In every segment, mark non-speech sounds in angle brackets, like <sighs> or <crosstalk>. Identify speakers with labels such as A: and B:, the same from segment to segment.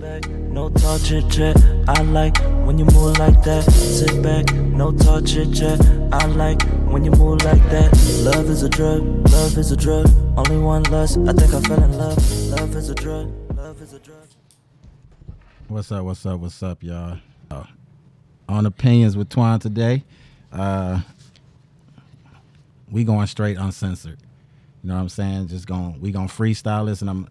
A: back, no talk chit chat. I like when you move like that. Sit back, no talk chit chat. I like when you move like that. Love is a drug, love is a drug. Only one lust. I think I fell in love. Love is a drug, love is a drug.
B: What's up? What's up? What's up, y'all? Uh, on opinions with Twine today, uh, we going straight uncensored. You know what I'm saying? Just going, we going freestyle this, and I'm.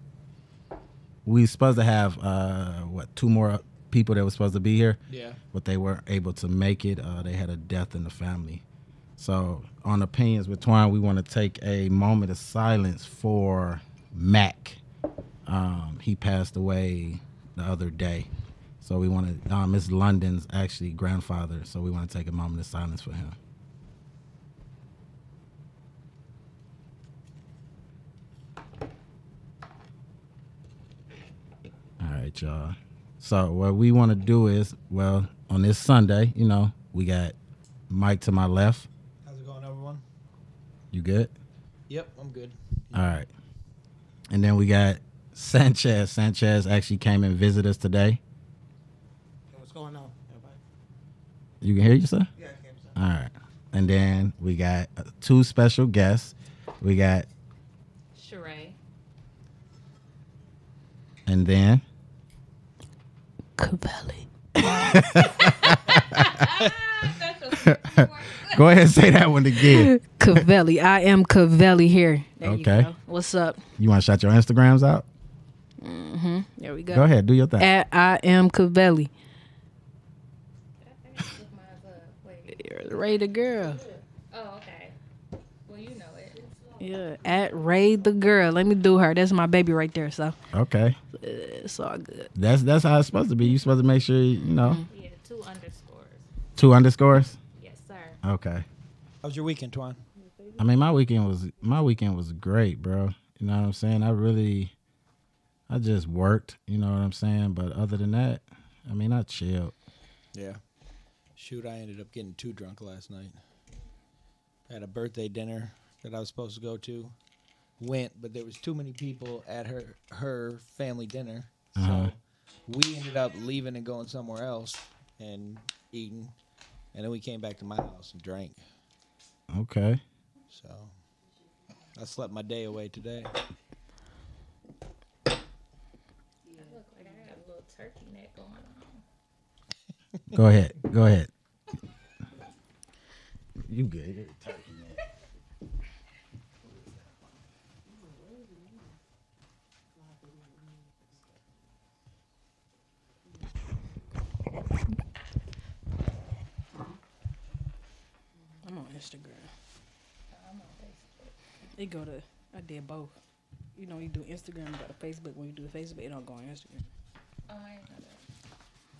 B: We supposed to have uh, what two more people that were supposed to be here,
C: Yeah.
B: but they weren't able to make it. Uh, they had a death in the family, so on opinions with Twine, we want to take a moment of silence for Mac. Um, he passed away the other day. So we want to, um, Miss London's actually grandfather. So we want to take a moment of silence for him. All right, y'all. So what we want to do is, well, on this Sunday, you know, we got Mike to my left.
C: How's it going, everyone?
B: You good?
C: Yep, I'm good.
B: All right. And then we got Sanchez. Sanchez actually came and visited us today.
D: What's going on, everybody?
B: You can hear yourself?
D: Yeah, I can't.
B: All right. And then we got uh, two special guests. We got,
E: Sheree.
B: and then
E: <laughs> Covelli.
B: <laughs> go ahead and say that one again.
E: Covelli. I am Covelli here. There
B: Okay.
E: You go. What's up?
B: You want to shout your Instagrams out?
E: Mm-hmm. There we go.
B: Go ahead, do your thing.
E: At I am Covelli. Ray the girl.
F: Oh, okay. Well, you know it.
E: Yeah. At Ray the girl. Let me do her. That's my baby right there. So
B: Okay,
E: it's all good.
B: that's that's how it's supposed to be. You supposed to make sure you know
F: Yeah, two underscores.
B: two underscores.
F: Yes, sir.
B: Okay.
C: How's your weekend, Twine?
B: I mean, my weekend was my weekend was great, bro. You know what I'm saying? I really, I just worked. You know what I'm saying? But other than that, I mean, I chilled.
C: Yeah. Shoot, I ended up getting too drunk last night. Had a birthday dinner that I was supposed to go to. Went, but there was too many people at her her family dinner.
B: Uh-huh.
C: So we ended up leaving and going somewhere else and eating. And then we came back to my house and drank.
B: Okay.
C: So I slept my day away today.
F: Look like I got a little turkey neck going on.
B: Go ahead. Go ahead. You good? You're a turkey, man.
E: I'm on Instagram. It go to I did both. You know, you do Instagram, you got Facebook. When you do Facebook, it don't go on Instagram.
F: Oh, I ain't know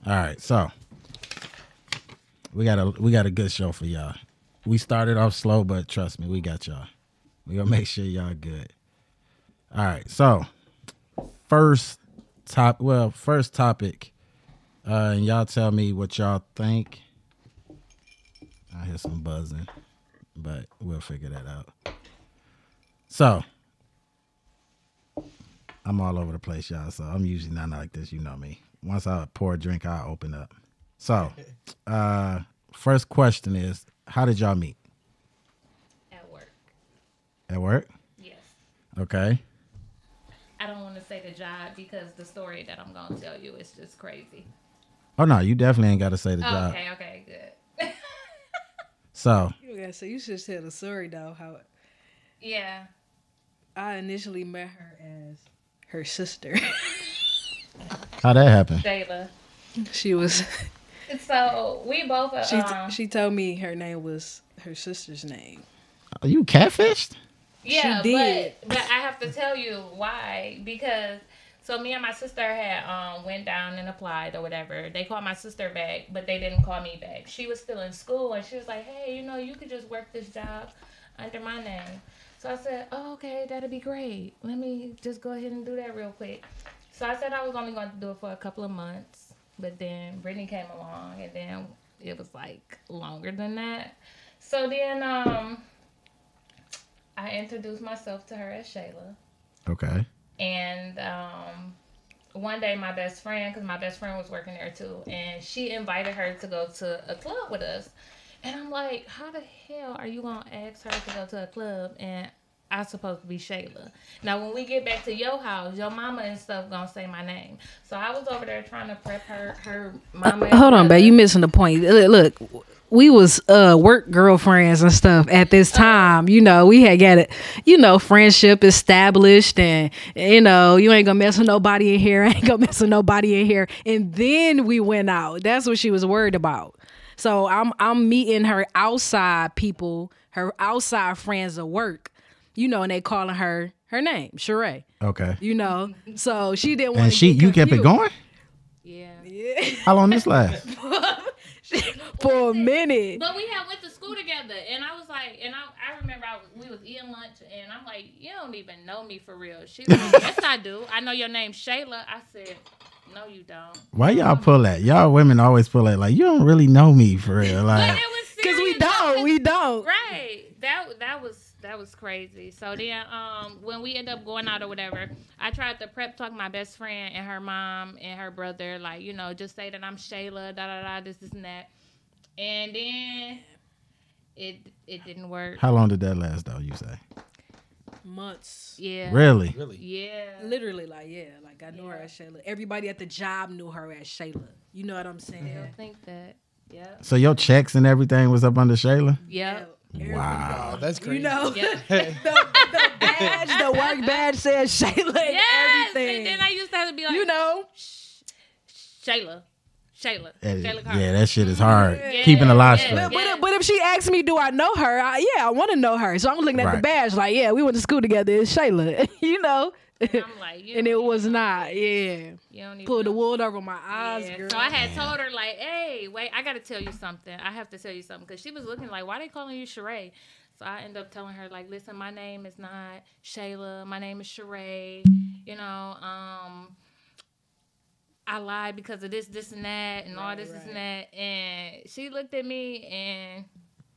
F: that.
B: All right, so we got a we got a good show for y'all. We started off slow, but trust me, we got y'all. We gonna make sure y'all good. All right, so first top well first topic, uh, and y'all tell me what y'all think. I hear some buzzing, but we'll figure that out. So I'm all over the place, y'all. So I'm usually not like this. You know me. Once I pour a drink, I open up. So, uh, first question is, how did y'all meet
F: At work.
B: at work?
F: Yes.
B: Okay.
F: I don't want to say the job because the story that I'm going to tell you is just crazy.
B: Oh no, you definitely ain't got to say the
F: Oh,
B: job.
F: okay, okay, good.
B: So,
E: You gotta say you should tell the story though. How
F: yeah.
E: I initially met her as
F: <laughs>
E: her sister.
B: how that happened?
F: Jayla.
E: she was. <laughs>
F: So we both are.
E: She
F: um,
E: she told me her name was her sister's name.
B: Are you catfished?
F: Yeah,
E: She did.
F: but but I have to tell you why because so me and my sister had um went down and applied or whatever. They called my sister back, but they didn't call me back. She was still in school and she was like, "Hey, you know, you could just work this job under my name." So I said, "Oh, okay, that'd be great. Let me just go ahead and do that real quick." So I said I was only going to do it for a couple of months, but then Brittany came along and then it was like longer than that. So then um I introduced myself to her as Shayla,
B: Okay.
F: and um, one day my best friend, because my best friend was working there too, and she invited her to go to a club with us. And I'm like, how the hell are you gonna ask her to go to a club and I supposed to be Shayla? Now when we get back to your house, your mama and stuff gonna say my name. So I was over there trying to prep her her mama. and
E: Uh, Hold on, babe.
F: brother.
E: You missing the point. Look, look, we was uh work girlfriends and stuff at this time. You know, we had got it. You know, friendship established, and you know, you ain't gonna mess with nobody in here. <laughs> I ain't gonna mess with nobody in here. And then we went out. That's what she was worried about. So I'm I'm meeting her outside people, her outside friends at work. You know, and they calling her her name, Sheree.
B: Okay.
E: You know, so she didn't want.
B: And she, you kept it going.
F: Yeah.
B: <laughs> How long this
F: <laughs>
B: last?
E: for a minute.
F: <laughs> But we had went to school together, and I was like, and I, I remember I was, we was eating lunch, and I'm like, you don't even know me for real. She's like, yes I do. I know your name, Shayla. I said, no you don't.
B: Why y'all pull that? Y'all women always pull that. Like you don't really know me for real.
F: But
B: Like
F: it was
E: Cause we
F: serious, though, 'cause-
E: don't, we don't.
F: right. That that was that was crazy. So then, um, when we end up going out or whatever, I tried to prep talk my best friend and her mom and her brother, like you know, just say that I'm Shayla, da da da, this this and that, and then it it didn't work.
B: how long did that last though? You say
E: Months,
F: Yeah.
B: really?
C: Really?
F: Yeah.
E: literally, like yeah, like I knew her as Shayla. Everybody at the job knew her as Shayla. You know what I'm saying?
F: I think that. Yep.
B: So your checks and everything was up under Shayla.
F: Yep.
B: Wow.
C: Oh, that's crazy.
E: You know,
F: Yep.
E: <laughs> the, the badge, the work badge says Shayla. and
F: Yes.
E: everything.
F: And then I used to have to be like,
E: you know,
F: Shayla, Shayla,
B: That is-
F: Shayla Carter.
B: yeah, that shit is hard.
F: Yeah.
B: Keeping the lie
F: Yeah.
B: straight.
E: but, but, if, but if she asks me, do I know her? I, yeah, I want to know her. So I'm looking at the
B: Right.
E: badge, like yeah, we went to school together. It's Shayla, <laughs> you know.
F: And I'm like, you
E: <laughs> And
F: don't
E: it
F: even
E: was
F: know.
E: not, yeah.
F: You don't even
E: Pulled the
F: know.
E: wool over my eyes,
F: Yeah.
E: girl.
F: So I had told her like, hey, wait, I gotta tell you something. I have to tell you something because she was looking like, why they calling you Sheree? So I end up telling her like, listen, my name is not Shayla. My name is Sheree. You know, um, I lied because of this, this, and that, and all
E: Right,
F: this, this, and
E: right.
F: that. And she looked at me and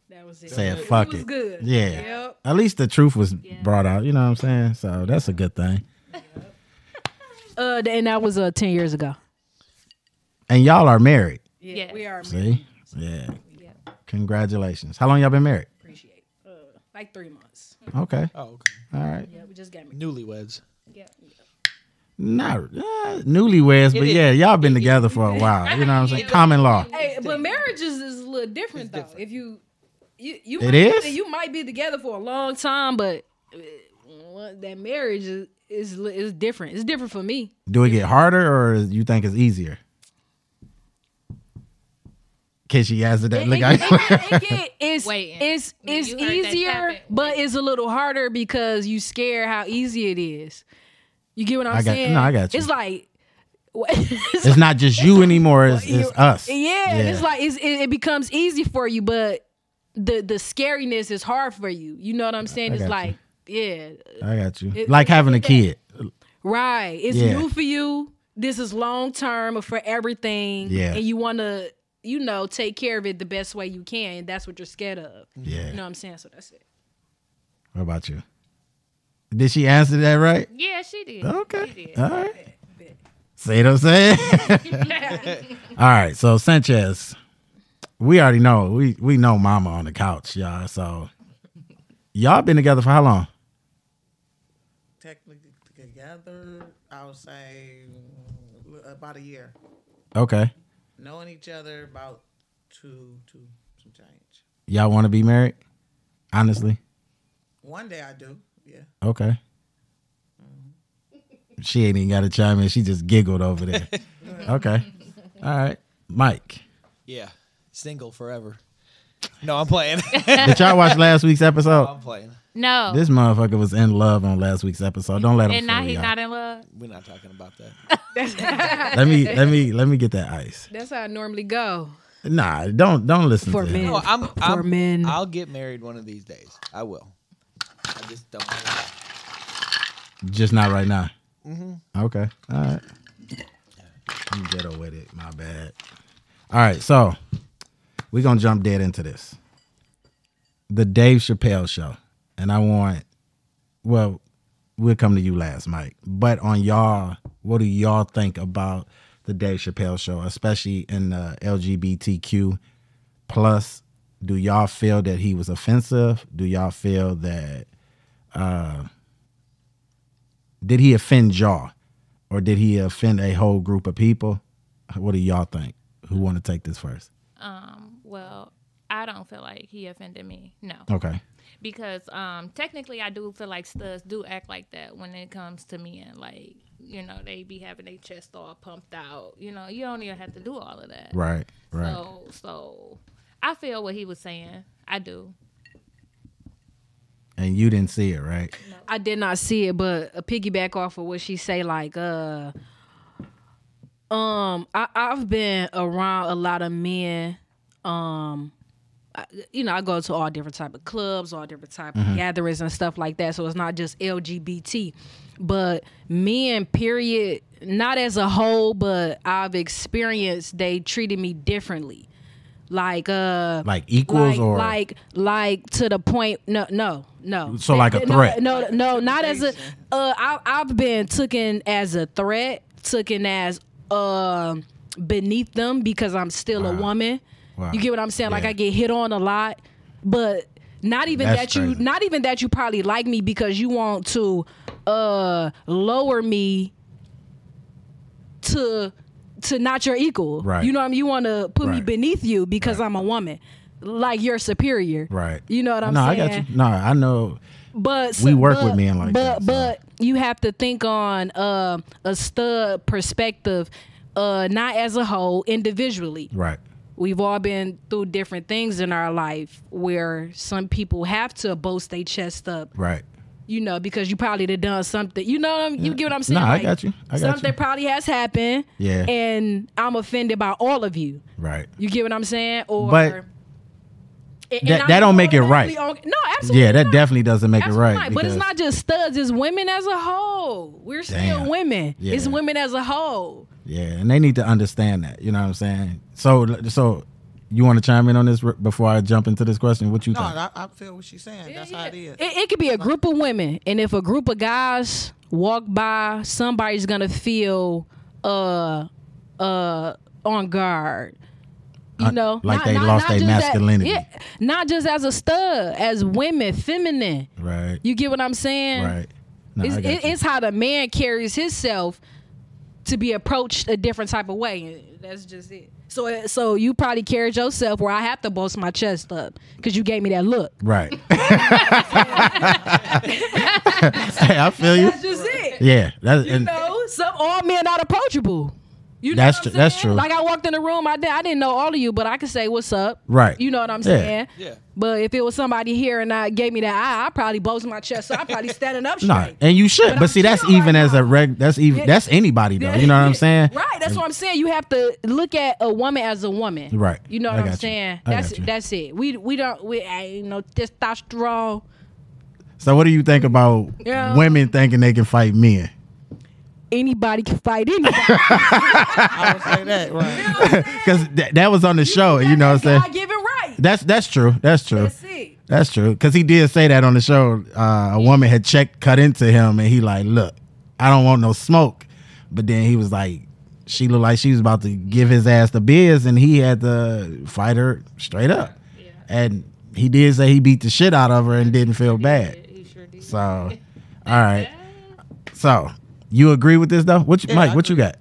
E: that was it.
B: Said fuck
E: was
B: it.
E: good.
B: Yeah.
E: Yep.
B: At least the truth was
F: Yeah.
B: brought out. You know what I'm saying? So that's a good thing.
E: Uh, and that was uh ten years ago.
B: And y'all are married.
F: Yes.
E: we are.
B: See? Yeah.
F: yeah.
B: Congratulations. How long y'all been married?
E: Appreciate uh, like three months.
B: Okay.
C: Oh, okay.
B: All right.
E: Yeah, we just got married.
C: Newlyweds.
F: Yep.
B: Not uh, newlyweds, but yeah, y'all been together for a while. Oh, You know what I'm
E: <laughs>
B: saying? Common law.
E: Hey, but marriage is, is a little different though. If you you you
B: It
E: might be-
B: is?
E: you might be together for a long time, but uh, what- that marriage is, is li- is different. It's different for me.
B: Do it get harder or you think it's easier? Can she answer that?
E: It-
B: Look,
E: it-
B: I,
E: it- it- it- it's
F: Waiting.
E: it's
F: When
E: it's
F: you heard that
E: easier,
F: tapping.
E: but it's a little harder because you scared how easy it is. You get what I'm
B: I got-
E: saying?
B: no, I got you.
E: It's like <laughs> it's
B: it's not just you anymore. It's, it's us.
E: Yeah, and it's like it's, it, it becomes easy for you, but the the scariness is hard for you. You know what I'm saying?
B: I
E: It's
B: got
E: like, yeah,
B: I got you.
E: it-
B: like having a kid.
E: right. It's
B: Yeah.
E: new for you. This is long term for everything.
B: Yeah.
E: and you want to, you know, take care of it the best way you can. And that's what you're scared of.
B: Yeah.
E: You know what I'm saying? So that's it.
B: What about you? Did she answer that right?
F: Yeah, she did. She
B: Okay.
F: did.
B: All right. See what I'm saying?
F: <laughs>
B: All right. So Sanchez, we already know we we know Mama on the couch, y'all. So y'all been together for how long?
D: Technically together, I would say mm, about a year.
B: Okay.
D: Knowing each other about two, two, some change.
B: Y'all want to be married? Honestly.
D: One day I do, yeah. Mm-hmm.
B: Okay. She ain't even got to chime in. She just giggled over
D: <laughs>
B: there. Okay. All right. Mike,
C: Yeah. Single forever. No, I'm playing.
B: did
C: <laughs>
B: y'all watch last week's episode?
C: I'm playing.
F: No.
B: This motherfucker was in love on last week's episode. Don't let him.
F: and now
B: fool
F: he's
B: y'all.
F: not in love.
C: We're not talking about that.
F: <laughs>
B: let me let me let me get that ice.
E: <laughs> That's how I normally go.
B: Nah, don't don't listen
E: For
B: to
E: men.
B: him.
C: No, I'm,
E: For
C: I'm
E: men.
C: I'll get married one of these days. I will. I just don't.
B: Just not right now.
C: Mm-hmm.
B: Okay. All right. I'm ghetto with it. My bad. All right. So we're gonna jump dead into this. The Dave Chappelle show, and I want. Well, we'll come to you last, Mike. But on y'all, What do y'all think about the Dave Chappelle show, especially in the LGBTQ plus? Do y'all feel that he was offensive? Do y'all feel that uh did he offend y'all? Or did he offend a whole group of people? What do y'all think? Who wanna take this first?
F: Um, well, I don't feel like he offended me. No.
B: Okay.
F: because um technically I do feel like studs do act like that when it comes to men. Like, you know, they be having their chest all pumped out. You know, you don't even have to do all of that.
B: Right, right.
F: So so I feel what he was saying. I do.
B: and you didn't see it, right?
E: I did not see it, but a piggyback off of what she say, like, uh, um, I, I've been around a lot of men. Um, I, you know, I go to all different type of clubs, all different type
B: Mm-hmm.
E: of gatherings and stuff like that. So it's not just LGBT, but men, period, not as a whole, but I've experienced they treated me differently. Like, uh,
B: Like equals
E: like,
B: or
E: like like to the point no no no
B: So like a
E: No,
B: threat.
E: no no, not as a uh I, i've been taken as a threat taken as um beneath them because i'm still a
B: Wow.
E: woman
B: Wow.
E: you get what i'm saying like
B: Yeah.
E: i get hit on a lot but not even
B: That's
E: that you
B: crazy.
E: not even that you probably like me because you want to uh lower me to to not your equal
B: Right.
E: you know what i mean you want to put me
B: Right.
E: beneath you because i'm a woman like you're superior
B: right.
E: you know what i'm
B: no,
E: saying
B: I got you. No, I know.
E: but
B: We work
E: but,
B: with men like
E: but
B: that, so.
E: but you have to think on uh, a stud perspective uh not as a whole individually
B: Right.
E: we've all been through different things in our life where some people have to boast their chest up
B: Right.
E: you know because you probably done done something you know what I'm, you get what i'm saying
B: Nah, I
E: Like,
B: got you. I got
E: something
B: you.
E: probably has happened
B: Yeah.
E: and i'm offended by all of you
B: Right.
E: you get what i'm saying or
B: But
E: and-
B: that-
E: I'm
B: that don't make it
E: automatically
B: right.
E: on- no absolutely
B: Yeah, that
E: not.
B: definitely doesn't make it right.
E: Absolutely not. But it's
B: because-
E: not just studs, it's women as a whole. We're
B: Damn.
E: still women. It's
B: Yeah.
E: women as a whole.
B: Yeah, and they need to understand that. You know what I'm saying? So, so you want to chime in on this r- before I jump into this question? What you
D: No,
B: think?
D: Oh, I, I feel what she's saying. That's how it is.
E: It, it could be a group of women. And if a group of guys walk by, somebody's gonna feel uh uh on guard. You
B: Uh,
E: know,
B: like they lost their
E: just that-
B: masculinity.
E: yeah, not just as a stud, as women, feminine.
B: right.
E: You get what I'm saying?
B: right. No,
E: It's,
B: I got
E: it,
B: you.
E: it's how the man carries himself to be approached a different type of way. and That's just it. So, it- so you probably carried yourself where I have to boast my chest up because you gave me that look.
B: right. hey, I feel you.
E: That's just it.
B: Yeah, that's
E: You
B: and
E: know, some all men not approachable. You know
B: That's
E: what I'm
B: tru- that's
E: saying?
B: true.
E: Like I walked in the room, I did. I didn't know all of you, but I could say what's up.
B: Right.
E: You know what I'm
B: Yeah.
E: saying?
C: Yeah.
E: But if it was somebody here and I gave me that eye, I probably boast my chest. So I probably standing
B: <laughs>
E: up straight.
B: no, and you should. But,
E: But I'm
B: see, that's
E: chill right
B: even as
E: now.
B: a reg. That's even
E: Yeah.
B: that's anybody though. You know what I'm saying?
E: Right. That's what I'm saying. You have to look at a woman as a woman.
B: Right.
E: You know
B: I
E: what I'm
B: got you.
E: saying?
B: I
E: That's
B: got you.
E: that's it. We we don't we ain't no testosterone.
B: So, what do you think about
E: Yeah.
B: women thinking they can fight men?
E: Anybody can fight anybody.
D: <laughs> I would say that,
B: <laughs>
D: right?
B: Because th- that was on the show. You know what I'm saying?
E: I give it right.
B: That's that's true. That's true.
E: That's it.
B: That's true. Because he did say that on the show. Uh, a woman had checked, cut into him, and he like, look, I don't want no smoke. But then he was like, she looked like she was about to give his ass the biz, and he had to fight her straight up. And he did say he beat the shit out of her and didn't feel bad.
F: He sure did.
B: So, all right. So, you agree with this though? What you,
D: Yeah,
B: Mike?
D: I
B: What you got?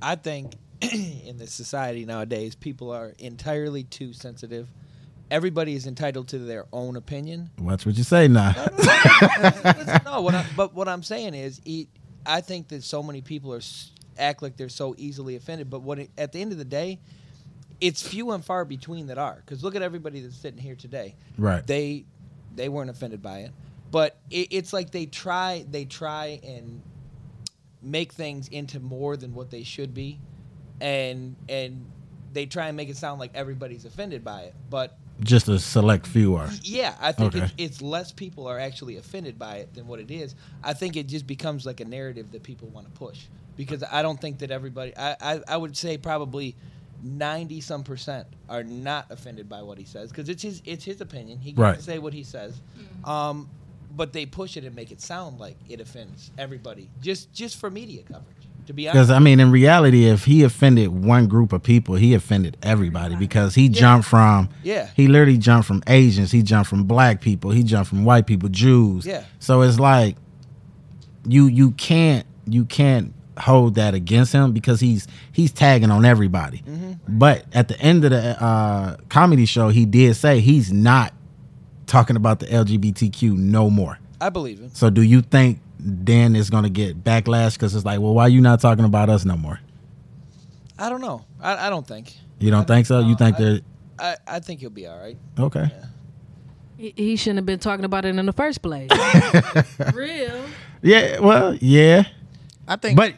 C: I think <clears throat> in the society nowadays, people are entirely too sensitive. Everybody is entitled to their own opinion.
B: Watch what you say now.
C: no, what I, but what I'm saying is, it, I think that so many people are s- act like they're so easily offended. But what it, at the end of the day, it's few and far between that are. Because look at everybody that's sitting here today.
B: Right.
C: They they weren't offended by it, but it, it's like they try they try and make things into more than what they should be, and and they try and make it sound like everybody's offended by it. But
B: <laughs> Just a select few are.
C: yeah, I think
B: Okay.
C: it's, it's less people are actually offended by it than what it is. I think it just becomes like a narrative that people want to push because I don't think that everybody. I I, I would say probably ninety some percent are not offended by what he says because it's his it's his opinion. He can
B: Right.
C: say what he says. Um, but they push it and make it sound like it offends everybody just just for media coverage. To be
B: Because
C: honest,
B: I mean, in reality, if he offended one group of people, he offended everybody because he jumped from
C: Yeah.
B: he literally jumped from Asians, he jumped from black people, he jumped from white people, Jews.
C: Yeah.
B: So it's like you you can't you can't hold that against him because he's he's tagging on everybody.
C: Mm-hmm.
B: But at the end of the uh, comedy show, he did say he's not talking about the LGBTQ no more.
C: I believe him.
B: So do you think then it's gonna get backlash because it's like, well, why you not talking about us no more?
C: I don't know. I, I don't think.
B: You don't think so? You think
C: I-
B: they're
C: I, I think he'll be all right.
B: okay?
E: He, he shouldn't have been talking about it in the first
D: <laughs>
E: place. Real.
B: Yeah. Well, yeah.
D: I think
B: But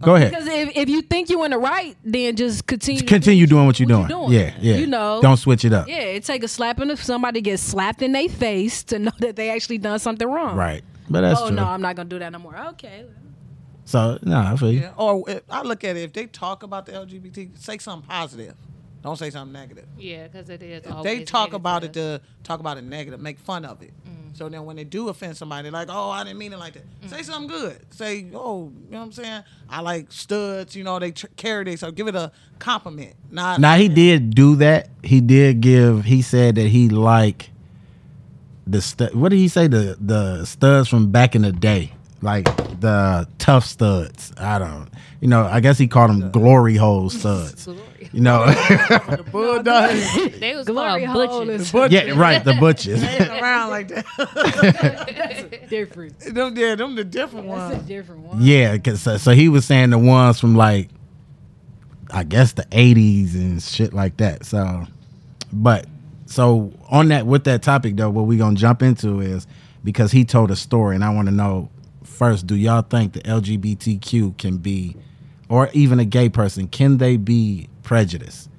B: go ahead.
E: Because if, if you think you're in the right, then just continue. to
B: Continue doing what you're doing.
E: what you're
B: Yeah,
E: doing.
B: yeah.
E: You know.
B: don't switch it up.
E: Yeah, it take a slapping if somebody gets slapped in their face to know that they actually done something wrong.
B: Right. But that's
E: oh
B: true.
E: no, I'm not gonna do that no more. Okay.
B: So no, I feel you.
D: Yeah, or if, I look at it if they talk about the LGBT, say something positive. Don't say something negative.
F: Yeah, because it is.
D: If
F: always
D: they talk
F: negative. Mm.
D: about it to talk about it negative, make fun of it. So then when they do offend somebody, like, oh, I didn't mean it like that. Say something good. Say, oh, you know what I'm saying? I like studs. You know, they tr- carry they so give it a compliment. Not
B: Now he did do that. He did give. He said that he like the stu- what did he say the the studs from back in the day, like the tough studs. I don't. You know, I guess he called them glory hole studs.
F: Glory.
B: You know,
D: the
B: <laughs>
D: bulldog
F: They was
E: Glory
F: called
E: hole
F: butchers.
E: is
B: yeah, right. The butchers.
D: around like that.
B: <laughs>
D: <laughs>
E: different.
D: them, yeah, them the different
E: That's a
D: ones.
E: different one.
B: yeah, cause so, so he was saying the ones from like, I guess the '80s and shit like that. So, but so on that with that topic though, what we gonna jump into is because he told a story, and I want to know first, do y'all think the LGBTQ can be, or even a gay person, can they be prejudiced?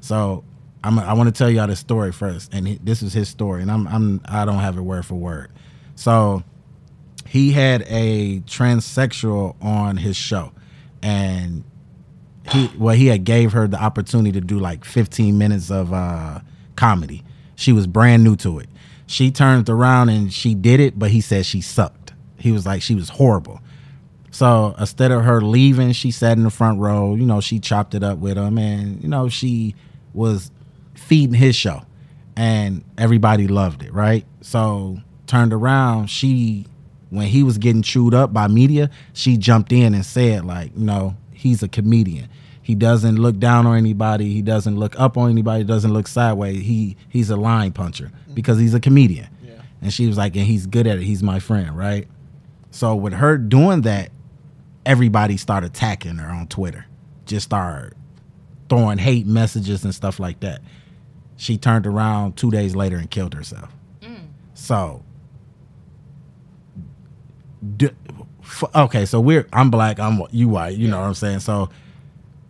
B: So I'm, I want to tell y'all this story first, and he- this is his story, and I'm, I'm I don't have it word for word. So he had a transsexual on his show, and he well he had gave her the opportunity to do like 15 minutes of uh, comedy. She was brand new to it. She turned around and she did it, but he said she sucked. He was like she was horrible. So instead of her leaving, she sat in the front row. You know, she chopped it up with him, and you know she was feeding his show, and everybody loved it, right? So turned around, she when he was getting chewed up by media, she jumped in and said like, you know, he's a comedian. He doesn't look down on anybody. He doesn't look up on anybody. Doesn't look sideways. He he's a line puncher because he's a comedian. And she was like, and he's good at it. He's my friend, right? So with her doing that, everybody started attacking her on Twitter. Just started throwing hate messages and stuff like that. She turned around two days later and killed herself.
E: Mm.
B: So, d- f- okay, so we're I'm black, I'm wh- you white, you know what I'm saying? So,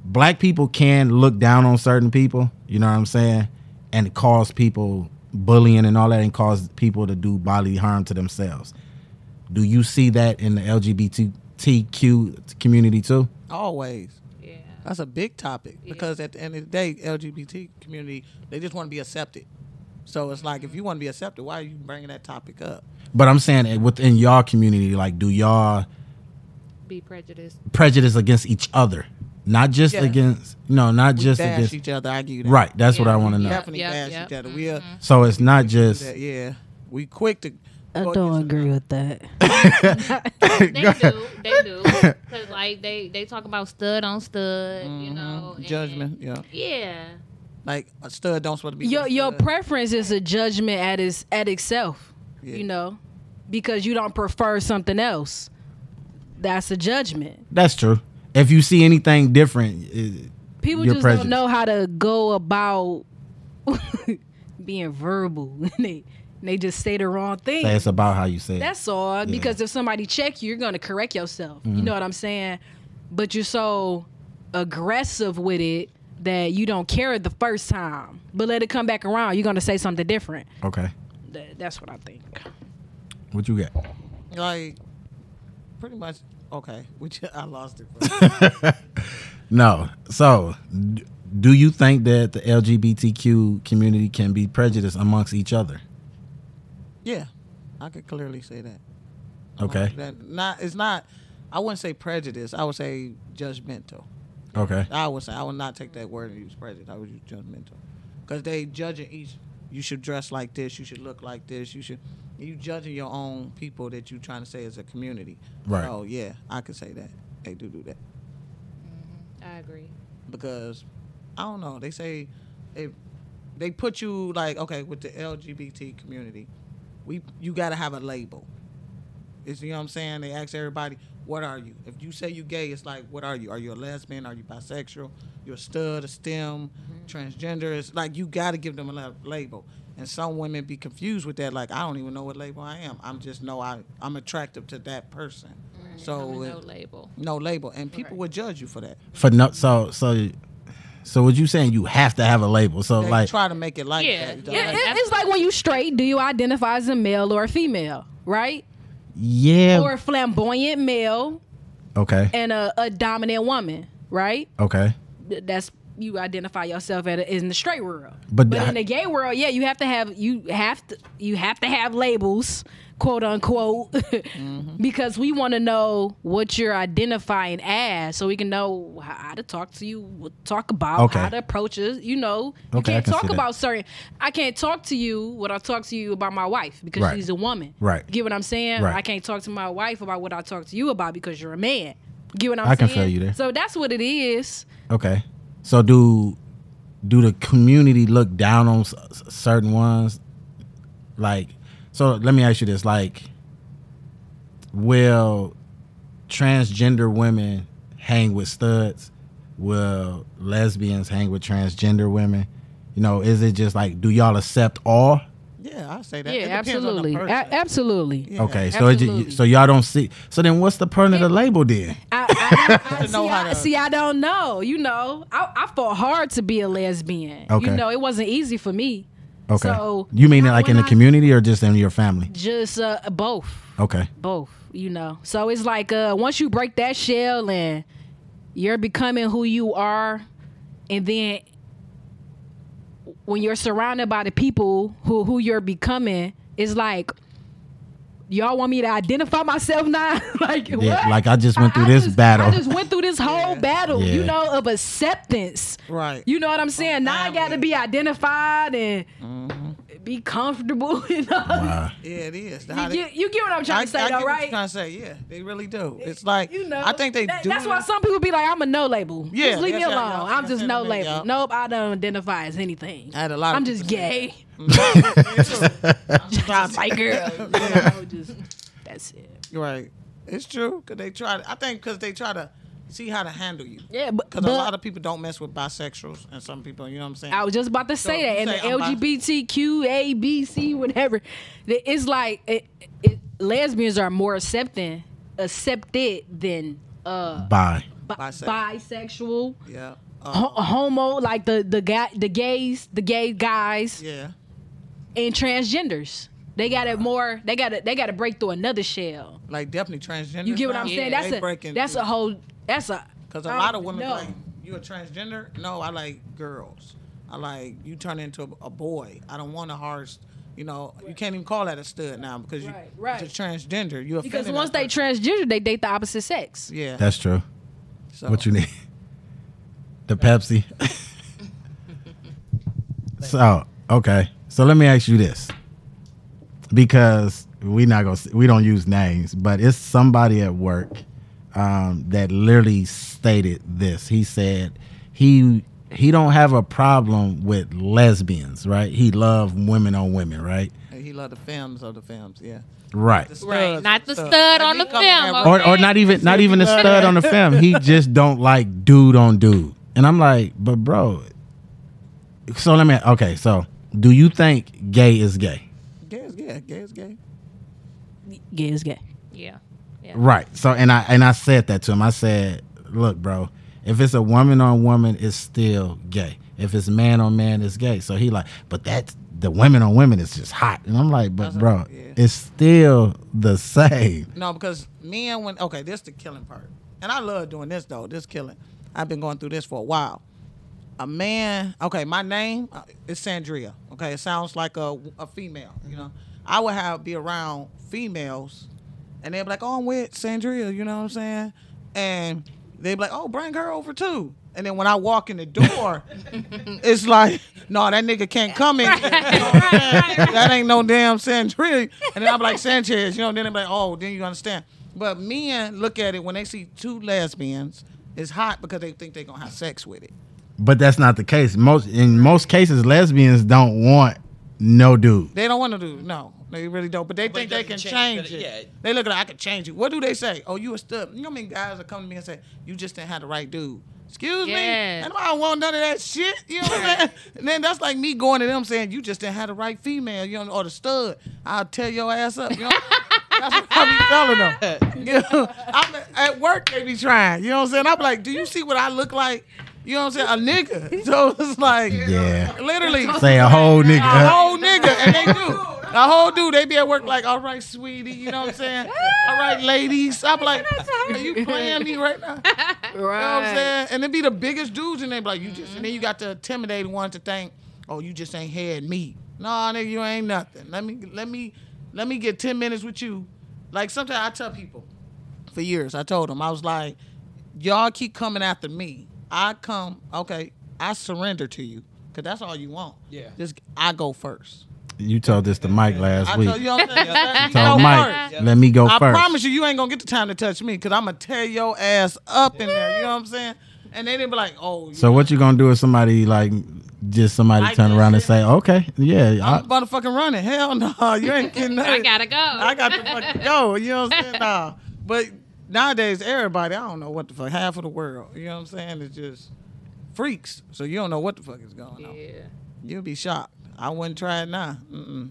B: black people can look down on certain people, you know what I'm saying, and cause people bullying and all that, and cause people to do bodily harm to themselves. Do you see that in the LGBTQ community too?
D: Always.
F: Yeah.
D: That's a big topic because at the end of the day, LGBT community they just want to be accepted. So it's like if you want to be accepted, why are you bringing that topic up?
B: But I'm saying it within y'all community, like, do y'all
F: Be prejudiced.
B: prejudice against each other, not just
D: Yeah.
B: against no, not
D: We
B: just
D: bash
B: against
D: each other. I give you that.
B: right. That's what
F: Yeah.
B: I want to
D: We
B: know.
D: definitely
F: Yep,
D: bash
F: yep, Mm-hmm.
D: each other. We're
B: So it's not just
D: that, yeah. We quick to.
E: I
D: go <laughs>
E: don't
D: against
E: agree with that.
B: <laughs>
F: They do. They do. Because, like, they, they talk about stud on stud, you
D: Mm-hmm.
F: know. and-
D: Judgment, yeah.
F: Yeah.
D: Like a stud don't supposed to be.
E: Your
D: with a
E: your
D: stud.
E: preference is a judgment at its at itself.
D: Yeah.
E: You know, because you don't prefer something else. That's a judgment.
B: that's true. If you see anything different, it,
E: People
B: You're
E: just
B: prejudiced.
E: don't know how to go about <laughs> being verbal. <laughs> and they they just say the wrong thing.
B: say it's about how you say it.
E: That's all. Because if somebody check you, you're gonna correct yourself.
B: Mm-hmm.
E: You know what I'm saying? But you're so aggressive with it that you don't care the first time. But let it come back around, you're gonna say something different.
B: Okay,
E: Th- That's what I think.
B: what you got?
D: Like, pretty much. Okay, <laughs> which I lost it.
B: <laughs> No. So, d- do you think that the LGBTQ community can be prejudiced amongst each other?
D: yeah, I could clearly say that.
B: Okay.
D: That not it's not. I wouldn't say prejudice. I would say judgmental.
B: Okay.
D: I would say I would not take that word and use prejudice. I would use judgmental, because they judging each. You should dress like this. You should look like this. You should. You judging your own people that you trying to say as a community.
B: Right.
D: So yeah, I could say that they do do that
F: I agree.
D: because I don't know. They say if they put you like okay with the LGBT community, we you gotta have a label. It's you know what I'm saying. They ask everybody, "What are you?" If you say you gay, it's like, "What are you? Are you a lesbian? Are you bisexual? You're a stud, a stem,
F: Mm-hmm.
D: transgender?" It's like you gotta give them a la- label. And some women be confused with that. Like, I don't even know what label I am. I'm just know I I'm attractive to that person. So
F: No
D: it-
F: label.
D: no label, and people would judge you for that.
B: For no, so so, so what you saying? You have to have a label. So
D: They
B: like,
D: try to make it like
F: Yeah,
D: that.
F: yeah,
D: Like,
E: It- it's like when you straight, do you identify as a male or a female, right?
B: yeah.
E: Or a flamboyant male
B: okay.
E: and a, a dominant woman, right?
B: okay.
E: Th- That's you identify yourself at in the straight world.
B: But
E: but
B: I-
E: in the gay world, yeah, you have to have you have to you have to have labels, quote unquote, <laughs>
B: Mm-hmm.
E: because we want to know what you're identifying as, so we can know how how to talk to you, what to talk about,
B: Okay.
E: how to approach us. You know, you
B: Okay, I
E: can't
B: can
E: talk
B: see that.
E: about certain. I can't talk to you what I talk to you about my wife because
B: Right.
E: she's a woman.
B: Right.
E: Get what I'm saying?
B: Right.
E: I can't talk to my wife about what I talk to you about because you're a man. Get what I'm
B: I
E: saying?
B: can feel you there.
E: So that's what it is.
B: Okay. So do do the community look down on s- s- certain ones? Like, so let me ask you this: like, will transgender women hang with studs? Will lesbians hang with transgender women? You know, is it just like do y'all accept all?
D: yeah, I say that.
E: Yeah,
D: it depends on the
E: absolutely. A-
D: person.
E: absolutely.
D: Yeah.
B: okay, so it
E: absolutely.
B: just, so y'all don't see. So then, what's the point of the label then?
E: I, I, I,
D: To know
E: see,
D: how
E: I,
D: to-
E: see, I don't know. You know, I, I fought hard to be a lesbian.
B: Okay.
E: You know, it wasn't easy for me.
B: Okay,
E: So
B: you mean it
E: how
B: like in
E: when
B: the
E: I-
B: community or just in your family?
E: Just uh, both,
B: Okay,
E: both. You know, so it's like uh, once you break that shell and you're becoming who you are, and then when you're surrounded by the people who who you're becoming, it's like. Y'all want me to identify myself now? <laughs> like what?
B: Yeah, like I just went through this
E: just-
B: battle.
E: I just went through this whole battle, you
B: Yeah.
E: know, of acceptance.
D: Right.
E: You know what I'm saying? Now I got to be identified and
D: Mm-hmm.
E: be comfortable. <laughs> You know,
B: Wow.
D: yeah, it is.
E: you,
D: How they-
E: get, you get what I'm trying
D: I,
E: to say,
D: I get
E: though,
D: what you're
E: right?
D: trying to say. Yeah, they really do. It's like
E: you know,
D: I think they
E: that-
D: do.
E: That's why
D: it-
E: some people be like, "I'm a no label.
D: Yeah,
E: just leave me
D: that's
E: alone.
D: how y'all-
E: I'm
D: that's
E: just
D: how
E: no
D: they-
E: label.
D: y'all-
E: Nope, I don't identify as anything.
D: I had a lot of
E: I'm
D: people
E: just
D: say
E: gay. <laughs>
B: <laughs>
D: Stop
E: <laughs>
G: <laughs>
E: Just white girl. You know, just that's it.
D: it. Right. It's true. Cause they try. To, I think because they try to see how to handle you.
E: Yeah, but,
D: Because
E: but
D: a lot of people don't mess with bisexuals, and some people, you know what I'm saying.
E: I was just about to say
D: So,
E: that,
D: you
E: and
D: say I'm
E: the LGBTQ, A, B, C, whatever. that It's like it, it, lesbians are more accepting, accepted than
B: <laughs>
E: uh,
B: bye.
E: bi-
D: Bisexual.
E: bisexual,
D: yeah.
E: ho-
D: Uh,
E: homo, like the the guy, the gays, the gay guys,
D: yeah.
E: and transgenders. They got it more. They got it. They got to break through another shell.
D: Like definitely transgender.
E: You get what I'm
D: now, they
E: saying? That's a
D: breaking
E: that's
D: through.
E: a whole that's a
D: Because a
E: I
D: lot
E: don't
D: of women
E: know.
D: like, you a transgender? No, I like girls. I like, you turn into a, a boy. I don't want a hard, s- you know, you can't even call that a stud now because you,
E: Right, right.
D: you're transgender. You
E: because
D: offended
E: once
D: that
E: they
D: person.
E: transgender, they date the opposite sex.
D: Yeah.
B: That's true.
D: so. <laughs>
B: What you need? The Pepsi. <laughs> so okay. So let me ask you this, because we not gonna we don't use names, but it's somebody at work um, that literally stated this. He said he he don't have a problem with lesbians, right? He love women on women, right?
D: And He loved the films of the films, yeah.
B: Right.
D: The
F: Right,
D: studs
F: not
D: and
F: the
D: stuff.
F: stud
D: Let
F: on
D: me
F: the
D: come in
F: film,
D: that
F: okay?
D: room.
B: or, or not even not even a stud on the film.
F: <laughs>
B: He just don't like dude on dude. And I'm like, but bro. So let me. Okay, so do you think gay is gay?
D: Gay is gay. Gay is gay.
E: Gay is gay.
F: Yeah. Yeah.
B: Right. So and I and I said that to him. I said, look, bro, if it's a woman on woman, it's still gay. If it's man on man, it's gay. So he like, but that's the women on women is just hot. And I'm like, but bro,
D: yeah.
B: it's still the same.
D: No, because men when okay, this the killing part, and I love doing this though. This killing, I've been going through this for a while. A man, okay, my name uh, is Sandria. Okay, it sounds like a, a female, you know. I would have be around females, and they'd be like, "Oh, I'm with Sandria," you know what I'm saying? And they'd be like, "Oh, bring her over too." And then when I walk in the door, it's like, "No, that nigga can't come in." <laughs> here." that ain't no damn Sandria. And then I'm like Sanchez, you know. Then I'm like, oh, then you understand. But men look at it when they see two lesbians, it's hot because they think they're gonna have sex with it.
B: But that's not the case. Most in most cases, lesbians don't want no dude.
D: They don't want to do no. They really don't. But they
C: But
D: think they
C: doesn't
D: can
C: change- but
D: change,
C: it-
D: it.
C: yeah.
D: They look at it, I can change it. What do they say? Oh, you a stud. You know what I mean? Guys will come to me and say, You just didn't have the right dude. Excuse
F: Yes.
D: me. And I don't want none of that shit. You know what I'm saying? And then that's like me going to them saying, You just didn't have the right female, you know, or the stud. I'll tear your ass up. You know? That's what I be telling them. You know? I'm, at work, they be trying. You know what I'm saying? I'm like, Do you see what I look like? You know what I'm saying? A nigga. So it's like,
B: Yeah.
D: literally
B: Say a whole nigga.
D: a whole nigga, and they do. A whole dude, they be at work like, all right, sweetie, you know what I'm saying? All right, ladies. I'm like, are you playing me right now? You know what I'm saying? And it be the biggest dudes, and they be like, you just, and then you got the intimidating one to think, oh, you just ain't had me. No, nigga, you ain't nothing. Let me, let me, let me get 10 minutes with you. Like, sometimes I tell people, for years. I told him I was like, y'all keep coming after me. I come, okay, I surrender to you because that's all you want.
C: Yeah.
D: Just I go first.
B: You told this to Mike last
D: I
B: week.
D: told you, <laughs> what I'm saying? You go
B: Told Mike,
D: first.
B: let me go
D: I
B: first.
D: promise you, you ain't gonna get the time to touch me because I'm gonna tear your ass up in there. You know what I'm saying? And they didn't be like, oh, you
B: So what you gonna do if somebody like just somebody
D: Like
B: turn
D: this
B: around and
D: shit?
B: say, okay, yeah,
D: I'm
B: I,
D: motherfucking running. Hell no, <laughs> you ain't getting nothing.
F: I gotta go.
D: I got to fucking go. You know what
F: <laughs>
D: I'm saying? Nah. But nowadays, everybody, I don't know what the fuck. Half of the world, you know what I'm saying? It's just freaks. So you don't know what the fuck is going on.
F: Yeah.
D: You'll be shocked. I wouldn't try it now. Mm-mm.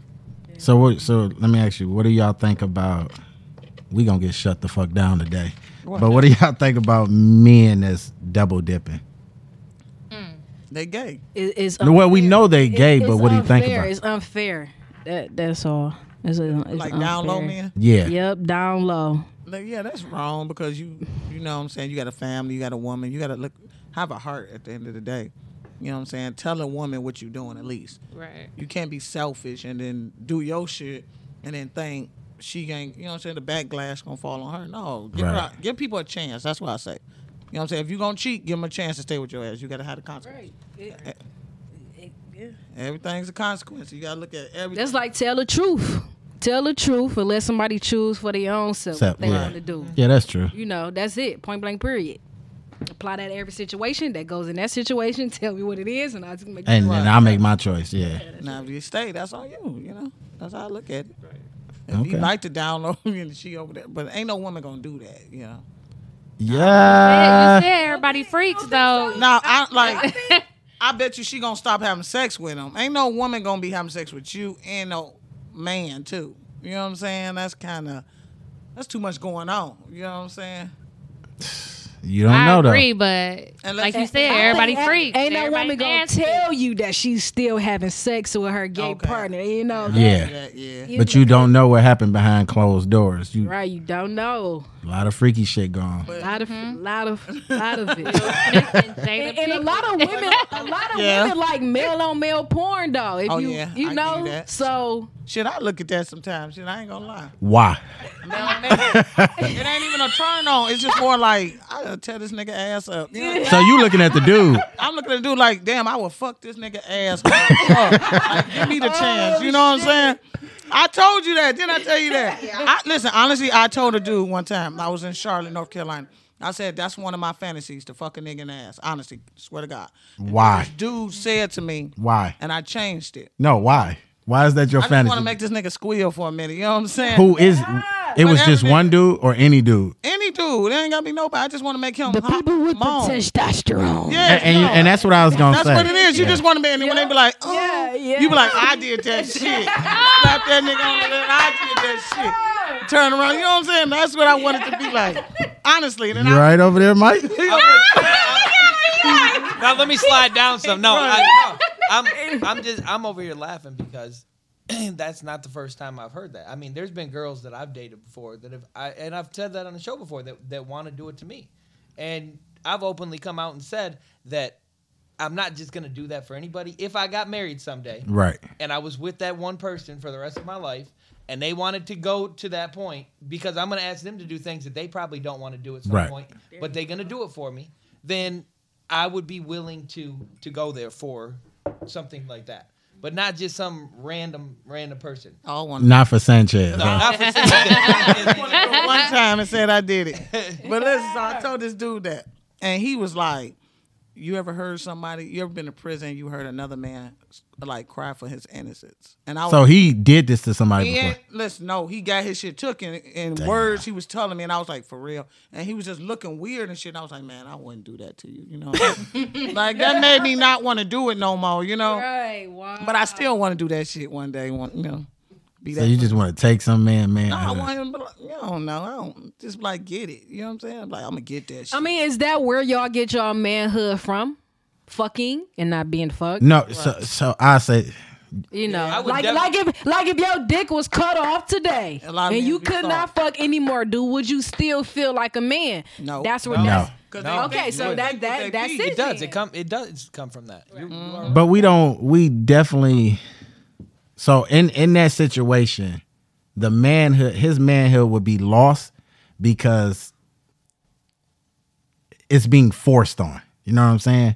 B: so what? So let me ask you, what do y'all think about? We gonna get shut the fuck down today. But what do y'all think about men that's double dipping?
D: They gay.
E: It- it's
B: Well, we
E: unfair.
B: know they
E: It-
B: gay,
E: it's
B: but what do you think
E: unfair.
B: about? it?
E: It's unfair. That that's all. It's, it's
D: Like down low
E: unfair.
D: men.
B: Yeah,
E: Yep, down low.
D: Like, yeah, that's wrong because you, you know what I'm saying? You got a family, you got a woman, you got to look, have a heart at the end of the day. You know what I'm saying? Tell a woman what you're doing at least.
F: Right.
D: you can't be selfish and then do your shit and then think she ain't you know what I'm saying the backlash gonna fall on her. No, give, her
B: Right.
D: a, give people a chance. That's what I say. You know what I'm saying? If you gonna cheat, give them a chance to stay with your ass. You gotta have the consequence. Everything's a consequence. You gotta look at everything.
E: That's like tell the truth. Tell the truth and let somebody choose for their own self
B: Self,
E: what they
B: yeah.
E: want to do.
B: yeah, that's true.
E: You know, that's it. Point blank. Period. Apply that to every situation that goes in that situation. <laughs> Tell me what it is, and I'll just make.
B: And then I make my choice. Yeah,
D: now if you stay, that's on you, you know? That's how I look at it. If
B: Okay.
D: you like to download me and she over there, but ain't no woman gonna do that, you know.
F: Yeah, you
B: yeah.
F: said everybody freaks though.
D: Now I
F: <laughs>
D: like I bet you she gonna stop having sex with him. Ain't no woman gonna be having sex with you and no man too. You know what I'm saying? That's kind of that's too much going on. You know what I'm saying?
B: You don't
F: I
B: know
F: agree, but
D: And
F: like
D: let's-
F: you said, everybody freaks.
E: Ain't no
F: everybody
E: woman gonna
F: nasty.
E: tell you that she's still having sex with her gay
D: Okay.
E: partner. You know.
B: though. Yeah.
D: Yeah, yeah.
E: You
B: but
E: know.
B: you don't know what happened behind closed doors. You
E: Right. You don't know.
B: a lot of freaky shit going. on.
E: A lot of, lot of, lot
F: <laughs>
E: of it.
F: Mm-hmm. Listen, Jada
E: And, and a
F: Pinkett.
E: lot of women, a lot of
D: Yeah.
E: women like male on male porn though. If
D: Oh,
E: you,
D: yeah, I
E: you
D: give
E: know,
D: you that.
E: so
D: Shit, I look at that sometimes. Shit, I ain't gonna
B: <laughs>
D: lie. <laughs>
B: Why?
D: It ain't even a turn on. It's just more like I gotta tear this nigga ass up. You know?
B: So you looking at the dude?
D: I'm looking at the dude like, damn, I would fuck this nigga ass up. Like, give me
E: Oh,
D: the chance. You know what I'm saying? I told you that. Didn't I tell you that? I, listen, honestly, I told a dude one time. I was in Charlotte, North Carolina. I said, that's one of my fantasies to fuck a nigga in the ass. Honestly, swear to God.
B: Why?
D: Dude said to me,
B: Why?
D: and I changed it.
B: No, why? Why is that your
D: I just
B: fantasy?
D: want to make this nigga squeal for a minute. You know what I'm saying?
B: Who is? It was just
D: everything-
B: one dude or any dude,
D: Any dude. It ain't got to be nobody. I just want to make him
E: the
D: hot,
E: people with
D: moan.
E: the testosterone.
D: Yeah,
B: and, and,
D: you know.
B: and that's what I was gonna
D: That's
B: say.
D: what it is. You
B: Yeah.
D: just want to be, and then when they be like, oh,
E: Yeah, yeah.
D: you be like, I did
E: <laughs>
D: that shit. Slap that nigga on the lip. I did that shit. Turn around. You know what I'm saying? That's what I wanted to be
E: <laughs>
D: like. Honestly, then <laughs>
B: You
D: I,
B: right over there, Mike?
C: Now let me slide down some. No, I, am I'm just I'm over here laughing because <clears throat> that's not the first time I've heard that. I mean, there's been girls that I've dated before that have I and I've said that on the show before that that want to do it to me, and I've openly come out and said that I'm not just gonna do that for anybody. If I got married someday,
B: Right.
C: and I was with that one person for the rest of my life, and they wanted to go to that point because I'm going to ask them to do things that they probably don't want to do at some
B: Right.
C: point, but they're going to do it for me, then I would be willing to to go there for something like that, but not just some random random person.
D: All one.
B: Not for Sanchez.
C: No,
B: huh?
C: not
E: <laughs>
C: for something-
D: <laughs> one time and said I did it. But listen, so I told this dude that, and he was like, "You ever heard somebody? You ever been to prison? You heard another man like cry for his innocence?" And I was
B: So he did this to somebody
D: He
B: before.
D: ain't, listen, no, he got his shit took in, in words he was telling me, and I was like, for real. And he was just looking weird and shit. And I was like, man, I wouldn't do that to you, you
E: <laughs>
D: know. like that made me not want to do it no more, you know.
E: Right. Wow.
D: But I still want to do that shit one day. Want you know, be
B: So
D: that.
B: you just want to take some man, man.
D: no, I
B: out of-
D: want him. To, be like, you don't know. I don't just be like get it. You know what I'm saying? I'm like I'm gonna get that shit.
E: I mean, is that where y'all get y'all manhood from? Fucking and not being fucked.
B: no, so so I say
E: You know,
C: I would
E: like
C: defi-
E: like if like if your dick was cut off today
D: A lot of
E: and
D: men
E: you
D: be
E: could not fuck anymore, dude, would you still feel like a man?
D: No.
E: that's where
B: No.
E: that's.
C: No.
E: Okay, so
C: Would.
E: that
D: They
E: that that's
D: beat.
E: it.
D: It
C: it does. It
E: then. Mm.
C: come. It does come from that. You- you are right.
B: But we don't. We definitely. So in in that situation, the manhood, his manhood would be lost because it's being forced on. You know what I'm saying?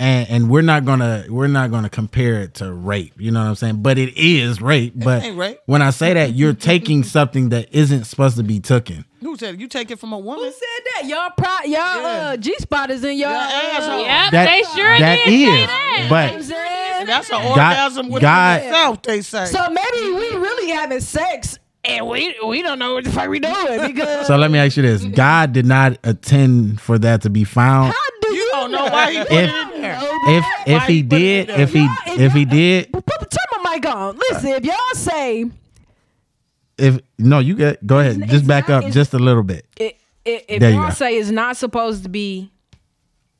B: And and we're not gonna we're not gonna compare it to rape. You know what I'm saying? But it is rape. But
D: ain't rape.
B: when I say that, you're taking something that isn't supposed to be taken.
D: Who said it? you take it from a
E: Who
D: woman?
E: said that? Y'all pro, y'all uh, G spot is in y'all.
D: Yeah,
E: uh,
D: asshole.
F: Yep,
B: That-
F: they sure
B: that
F: did say
B: is,
F: that.
B: but-
E: you know what I'm saying?
D: That's an
B: God-
D: orgasm with
B: God-
D: yourself. They say.
E: so maybe we really having sex and we we don't know what the fuck
D: <laughs>
E: we doing because
B: So let me ask you this: God did not intend for that to be found.
E: how do you,
D: you don't know why he put it
B: If-
D: in there.
B: if if
D: he
B: he
D: put it
B: did,
D: in there?
B: if he
E: Y'all- if
B: if he
E: y'all-
B: did,
E: Put, put, turn my mic on. Listen, if y'all say
B: if no, you get go ahead,
E: It's-
B: just
E: it's
B: back
E: not-
B: up
E: it's-
B: just a little bit.
E: it, it, if
B: There you
E: y'all
B: go.
E: say it's not supposed to be,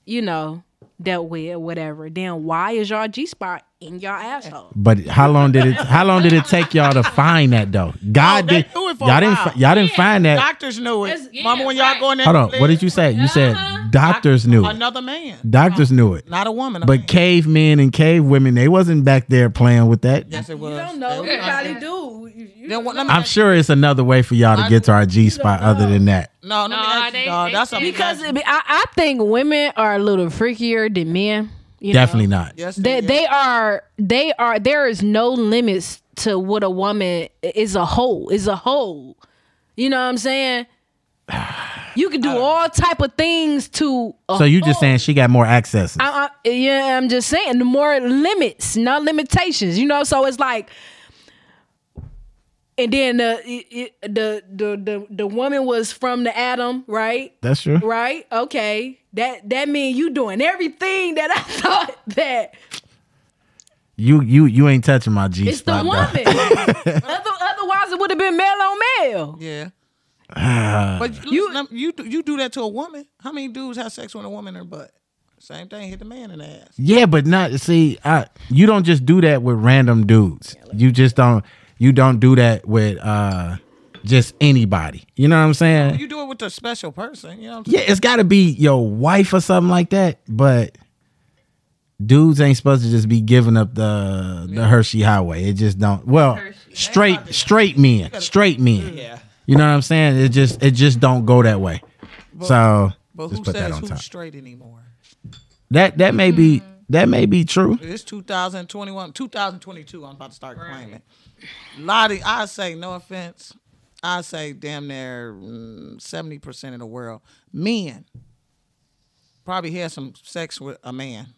E: you know, dealt with or whatever, then why is y'all G spot in y'all asshole?
B: But how long did it? How long did it take y'all to find that though? God
D: Oh, they
B: did.
D: knew it for a
B: y'all didn't.
D: while.
B: fi- Y'all didn't find that.
D: Doctors knew it.
F: It's- yeah,
D: Mama, when y'all
F: right.
D: go in there,
B: Hold on. What did you say? You said doctors knew it.
D: Another
B: <laughs>
D: man.
B: Doctors knew it.
D: Not a woman. a man.
B: But cavemen and cave women, they wasn't back there playing with that.
D: Yes, it was. They was out
E: Everybody
D: there.
E: do. You- you
D: Then what- let me
B: I'm sure it's another way for y'all to get to our G spot other than that.
D: no, let me
F: No,
D: ask
F: they-
D: you, dog.
F: they
D: That's a
F: said-
E: Because it be- I, I think women are a little freakier than men. You
B: Definitely
E: Know?
B: not.
D: yes,
E: They,
D: is.
E: they are they are there is no limits to what a woman is a whole is a whole. You know what I'm saying? <sighs> You can do all type of things to a
B: So you
D: Oh,
B: just saying she got more access?
E: I, I, yeah, I'm just saying the more limits, no limitations. You know, so it's like, and then the it- it- the the the, the woman was from the Adam, right?
B: That's true.
E: Right? Okay. That that mean you doing everything that I <laughs> thought that
B: You you you ain't touching my G
E: it's the
B: spot.
E: woman.
B: dog.
E: Other, otherwise, it would have been male on male.
D: Yeah.
B: Ah.
D: but you, listen, I'm- you do- you do that to a woman. How many dudes have sex with a woman in her butt? Same thing. Hit the man in the ass.
B: Yeah, but not see, I you don't just do that with random dudes. You just don't you don't do that with uh just anybody. You know what I'm saying?
D: You do it with a special person. You know. What I'm
B: Yeah, it's got to be your wife or something like that, but dudes ain't supposed to just be giving up the the Hershey highway. It just don't. Well, straight straight men, straight men.
C: yeah.
B: You know what I'm saying? It just it just don't go that way. So,
D: But
B: just
D: who
B: put that
D: says
B: on
D: who's
B: top.
D: straight anymore?
B: That that may be
D: Hmm.
B: that may be true.
D: It's 2021, 2022. I'm about to start claiming. Lottie, I say no offense. I say damn near mm, seventy percent of the world men probably had some sex with a man.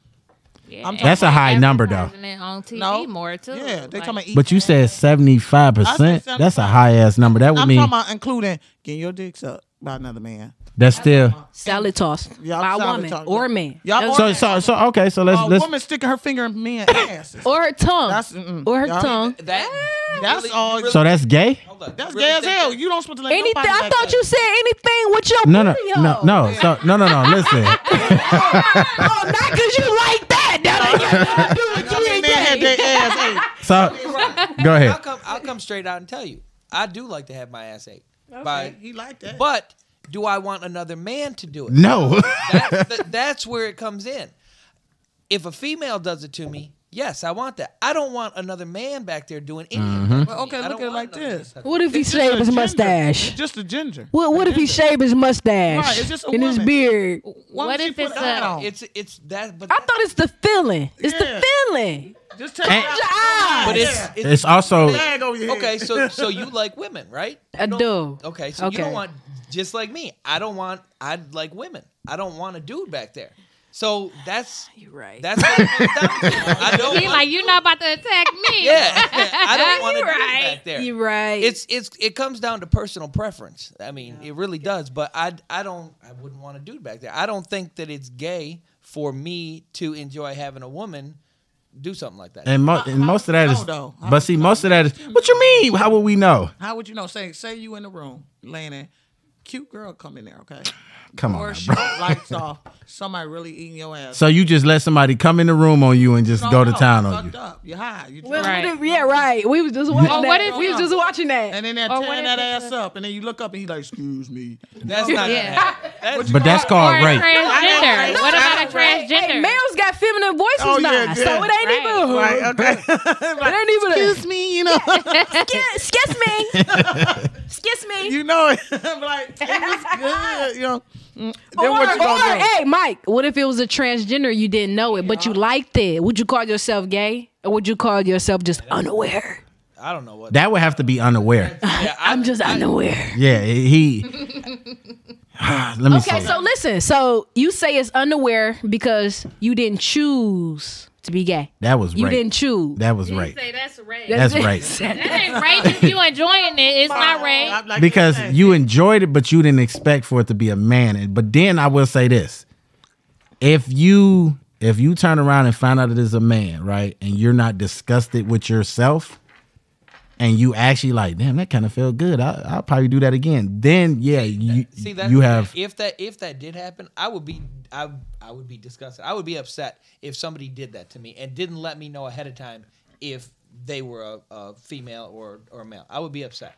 F: Yeah,
D: I'm-
F: and
B: That's a
F: they
B: high number, though.
F: advertising it on TV
D: No,
F: more too.
D: Yeah, they
F: Like,
D: talking about.
B: But you said seventy five
D: I
B: percent.
D: said
B: That's a high ass number. That would
D: I'm
B: mean
D: talking about including getting your dick sucked by another man.
B: that's still.
E: Salad toss
D: Y'all
E: by a
D: salad
E: woman
D: toss.
E: or a man
D: Y'all
E: That's-
B: So so so okay. So let's
D: A
B: let's.
D: woman sticking her finger in men's asses.
E: or her tongue
D: That's- mm-mm.
E: or her
D: Y'all-
E: tongue.
C: That. you
D: That's
C: really-
D: all-
C: you really-
B: So that's gay.
C: hold on. You
D: That's
C: really
D: gay as
C: think
D: hell.
C: that-
D: You don't supposed to let
E: Anything?
D: nobody
E: I
D: like
E: thought
D: that.
E: you said anything with your
B: No no
E: booty
B: no
E: hole.
B: no. So no no no. Listen.
D: <laughs>
E: oh, not because you like that. That ain't got nothing to do with you
D: Men
E: ain't
D: had
E: gay.
C: <laughs>
D: their ass ate.
B: So go
C: I'll
B: ahead.
C: come. I'll come straight out and tell you. I do like to have my ass ate. By,
D: He liked that.
C: but do I want another man to do it?
B: No. <laughs>
C: That's, the, that's where it comes in. If a female does it to me, yes, I want that. I don't want another man back there doing any of
B: Mm-hmm.
C: that.
D: Well, okay,
C: I
D: look
C: don't
D: at it
C: want
D: like
C: another
D: this.
C: man.
E: What if he
D: It's just a
E: shaved his
D: ginger.
E: mustache?
D: It's just a ginger.
E: What what if he shaved his mustache
D: Right, it's just a
E: and his
D: woman.
E: beard?
D: Why
F: what
D: don't you
F: if
D: put
F: it's
D: it out?
F: a
D: No.
C: It's it's that, but
E: I thought it's the feeling. It's
D: Yeah.
E: the feeling.
D: Just take
B: And-
D: it
E: Your
D: out.
E: eyes.
C: but it's, it's
B: It's also
D: Flag over your head.
C: okay. So so you like women, right?
E: I do.
C: Okay, so you
E: Okay.
C: don't want just like me. I don't want. I like women. I don't want a dude back there. So that's
E: You're Ah, right.
C: that's what it comes down
E: <laughs>
C: to. I don't.
F: He
C: want,
F: like, you're not about to attack
C: <laughs>
F: me.
C: yeah. I
F: <laughs>
C: don't
E: <laughs>
C: want a
F: You're
C: dude
F: right.
C: back there.
E: You're right.
C: It's it's it comes down to personal preference. I mean, it really does. But I I don't I wouldn't want a dude back there. I don't think that it's gay for me to enjoy having a woman do something like that.
B: and, mo- and most of that is.
D: know, though? How
B: But see, most of that is. What you mean? How would we know?
D: How would you know? Say, say you in the room, landing, cute girl come in there, okay?
B: Come
D: Or
B: on, now,
D: shut
B: bro. <laughs>
D: lights off. Somebody really eating your ass.
B: So you just let somebody come in the room on you and <laughs> just
D: No,
B: go to
D: no,
B: town
D: you
B: on you.
D: fucked Up. You high. You
E: Well,
D: drunk.
F: Right.
E: what if- yeah, right. We was just watching
F: Oh,
E: that.
F: what if-
E: we was just watching that.
D: And then they're
F: Or what
D: tearing
F: if
D: that
F: it's
D: ass
F: a-
D: up, and then you look up and you like, excuse
B: <laughs>
D: me.
C: That's not.
F: Yeah.
C: That's,
B: But that's
F: Or
B: called
F: a
B: rape.
F: transgender.
D: No,
F: What about a
D: that's right.
E: Hey,
F: transgender?
E: males got feminine voices
D: Oh,
E: now,
D: yeah, yeah.
E: so it ain't
F: Right.
E: even.
D: okay.
E: It ain't even.
D: excuse me, you
E: <laughs>
D: know.
E: Excuse
D: <laughs>
E: me. Excuse me.
D: you know it. <laughs> I'm like, it
E: <laughs>
D: was good, you know. Mm, Then
E: or,
D: what you
E: or,
D: gonna do?
E: hey, Mike, what if it was a transgender? You didn't know it, but you liked it. Would you call yourself gay, or would you call yourself just unaware?
C: I don't know what.
B: That would have to be unaware.
C: yeah, I-
E: <laughs> I'm
D: <laughs>
E: just unaware.
B: Yeah, he. <sighs> Let me
E: Okay,
B: see.
E: so listen. So you say it's unaware because you didn't choose to be gay.
B: that was
E: You
B: rape.
E: didn't choose.
B: That was
F: You
B: rape.
F: say that's rape. <laughs>
B: That's
E: it. <laughs>
B: right.
F: that ain't rape if you enjoying it. It's not rape.
D: I'm like,
B: Because
D: hey,
B: you enjoyed it, but you didn't expect for it to be a man. And- But then I will say this: if you if you turn around and find out it is a man, right, and you're not disgusted with yourself, and you actually like, damn, that kind of felt good. I, I'll probably do that again. Then yeah, you
C: See that
B: you have
C: <laughs> if that if that did happen, I would be I I would be disgusted. I would be upset if somebody did that to me and didn't let me know ahead of time if they were a, a female or or a male. I would be upset.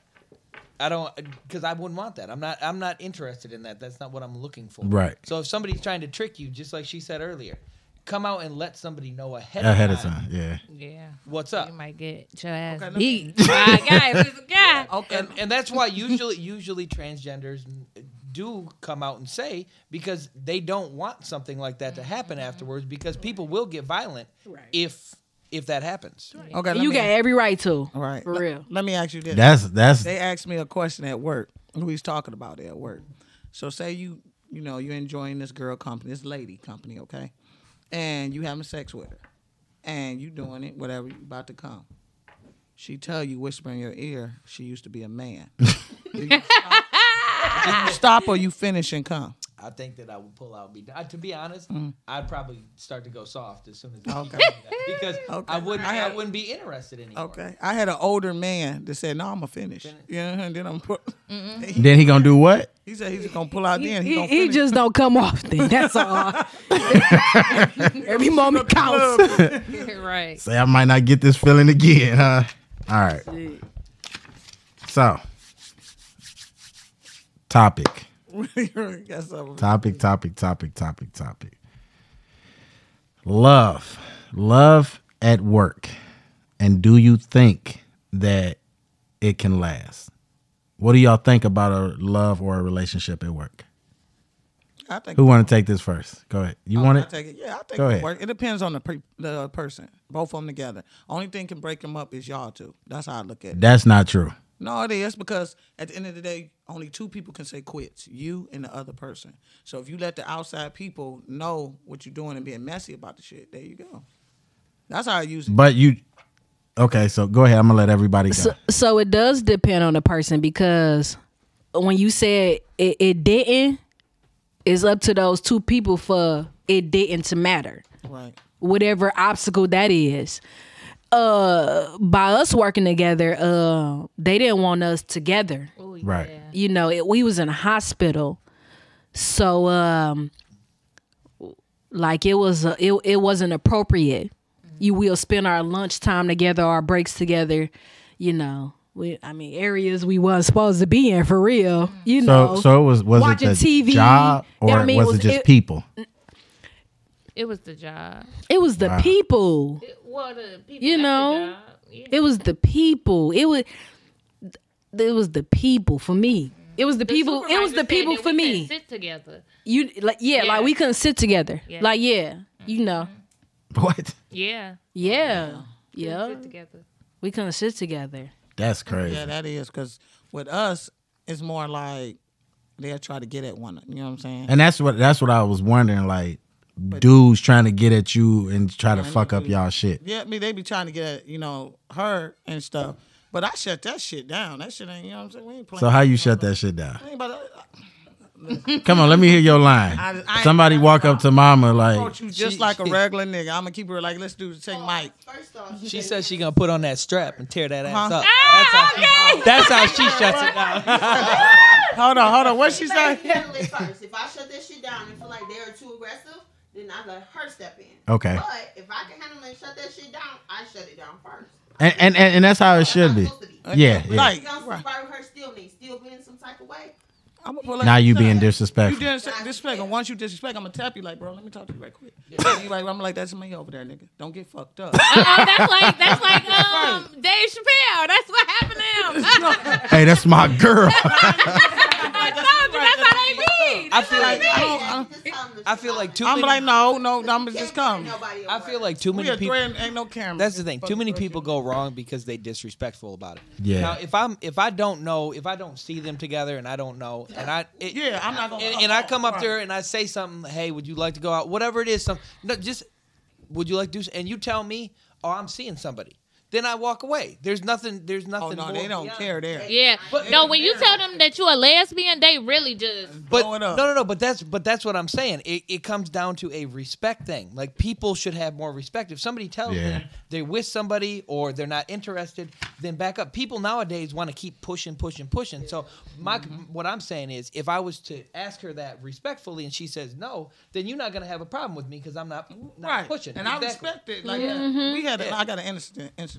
C: I don't because I wouldn't want that. I'm not I'm not interested in that. That's not what I'm looking for.
B: Right.
C: So if somebody's trying to trick you, just like she said earlier, come out and let somebody know ahead
B: ahead of time. Yeah,
F: Yeah.
C: what's up.
F: You might get your ass
D: Okay, let me- <laughs>
F: beat by a guy if it's a guy.
D: Okay.
C: and and that's why usually usually transgenders do come out and say because they don't want something like that to
E: Mm-hmm.
C: happen afterwards because people will get violent if if that happens.
D: Okay, let
E: you
D: me-
E: got every right to.
D: All right.
E: For
D: let-
E: real.
D: Let me ask you this.
B: that's that's
D: they asked me a question at work. We was talking about it at work. So say you, you know, you're enjoying this girl company, this lady company, okay? And you having sex with her. And you doing it, whatever, you about to come. She tell you, whisper in your ear, she used to be a
B: <laughs>
D: man. Do you stop? Do you stop or you finish and come?
C: I think that I would pull out. Be uh, to be honest, I'd probably start to go soft as soon as
D: Mm-hmm. Okay.
C: because
D: <laughs> Okay.
C: I wouldn't
D: I
C: I,
D: had-
C: wouldn't be interested anymore.
D: Okay. I had an older man that said, no, I'm going to finish. Yeah, and then I'm put,
B: then he gonna do what?
D: <laughs> He said he's going to pull out then. He,
E: He,
D: gonna
E: he
D: finish.
E: just don't come off then. That's all. every moment counts.
B: <laughs>
F: Right.
B: Say I might not get this feeling again, huh? All right. So,
D: <laughs>
B: topic.
D: Yes, I'm-
B: topic, topic, topic, topic, topic. Love, love at work, and do you think that it can last? What do y'all think about a love or a relationship at work?
D: I think
B: Who want to take this first? Go ahead. You want
D: Oh, I
B: it?
D: take it. Yeah, I take
B: Go
D: it.
B: ahead.
D: Work. It depends on the per- the person. Both of them together. Only thing can break them up is y'all two. That's how I look at it.
B: That's not true.
D: No, it is because at the end of the day, only two people can say quits. You and the other person. So if you let the outside people know what you're doing and being messy about the shit, there you go. That's how I use it.
B: But you, okay. So go ahead. I'm gonna let everybody go.
E: So, so it does depend on the person because when you said it, it didn't, it's up to those two people for it didn't to matter.
D: Right.
E: Whatever obstacle that is. Uh by us working together, uh they didn't want us together.
B: right.
E: You know, it, we was in a hospital. So um like it was a, it, it wasn't appropriate you will spend our lunch time together our breaks together you know we i mean areas we wasn't supposed to be in for real you
B: So
E: know
B: so it was was
E: watching
B: it the
E: TV,
B: job
E: you know
B: or
E: what I mean?
B: was
E: Was
B: it just
E: it-
B: people?
F: It was the job.
E: It was the
B: Wow.
E: people.
F: It, well, the people.
E: You
F: at the
E: know,
F: job, yeah.
E: It was the people. It was it was the people for me. It was the, people. It was
F: Mm-hmm. supervisor
E: the
F: said
E: people
F: that
E: for
F: we couldn't
E: me.
F: Sit together.
E: You like yeah,
F: Yeah.
E: like we couldn't sit together.
F: Yeah. Mm-hmm.
E: Like yeah, you know.
B: <laughs> What?
F: Yeah.
E: Yeah.
F: couldn't
E: Yeah.
F: Sit together.
E: We couldn't
B: <laughs>
E: sit together.
B: That's crazy.
D: Yeah, that is because with us, it's more like they'll try to get at one. You know what I'm saying?
B: And that's what that's what I was wondering. Like dudes trying to get at you and try to fuck up y'all shit.
D: Yeah, I mean they be trying to get at you know her and stuff. But I shut that shit down. That shit ain't. You know what I'm saying? We ain't playing.
B: So how you shut that shit down?
D: Ain't about to-
B: Come on, let me hear your line.
D: I- I-
B: Somebody walk up to mama like,
D: approach you just like a regular nigga. I'm gonna keep her like, let's do take Mike.
C: She says she gonna put on that strap and tear that ass
D: Huh?
C: up. That's how,
E: Ah,
C: she, that's how she shuts it down.
D: <laughs> Hold on, hold on. What she say?
H: handle it first. If I shut that shit down and feel like they're too aggressive, then I let her step in.
B: okay,
H: But if I can handle it and shut that shit down, I shut it down first.
B: and and and, and that's how it should be. Yeah, yeah.
D: Like,
H: Don't
D: right.
H: survive her still me, still being some type of way.
D: I'm gonna pull up-
B: Now you
D: Look,
B: being
D: You
B: disrespectful.
D: didn't say disrespect, and once you disrespect, I'm gonna tap you like, bro. Let me talk to you right quick. You like, I'm like, that's me over there, nigga. Don't get
H: <laughs>
D: fucked up.
F: Oh, that's like that's like um Dave Chappelle. That's what happened to him.
B: <laughs>
F: <laughs>
B: Hey, that's my girl.
F: I told you that's how they be.
C: I feel like
D: I don't- I don't-
H: Just tell 'em to
C: I
H: shut
C: feel
H: up.
C: like too
D: I'm
C: many.
D: like, no, no, I'm gonna just
H: Can't
D: come.
H: bring nobody
C: I
H: over.
C: feel like too
D: We
C: many
D: a
C: people.
D: thread, ain't no camera.
C: That's the thing. Too many
D: Fucking
C: people go wrong because they disrespectful about it.
B: Yeah.
C: Now, if I'm if I don't know if I don't see them together and I don't know and I it,
D: Yeah, I'm not gonna.
C: and, and I come up to her and I say something. Hey, would you like to go out? Whatever it is, some no, just would you like to do? s- And you tell me, oh, I'm seeing somebody. Then I walk away. There's nothing. There's
D: Oh
C: nothing.
D: no,
C: more
D: they don't
C: beyond.
D: care there.
F: Yeah.
C: But-
F: no, when you tell them that you a lesbian, they really just
C: But
D: Blow it
C: no,
D: up.
C: no, no. But that's but that's what I'm saying. It, it comes down to a respect thing. Like people should have more respect. If somebody tells
B: Yeah.
C: them they're with somebody or they're not interested, then back up. People nowadays want to keep pushing, pushing, pushing. So my
D: Mm-hmm.
C: what I'm saying is, if I was to ask her that respectfully and she says no, then you're not gonna have a problem with me because I'm not, not
D: right.
C: pushing.
D: And I
C: Exactly. Mm-hmm.
D: respect it. Like we had, a, I got an incident. Incident.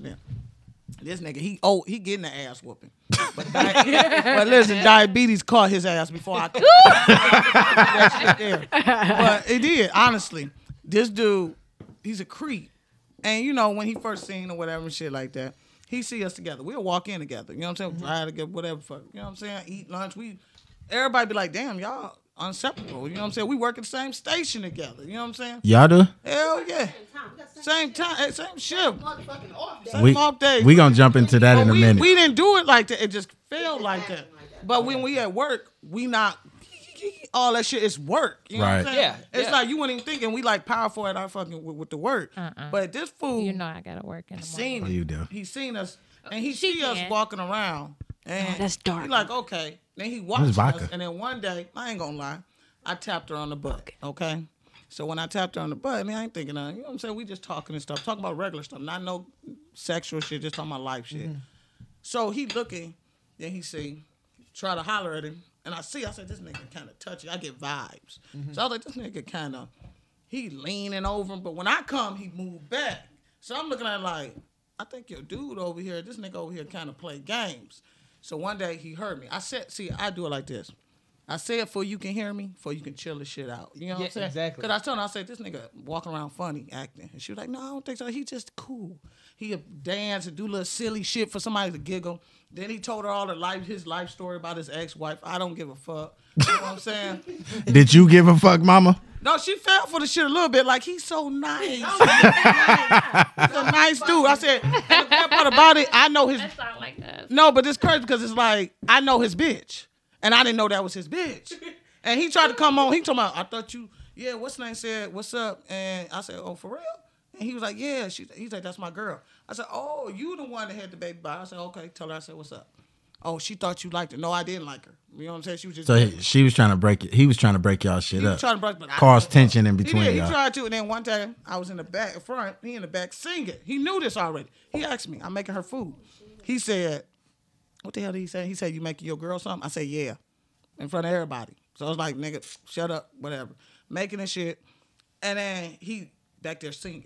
D: This nigga, he oh, he getting the ass whooping. But, di- <laughs> but
F: <laughs>
D: listen, diabetes caught his ass before
B: <laughs>
D: I. could. <laughs> That shit there. But it did, honestly. This dude, he's a creep, and you know when he first seen or whatever and shit like that, he see us together. We'll walk in together. You know what I'm saying? Ride together, whatever. Fuck. You know what I'm saying? Eat lunch. We, everybody be like, damn, y'all unseparable. You know what I'm saying? We work at the same station together. You know what I'm saying?
B: Y'all do?
D: Hell yeah.
H: Tom, we got some
D: Same time, eh, same shift.
H: motherfucking off day.
B: We
D: off days.
B: we gonna jump into that in a
D: we,
B: minute.
D: we didn't do it like that. It just felt like that. But when we at work, we not all that shit. It's work. You know what
B: Right.
D: I'm saying?
C: Yeah,
D: It's
C: yeah.
D: like you wouldn't even think, and we like powerful at our fucking with, with the work. But this fool,
F: Uh-uh. you know I gotta work in the morning.
D: seen
B: Oh,
D: it.
B: you do.
D: He seen us, and he
F: She
D: see us
F: can.
D: walking around. And
E: that's dark.
D: He like okay. Then he watched
B: vodka.
D: us, and then one day, I ain't gonna lie, I tapped her on the butt. Okay. So when I tapped her on the butt, I mean, I ain't thinking, of, you know what I'm saying? We just talking and stuff, talking about regular stuff, not no sexual shit, just talking about life shit.
E: Mm-hmm.
D: So he looking, then he see, try to holler at him, and I see, I said, this nigga kind of touchy. I get vibes.
E: Mm-hmm.
D: So I was like, this nigga kind of, he leaning over him, but when I come, he moved back. So I'm looking at it like, I think your dude over here, this nigga over here kind of play games. So one day he heard me. I said, see, I do it like this. I say it for you can hear me, for you can chill the shit out. You know what
C: Yeah,
D: I'm saying?
C: exactly.
D: Because I told her, I said, this nigga walking around funny, acting. And she was like, no, I don't
F: <laughs>
D: think so. He just cool. He'll dance and do little silly shit for somebody to giggle. Then he told her all the life, his life story about his ex-wife. I don't give a fuck. You know what
C: <laughs>
D: I'm saying?
B: Did you give a fuck, mama?
D: No, she fell for the shit a little bit. Like he's so nice. he's a nice dude. I said, and the bad part about it, I know his.
F: That's not like us.
D: No, but it's crazy because it's like I know his bitch, and I didn't know that was his bitch. And he tried to come on. He told me, I thought you, yeah. What's name said, what's up? And I said, oh, for real? And he was like, yeah. She, he's like, that's my girl. I said, oh, you the one that had the baby by. I said, okay. Tell her I said, what's up? Oh, she thought you liked her. No, I didn't like her. You know what I'm saying? She was just.
B: So he- she was trying to break it. He was trying to break y'all shit
D: He
B: up.
D: was trying to break, but I-
B: Cause tension in between uh,
D: He did. He
B: y'all.
D: tried to, and then one time I was in the back front. He in the back singing. He knew this already. He asked me, "I'm making her food." He said, "What the hell did he say?" He said, "You making your girl something?" I said, "Yeah," in front of everybody. So I was like, "Nigga, shut up, whatever." Making this shit, and then he back there singing.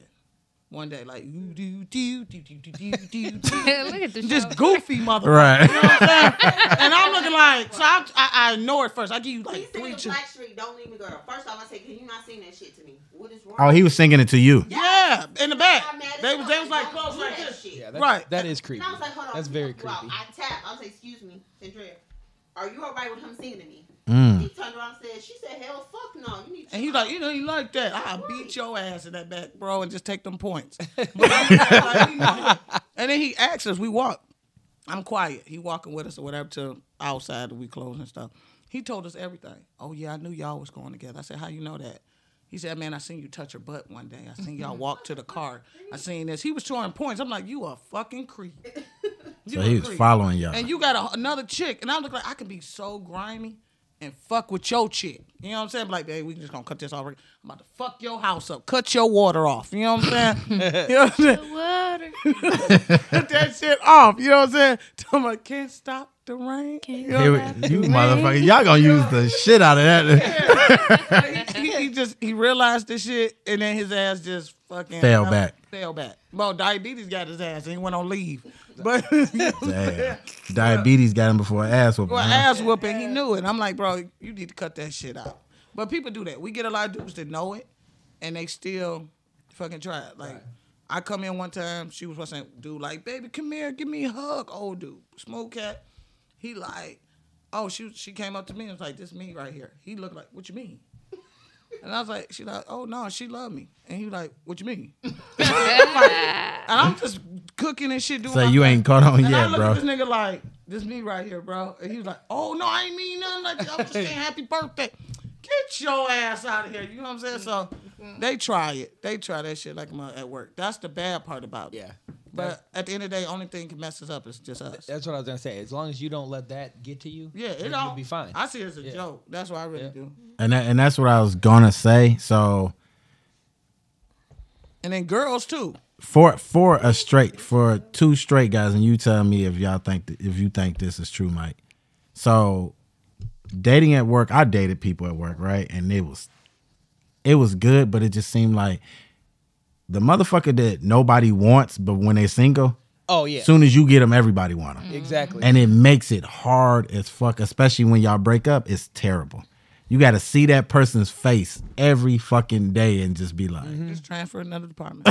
D: one day, like "Ooh, do do do do do do do. do."
G: Look at the
D: Just
G: show.
D: goofy mother.
B: <laughs> Right.
D: And I'm looking like, so I, I, I ignore it first. I give you
H: Please
D: like
H: sing
D: three,
H: the
D: two.
H: Black Street, Don't Leave Me Girl. First off, I say, can you not sing that shit to me? What is wrong?
B: oh, he was singing it to you.
D: Yeah, in the back.
H: I'm mad as
D: They was, they
H: fuck.
D: was like
H: Don't
D: close
H: do
D: like
H: that
D: this.
H: shit.
C: Yeah, that's,
D: Right.
C: That is creepy.
H: And I was like, hold on.
C: That's
H: you
C: very
H: know,
C: creepy.
H: well, I tap. I was like, excuse me, Andrea. Are you alright with him singing to me? He
B: Mm.
H: turned around and said, she said, hell fuck no. You need to
D: And he like, you know, you like that. I'll beat your ass in that back, bro, and just take them points. But I'm like, you know. and then he asks us, we walk. I'm quiet. He walking with us or whatever to outside we close and stuff. He told us everything. Oh yeah, I knew y'all was going together. I said, How you know that? He said, Man, I seen you touch her butt one day. I seen y'all walk to the car. I seen this. He was showing points. I'm like, You a fucking creep. You
B: So
D: a
B: he was
D: creep.
B: following y'all.
D: And you got a, another chick, and I look like I can be so grimy and fuck with your chick. You know what I'm saying? Like, babe, we just gonna cut this off. I'm about to fuck your house up, <laughs> cut your water off. You know what I'm
E: <laughs>
D: saying? you know what I'm saying?
G: Water.
D: <laughs> Cut that shit off. You know what I'm saying? Tell me, can't stop the rain. You know
B: Here
D: what
B: we-
D: I'm saying?
B: you motherfucker, y'all gonna use the shit out of
D: <laughs>
B: that.
D: he, he just he realized this shit, and then his ass just fucking
B: Fell back.
D: Fell back. Well, diabetes got his ass, and he went on leave. But <laughs> you know what I'm
B: <laughs> Damn. Diabetes got him before ass whooping.
D: Well,
B: huh?
D: ass whooping. He knew it. I'm like, bro, you need to cut that shit out. But people do that. We get a lot of dudes that know it, and they still fucking try it. Like, I come in one time, she was saying, dude, like, baby, come here, give me a hug, old dude, smoke cat. He like, oh, she she came up to me and was like, this me right here. He looked like, what you mean? And I was like, she like, oh no, she love me. And he like, what you mean? <laughs> I'm like- and I'm just cooking and shit doing.
B: So
D: my
B: you
D: thing.
B: ain't caught on
D: And I
B: yet,
D: look
B: bro.
D: at this nigga like, this me right here, bro. And he was like, oh no, I ain't mean nothing like that. I'm just
B: <laughs>
D: saying happy birthday. Get your ass out of here. You know what I'm saying? So they try it. They try that shit like my, at work. That's the bad part about it.
C: yeah.
D: But at the end of the day, only thing can mess us up is just us.
C: That's what I was gonna say. As long as you don't let that get to you,
D: Yeah,
C: then
D: it
C: you'll
D: all
C: be fine.
D: I see it as a
C: Yeah.
D: joke. That's what I really
C: Yeah.
D: do.
B: And that, and that's what I was gonna say. So
D: And then girls too.
B: for for a straight for two straight guys, and you tell me if y'all think th- if you think this is true, Mike. So dating at work, I dated people at work, right? And it was it was good, but it just seemed like the motherfucker that nobody wants, but when they single,
C: oh yeah,
B: as soon as you get them, everybody want them.
C: exactly.
B: and it makes it hard as fuck, especially when y'all break up. It's terrible. You got to see that person's face every fucking day and just be like,
C: Mm-hmm.
D: Just transfer another <laughs> department.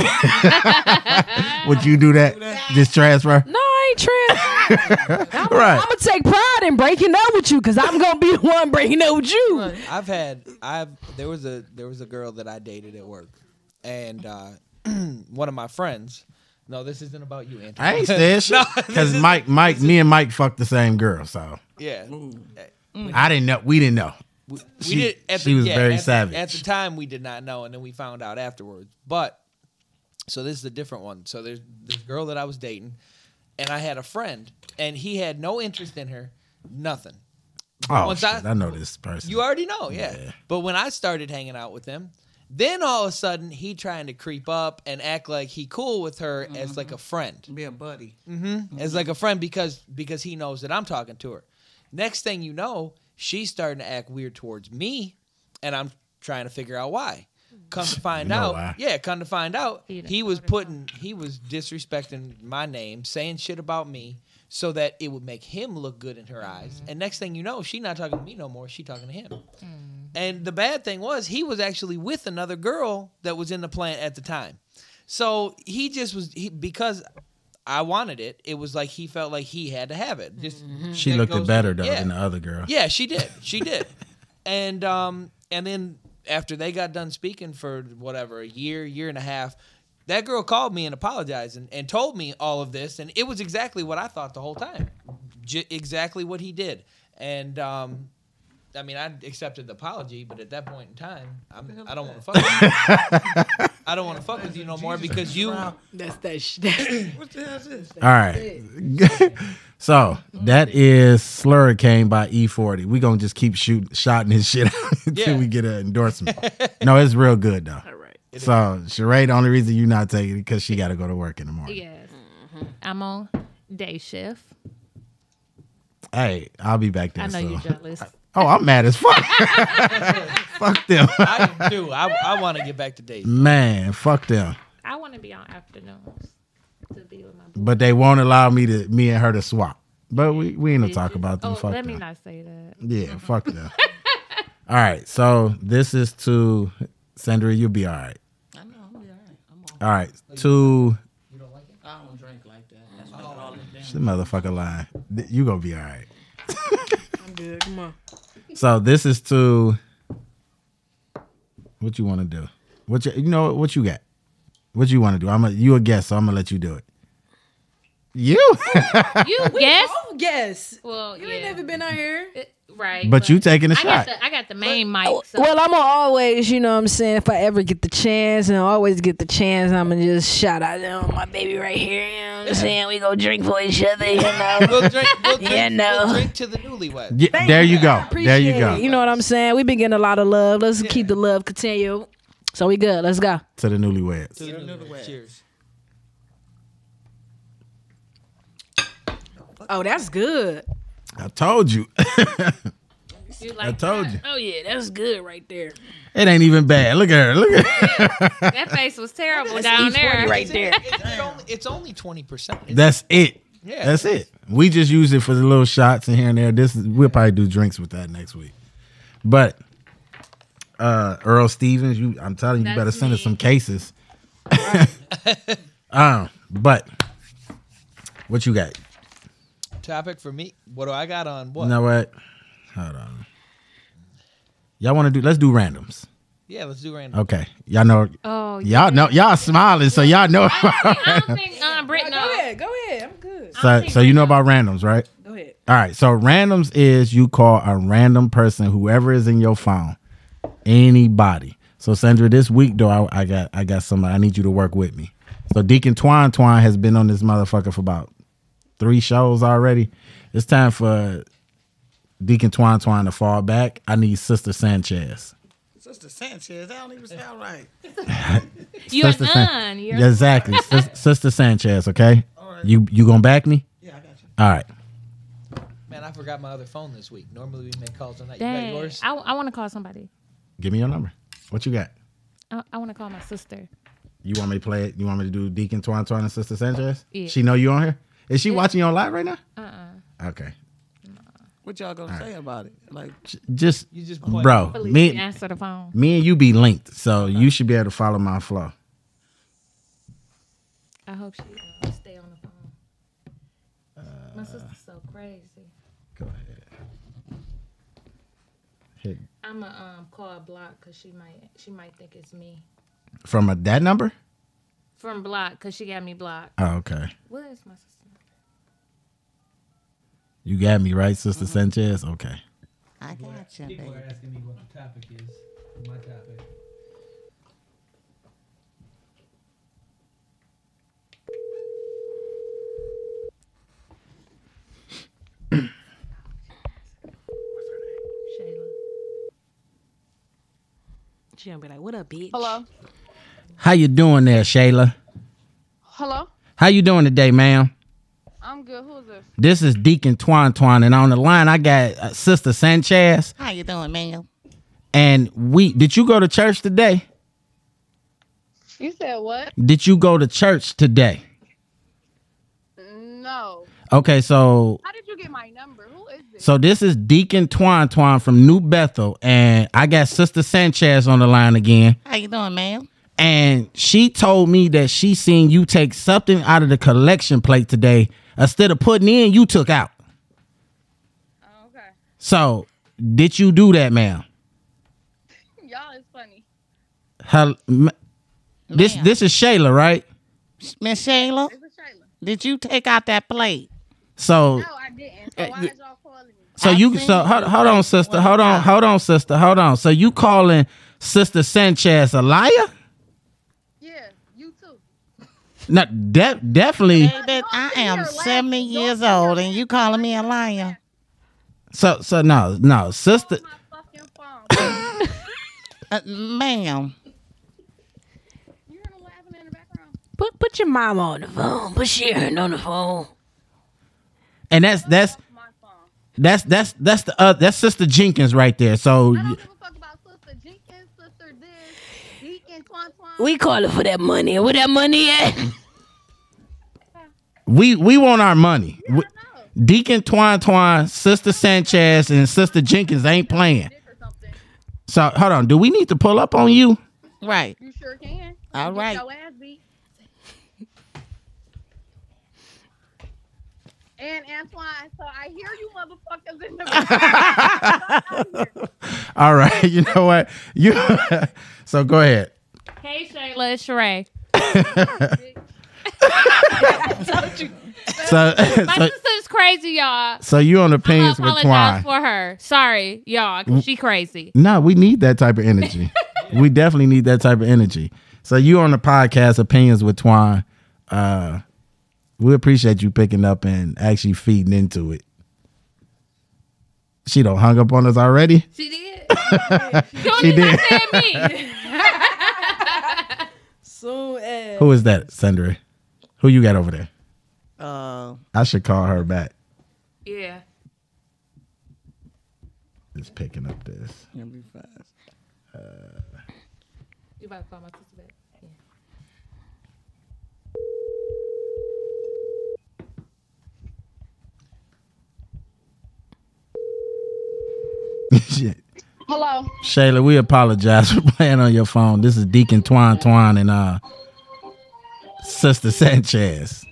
B: "Would you do that? This transfer?"
E: No, I ain't tripping.
B: <laughs> Right.
E: I'm gonna take pride in breaking up with you because I'm gonna be the one breaking up with you.
C: I've had I've there was a there was a girl that I dated at work, and uh, <clears throat> one of my friends. No, this isn't about you, Anthony. <laughs>
B: I ain't said shit because Mike, Mike, me and Mike fucked the same girl, so
C: yeah, Mm.
B: I didn't know. We didn't know.
C: we,
B: She-
C: we did. At
B: she
C: the,
B: was
C: yeah,
B: very
C: at the-
B: savage.
C: at the time, we did not know, and then we found out afterwards. But so this is a different one. So there's this girl that I was dating, and I had a friend, and he had no interest in her, nothing.
B: Oh,
C: Once
B: shit,
C: I-
B: I know this person.
C: You already know, yeah.
B: Yeah.
C: But when I started hanging out with him, then all of a sudden he trying to creep up and act like he cool with her as like a friend,
D: Mm-hmm. Be a buddy.
C: Mm-hmm. as like a friend because because he knows that I'm talking to her. Next thing you know, she's starting to act weird towards me, and I'm trying to figure out why. Come to find
B: know
C: out,
B: why.
C: yeah, come to find out,
G: He done
C: he was
G: told her why.
C: putting he was disrespecting my name, saying shit about me. So that it would make him look good in her eyes, and next thing you know, she not talking to me no more. She talking to him. And the bad thing was he was actually with another girl that was in the plant at the time. So he just was he, because I wanted it. It was like he felt like he had to have it. Just
B: she
C: that
B: looked
C: goes-
B: better though
C: yeah.
B: than the other girl.
C: Yeah, she
B: <laughs>
C: did. She did. and um and then after they got done speaking for whatever a year, year and a half, that girl called me and apologized and, and told me all of this and it was exactly what I thought the whole time. J- exactly what he did. And um I mean, I accepted the apology, but at that point in time, I'm, I don't want to fuck. With you.
B: <laughs>
C: I don't want to fuck with you no more because you.
E: That's that.
D: <clears throat>
E: Sh- that's
D: What the hell is this?
B: All right. <laughs> so that is Slurricane by E E40. We're going to just keep shooting, shotting his shit <laughs> out until
C: Yeah.
B: we get an
C: <laughs>
B: endorsement. no, it's real good, though. All right. So, Sheree, the only reason you not taking it because she got to go to work in the morning.
G: Yes. I'm on day shift.
B: Hey, I'll be back there
G: I know
B: soon.
G: you're jealous.
B: Oh, I'm mad as fuck. <laughs> <laughs> fuck them.
C: I do. I, I want to get back to dating.
B: Man, fuck them.
G: I want to be
F: on afternoons to be with my boy.
B: But they won't allow me to me and her to swap. But we we ain't gonna talk about them.
F: Oh,
B: fuck
F: let me
B: them.
F: not say that.
B: Yeah, fuck them. all right, so this is to Sandra. You'll be all right.
D: I know. I'm gonna be all right. I'm all.
B: All right, to
D: I don't drink like that. That's why
B: this motherfucker line. You gonna be all right.
E: I'm good. Come on.
B: So this is to what you want to do. What you, you know? what- What you got? What you want to do? I'm a you a guest, so I'm gonna let you do it. You, <laughs>
F: You guess?
E: Oh yes.
F: Well,
E: You
F: yeah.
E: ain't never been out here.
F: right.
B: but you taking a
F: I got
B: shot.
F: the I got the main mic. So
E: Well, I'm gonna always, you know what I'm saying, if I ever get the chance, and I always get the chance, I'm gonna just shout out "Oh, my baby right here. You know what I'm saying? We go drink for each other,
C: <laughs>
E: you know.
C: We'll drink.
E: <laughs>
C: We'll drink,
E: Yeah, no.
C: we'll drink to the newlyweds.
B: Yeah, there you go. There
E: Appreciate
B: you go.
E: It. You know what I'm saying? We've been getting a lot of love. Let's keep the love continue. So we good. Let's go.
B: to the newlyweds.
C: To the newlyweds.
D: newlyweds.
C: Cheers.
E: Oh, that's good.
B: I told you. <laughs>
F: you like
B: told
F: that.
B: you.
E: Oh yeah, that's good right there.
B: It ain't even bad. Look at her. Look at her.
F: That face was terrible down there. <laughs>
E: right there.
C: It's, it's only, it's only 20%.
B: That's it.
C: Yeah.
B: That's it. We just use it for the little shots and here and there. This is, we'll probably do drinks with that next week. But uh Earl Stevens, you I'm telling you, you
F: That's
B: better send us
F: me.
B: some cases. <laughs> um, but what you got?
C: Topic for me. What do I got on what?
B: You know what? Hold on. Y'all want to do? Let's do randoms.
C: Yeah, let's do random.
B: Okay. Y'all know.
F: Oh, yeah.
B: Y'all know. Y'all smiling, so y'all know. <laughs>
F: I don't think um, Brit knows.
E: Go ahead. I'm good.
B: so, so you know about randoms, right?
E: Go ahead.
B: All right, so randoms is you call a random person, whoever is in your phone, anybody. So Sandra, this week though, I, I got I got somebody. I need you to work with me. So Deacon Twine Twine has been on this motherfucker for about three shows already. It's time for Deacon Twine Twine to fall back. I need Sister Sanchez.
D: Sister Sanchez, that don't even sound
F: <laughs>
D: right.
F: You're
B: Sister San-
F: none. You're
B: Exactly, Sis- Sister Sanchez. Okay, you you gonna back me?
D: Yeah, I got you.
B: All right.
C: Man, I forgot my other phone this week. Normally we make calls on that. You got
F: Dang.
C: yours?
F: I, I want to call somebody.
B: Give me your number. What you got?
F: I, I want to call my sister.
B: You want me to play it? You want me to do Deacon Twan Twan and Sister Sanchez?
F: Yeah.
B: She know you on here? Is she watching you on live right now? Uh-uh. Okay.
D: What y'all gonna say about it? Like,
B: J- Just,
C: You just play.
B: bro,
F: Please
B: me,
F: answer the phone.
B: me and you be linked, so you should be able to follow my flow.
F: I hope she uh, stay on the phone. my sister's so crazy.
B: Uh, Go ahead. Hit.
F: I'm going to um, call Block because she might, she might think it's me.
B: From a, that number?
F: From Block because she got me blocked.
B: Oh, okay.
F: Where is my sister?
B: You got me right,
F: Mm-hmm.
B: Sister Sanchez. Okay.
D: I got you, baby.
C: asking me what the topic is. My topic.
F: Shayla.
E: She gonna be like, "What up, bitch?"
I: Hello.
B: How you doing there, Shayla?
I: Hello.
B: How you doing today, ma'am?
I: I'm good. Who is this?
B: This is Deacon Twan Twan, and on the line I got uh, Sister Sanchez.
D: How you doing, man?
B: And we did you go to church today?
I: You said what?
B: Did you go to church today?
I: No.
B: Okay, so
I: How did you get my number? Who is this?
B: so this is Deacon Twan Twan from New Bethel, and I got Sister Sanchez on the line again,
D: How you doing, man?
B: and she told me that she seen you take something out of the collection plate today. Instead of putting in, you took out.
I: Oh, okay.
B: So did you do that, ma'am?
I: Y'all is funny.
B: Hel- m- this
D: Ma'am.
B: this is Shayla, right?
D: Miss Shayla,
I: This is Shayla.
D: did you take out that plate? Uh,
B: So
I: No, I didn't. So why is y'all calling me?
B: So
D: I've
B: you
D: seen
B: so
D: it.
B: hold, hold on, sister. Hold on, hold on, sister. Hold on. So you calling Sister Sanchez a liar?
I: Yeah, you too.
B: No, de- definitely.
D: Baby, I
I: sit
D: am
I: here laughing.
D: 70
I: Don't
D: years
I: sit here
D: old and you calling me a liar.
B: So so no no sister.
I: Hold my fucking phone.
D: Uh, ma'am,
I: you hear the laughing in the background?
E: Put put your mom on the phone. Put Sharon on the phone.
B: And that's that's
I: Off my phone.
B: that's that's that's the uh, that's Sister Jenkins right there.
I: I
B: So
I: don't give a fuck about Sister Jenkins, Sister this, Deacon, and clunk, clunk.
J: We calling for that money. Where that money at?
B: We we want our money. We- Deacon Twine Twine, Sister Sanchez, and Sister Jenkins ain't playing. So hold on. Do we need to pull up on you?
D: Right.
I: You sure can.
D: All
I: Get
D: right.
I: Your ass beat. And Antoine, so I hear you motherfuckers in the
B: <laughs> All right. You know what? You <laughs> so go ahead.
F: Hey, Shayla.
G: Let's Sheree.
B: <laughs> So <laughs>
G: My
B: so,
G: sister's crazy, y'all.
B: so you on the
G: I
B: pins with Twine.
G: apologize for her. Sorry, y'all. 'cause She crazy.
B: No, we need that type of
F: <laughs>
B: energy. we definitely need that type of energy. So you on the podcast Opinions with Twine. Uh we appreciate you picking up and actually feeding into it. She don't hung up on us already. <laughs>
F: She did.
B: She did.
G: Me.
E: <laughs> Soon as
B: Who is that, Sandra? Who you got over there?
D: Uh,
B: I should call her back.
F: Yeah.
B: Just picking up this.
D: it'll be fast.
F: You about to call my sister back.
B: <laughs> Shit.
I: Hello.
B: Shayla, we apologize for <laughs> playing on your phone. This is Deacon Twine Twine and uh Sister Sanchez.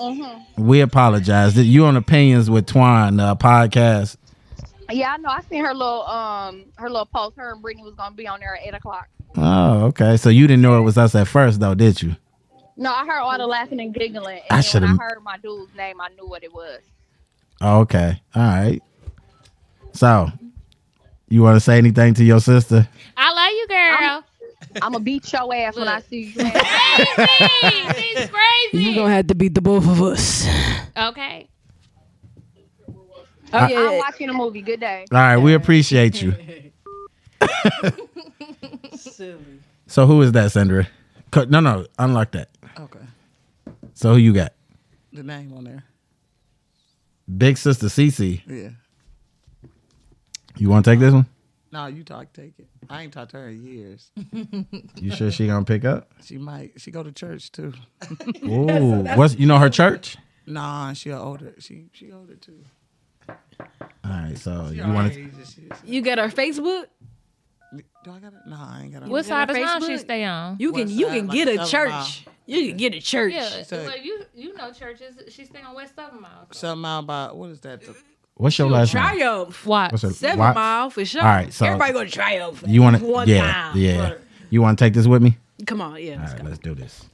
I: Mm-hmm.
B: We apologize. That you on opinions with Twine uh, podcast.
I: <laughs> Yeah, I know. I seen her little um her little post. Her and Brittany was gonna be on there at eight o'clock.
B: Oh, okay. So you didn't know it was us at first though, did you?
I: No, I heard all the laughing and giggling.
B: I
I: And then when
B: should've-
I: I heard my dude's name, I knew what it was.
B: Oh, okay. All right. So you wanna say anything to your sister? <laughs>
G: I love you, girl.
I: I'ma beat your ass when I
G: Look.
I: see you. <laughs> ass.
G: Crazy. She's
I: <laughs>
G: crazy.
E: you gonna have to beat the both of us.
G: okay.
E: Oh
B: I-
I: I'm
E: yeah.
I: watching a movie. Good
B: <laughs>
I: day.
B: All right, we appreciate you.
D: Uh,
B: So who is that, Sandra? Co- No, no, unlock that.
D: Okay.
B: So who you got?
D: The name on there.
B: Big sister Cece.
D: Yeah.
B: You want to take this one?
D: No, you talk. Take it. I ain't talked to her in years.
B: You sure she gonna
D: <laughs>
B: pick up?
D: She might. She go to church too.
B: Ooh, what's you know her church?
D: Nah, she a older. She she older too.
B: All right, so
D: She
B: you
D: our
B: want to?
D: age and shit.
E: <laughs> You got our Facebook?
D: Do I got it? Nah, I ain't got it.
G: What side of town she
E: Facebook?
G: stay on?
E: You can
D: West
E: you
D: side,
E: can
D: like
E: get a
D: seven
E: church. You can get a church.
F: Yeah.
D: said-
F: well, you you know churches. She's staying on West Southern Mile. so-
D: Somehow about what is that? The,
B: What's your last name?
E: Triumph.
G: What?
B: What's her-
E: Seven
B: Wa-
E: mile for sure.
B: All right, so-
E: everybody go to Triumph.
B: You want to?
E: One
B: Yeah,
E: mile.
B: yeah. You want to take this with me?
E: Come on, yeah.
B: All
E: Let's
B: right,
E: go.
B: let's do this.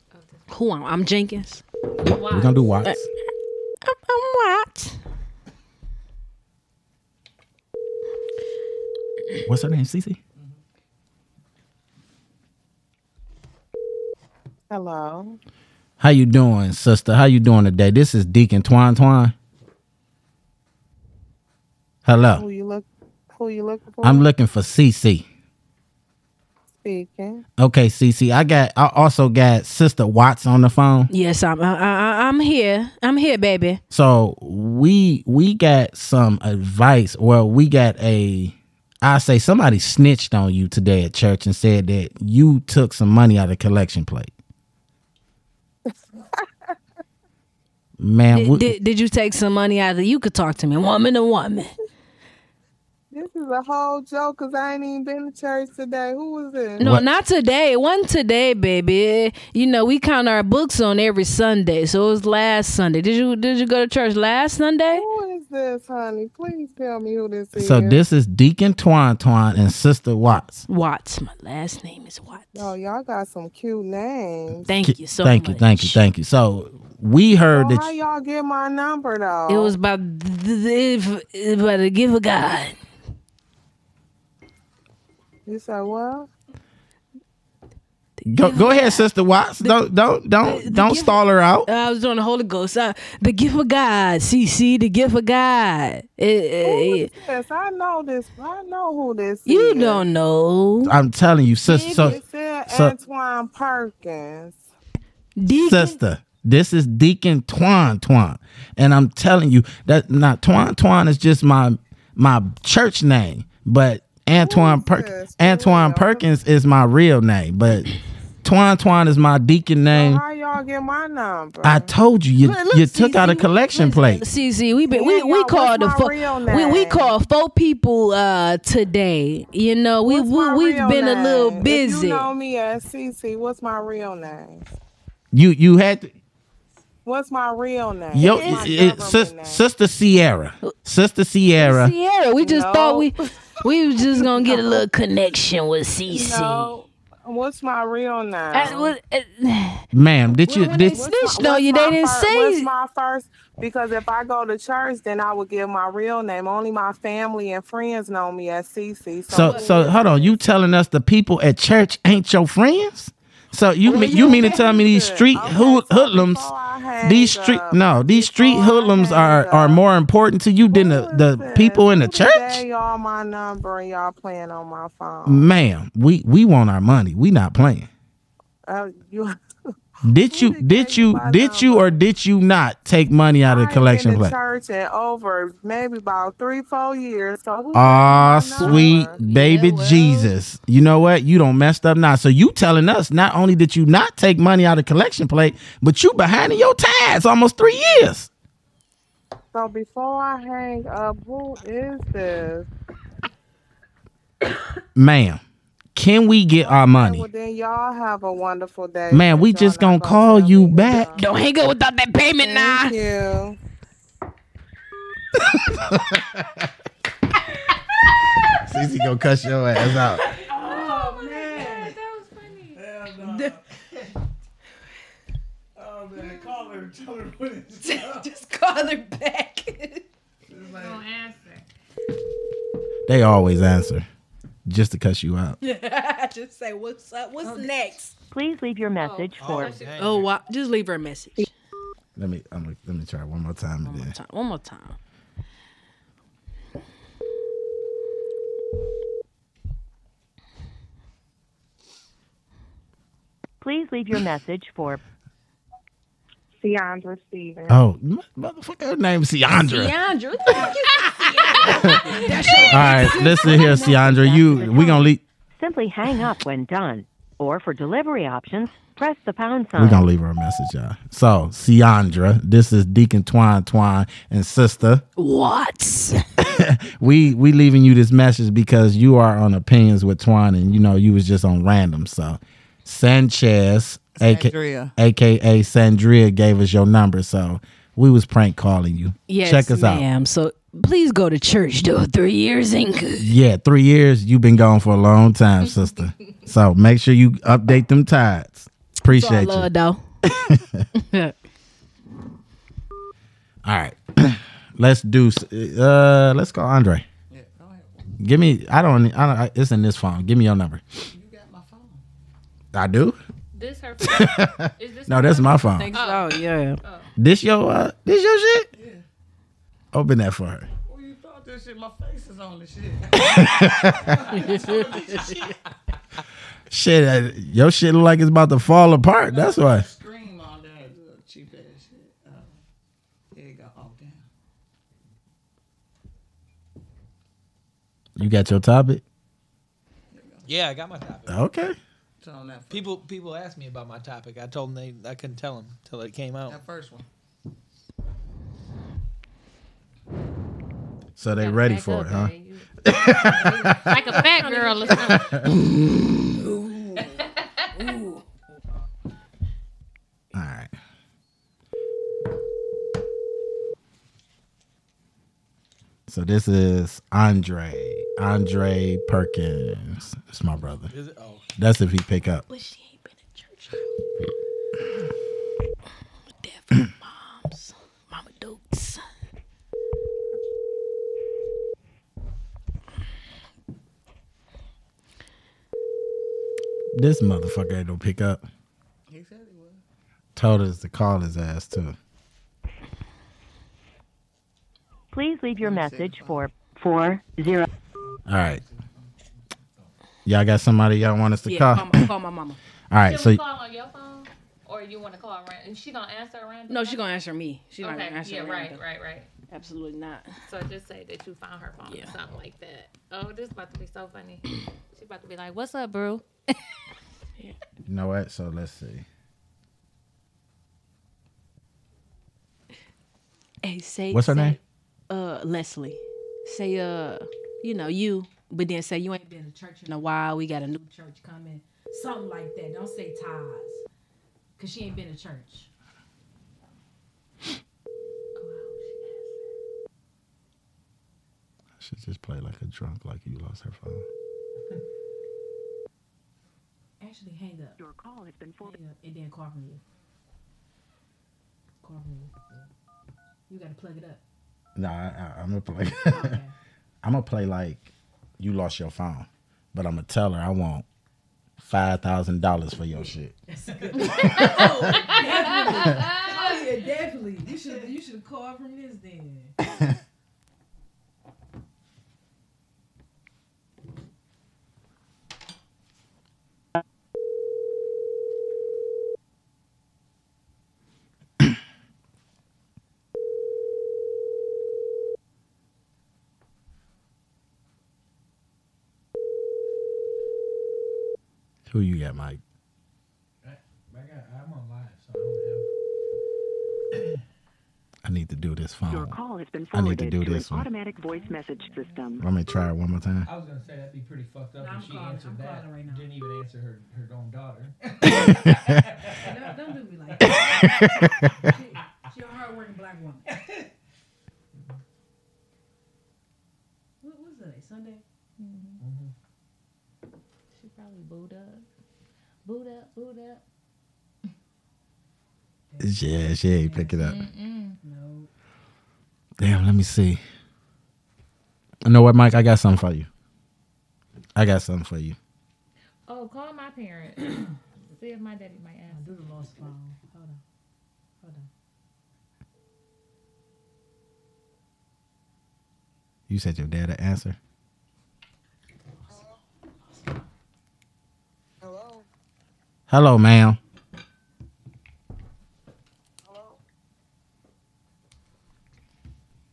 E: Who am I? I'm Jenkins. Uh,
B: We're gonna do Watts.
E: I'm, I'm Watt.
B: What's her name? Cece.
K: Hello.
B: How you doing, sister? How you doing today? This is Deacon Twine Twine.
K: Who
B: Hello,
K: you look? Who you looking for?
B: I'm looking for Cece.
K: speaking.
B: Okay, Cece. I got. I also got Sister Watts on the phone.
E: Yes, I'm. I, I, I'm here. I'm here, <laughs> baby.
B: So we we got some advice. Well, we got a I say somebody snitched on you today at church and said that you took some money out of the collection plate. Man,
E: Did,
B: we,
E: did, did you take some money out of? the- You could talk to me, woman to woman.
K: This is a whole joke because I ain't even been to church today. Who was this?
E: No,
B: What?
E: not today. It wasn't today, baby. You know we count our books on every Sunday, so it was last Sunday. Did you Did you go to church last Sunday?
K: Who is this, honey? Please tell me who this is.
B: so this is Deacon Twine Twine and Sister Watts.
E: Watts. My last name is Watts.
K: Oh, y'all got some cute names.
E: Thank you so
B: thank
E: much.
B: you, thank you, thank you. So we heard
K: Well, how
B: that. You,
K: y'all get my number though?
E: It was about th- th- if about the give of God.
K: You said what?
B: go, go ahead, Sister Watts. Don't don't don't don't
E: give-
B: stall her out.
E: Uh, I was doing the Holy Ghost. Uh, the gift of God, CC. The gift of God. Eh, eh, eh.
K: Yes, I know this. I know who this
E: you
K: is.
E: don't know,
B: I'm telling you, sister. So,
K: It said
B: so-
K: Antoine Perkins.
E: Deacon.
B: sister. This is Deacon Twan Twan, and I'm telling you that not Twan Twan is just my my church name, but Antoine per- Antoine Perkins is my real name, but Twan Twan is my deacon name.
K: How y'all get my number?
B: I told you, you, you took out a collection plate.
E: CZ, we been, we, we called the fo- we we called four people uh today. You know, we, we we've
K: Real
E: been a
K: name.
E: little
K: If
E: busy.
B: <laughs>
K: you know me as CC. What's my real name?
B: You you had to,
K: What's my real name?
B: yo
K: My
B: it- it-
K: government
B: sis, sister Sierra, sister Sierra.
E: Sierra, we just thought we <laughs> we was just gonna get
K: <laughs>
E: a little connection with
K: name.
E: CC.
K: No. What's my real name?
B: Ma'am, did you
K: When
B: did
K: what's my- what's my fir- What's my first? Because if I go to church, then I would give my real name. Only my family and friends know me as CC.
B: so so hold on? You telling us the people at church ain't your friends? So you mean you mean to tell me these street hood hoodlums? These street no, these street hoodlums are are more important to you than the, the people in the church,
K: Today, y'all my number and y'all playing on my phone.
B: ma'am. We we want our money. We not playing.
K: Uh, you <laughs>
B: Did you did you did you or did you not take money out of the collection
K: in the
B: plate?
K: church in over maybe about three, four years. So who
B: Ah, sweet baby Jesus. You know what? You don't messed up now. So you telling us not only did you not take money out of collection plate, but you behind in your tithes almost three years.
K: So before I hang up, who is this?
B: Ma'am, can we get our money?
K: Well, then y'all have a wonderful day.
B: Man, we just gonna call you
J: <laughs>
B: back.
J: Don't hang up without that payment now.
K: Thank you.
B: <laughs> Cece gonna cut your ass out.
F: Oh, man. that was funny.
D: Oh man, call her, tell her what it's
E: Just call her back.
F: Don't answer.
B: They always answer just to cut you out.
E: just say what's up, what's next.
L: Please leave your message for.
E: Oh, wow. just leave her a message
B: Let me I'm, gonna- let me try one more time. One more time.
E: one more time.
L: Please leave your message for.
K: Deandra Stevens.
B: Oh, m- motherfucker, her name's Siandra.
E: Deandra.
B: <laughs> All right, listen here, Siandra. You we gonna leave
L: Simply hang up when done. Or for delivery options, press the pound sign.
B: We're gonna leave her a message, y'all. So, Siandra, this is Deacon Twine Twine and sister. <laughs>
J: What?
B: We we leaving you this message because you are on opinions with Twine and you know you was just on random. So Sanchez aka,
D: Sandria.
B: aka Sandria gave us your number. So we was prank calling you.
E: Yes,
B: Check us out.
E: ma'am. So please go to church though. Three years ain't good.
B: Yeah, three years. You've been gone for a long
E: <laughs>
B: time, sister. so make sure you update them tides. Appreciate
E: That's all I
B: you.
E: love,
B: <laughs>
E: though.
B: All right, <clears throat> let's do. Uh, let's call Andre. Give me. I don't. I don't. I- It's in this phone. Give me your number. I do.
F: This her
B: <laughs>
F: phone? Is this
B: no,
F: her
B: that's
F: phone?
B: my phone.
F: Thanks. Oh.
E: yeah.
B: This your. Uh, this your shit. Open that for her.
D: Well, you thought this shit, my face is on this shit. <laughs>
B: <laughs> Shit, uh, your shit look like it's about to fall apart. That's why.
D: Scream all day. little Cheap ass shit. Uh, here you go. Oh, damn.
B: You got your topic.
C: Yeah, I got my topic.
B: Okay.
C: People people asked me about my topic. I told them they I couldn't tell them till it came out. That
D: first one.
B: So they ready for it, huh?
F: Like a fat girl or something.
B: <laughs> All right. So this is Andre. Andre Perkins. It's my brother.
C: Is it? Oh.
B: That's if he pick up.
J: Moms, mama dukes.
B: This motherfucker ain't don't pick up.
D: He said he was.
B: Told us to call his ass too.
L: Please leave your message for four zero.
B: All right. Y'all got somebody y'all want us to
F: Yeah,
B: call?
F: call my- call my mama.
B: All right.
F: Should we
B: So
F: call on your phone? Or you want to call around? And she going to answer around?
E: No, she gonna answer me. She not gonna answer
F: Yeah,
E: random.
F: right, right, right.
E: Absolutely not.
F: So just say that you found her phone
E: Yeah.
F: or something like that. Oh, this is about to be so <clears throat> funny. She's about to be like, "What's up, bro?"
B: You know what? So let's see.
J: Hey, say
B: What's her
J: say,
B: name?
J: Uh, Leslie. Say uh, you know you, but then say you ain't been to church in a while. We got a new church coming, something like that. Don't say ties, cause she ain't been to church.
B: I should just play like a drunk, like you lost her phone.
J: Actually, hang up. Your call has been forwarded. And then call from you. Call from you. You gotta plug it up.
F: <laughs>
B: Nah, I, I, I'm
J: <laughs>
B: gonna play. <laughs> I'm gonna play like you lost your phone, but I'm gonna tell her I want five thousand dollars for your shit.
J: That's a good. <laughs> oh, definitely. Oh yeah, definitely. You should you should call from this then.
B: Who you got, Mike?
C: I got, I'm on live, so I don't have.
B: I need to do this phone.
L: Your call has been
B: I need to
L: forwarded
B: do
L: to, an
B: this one.
L: automatic voice message system.
B: Let me try it one more time.
C: I was gonna say that'd be pretty fucked up
J: No, I'm
C: if she
J: calling-
C: answered
J: I'm
C: that.
J: calling
C: Didn't even answer her, her own
B: <laughs>
C: daughter.
J: don't, don't do me
L: <laughs>
J: like that. She, she a hardworking black woman.
B: <laughs>
J: What was it? Sunday?
F: Mm-hmm. She probably booed up, booed up, booed up.
B: Yeah, she ain't pick it up.
F: Mm-mm.
B: Damn, let me see. You know what, Mike? I got something for you. I got something for you.
F: Oh, call my
J: <coughs>
F: parents. See if my daddy might answer.
J: Do the lost phone. Hold on. Hold on.
B: You said your dad an answer.
K: Hello.
B: Hello, ma'am.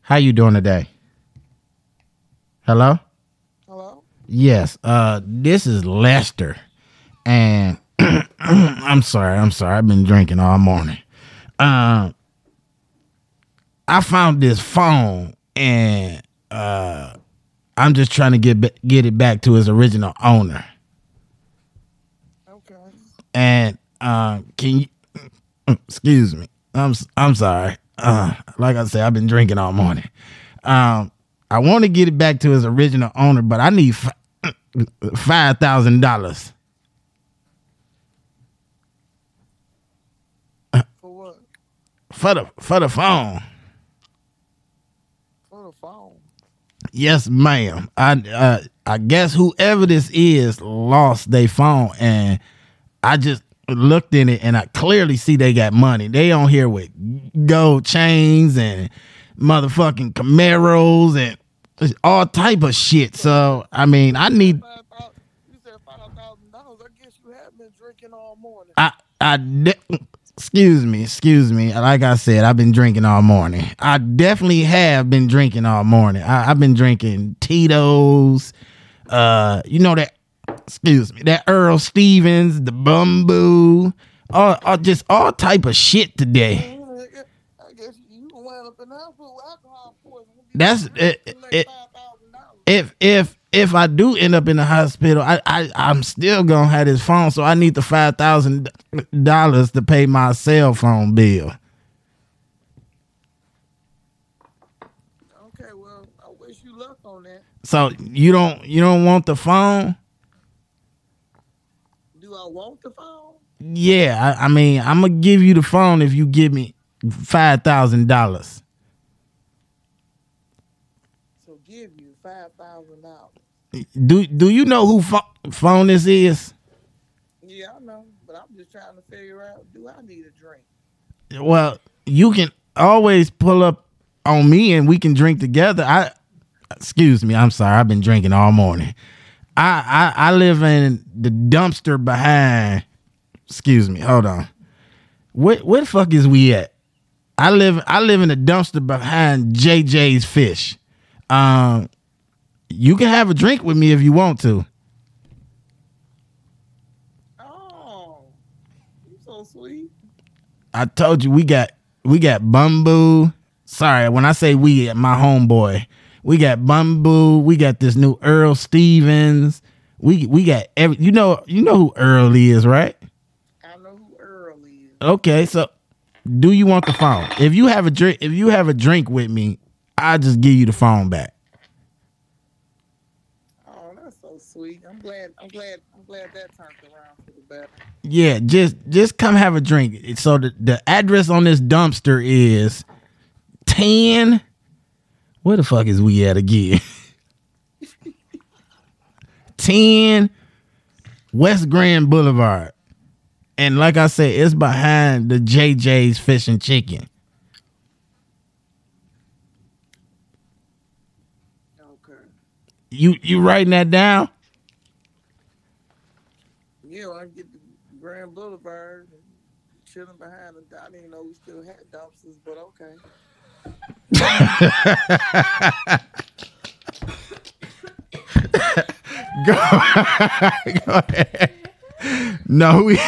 B: How you doing today? Hello?
K: Hello.
B: Yes. Uh this is Lester. And <clears throat> I'm sorry, I'm sorry. I've been drinking all morning. Um I found this phone and uh I'm just trying to get ba- get it back to its original owner. And uh, can you mm, excuse me? I'm s- I'm sorry. Uh, like I said, I've been drinking all morning. Um, I want to get it back to its original owner, but I need f- five thousand dollars.
K: For what?
B: For the for the phone,
K: For the phone.
B: yes, ma'am. I uh, I guess whoever this is lost their phone, and I just looked in it, and I clearly see they got money. They on here with gold chains and motherfucking Camaros and all type of shit. So I mean, I need I I de- excuse me, excuse me. Like I said, I've been drinking all morning. I definitely have been drinking all morning. I, I've been drinking Tito's, uh, you know that. Excuse me, that Earl Stevens, the Bumbo, all, all just all type of shit today. That's it, it, if if if I do end up in the hospital, I, I I'm still gonna have this phone, so I need the five thousand dollars to pay my cell phone bill.
K: Okay, well, I wish you luck on that.
B: So you don't you don't want the phone?
K: <laughs> Do I want the phone?
B: Yeah, I, I mean I'm gonna give you the phone if you give me five thousand dollars.
K: So give you five thousand dollars.
B: Do do you know who pho- phone this is?
K: Yeah, I know, but I'm just trying to figure out: do I need a drink?
B: Well, you can always pull up on me and we can drink together. I excuse me, I'm sorry, I've been drinking all morning. I I, I live in the dumpster behind excuse me, hold on. What where the fuck is we at? I live I live in a dumpster behind JJ's fish. Um, you can have a drink with me if you want to.
K: So sweet.
B: I told you we got we got Bumble. Sorry, when I say we, my homeboy, we got Bumble. We got this new Earl Stevens. We we got every. You know you know who Earl is, right? I know who Earl is. Okay, so do you want the phone? If you have a drink, if you have a drink with me, I just give you the phone back.
K: Oh, that's so sweet. I'm glad. I'm glad. I'm glad that turned around for the better.
B: Yeah, just just come have a drink. So the, the address on this dumpster is ten. Where the fuck is we at again? <laughs> ten West Grand Boulevard, and like I said, it's behind the JJ's Fish and Chicken. You you writing that down?
K: Yeah, when I get to Grand Boulevard, and chilling behind the. I didn't know we still had dumpsters, but okay.
B: <laughs> go, go ahead. No, we. <laughs>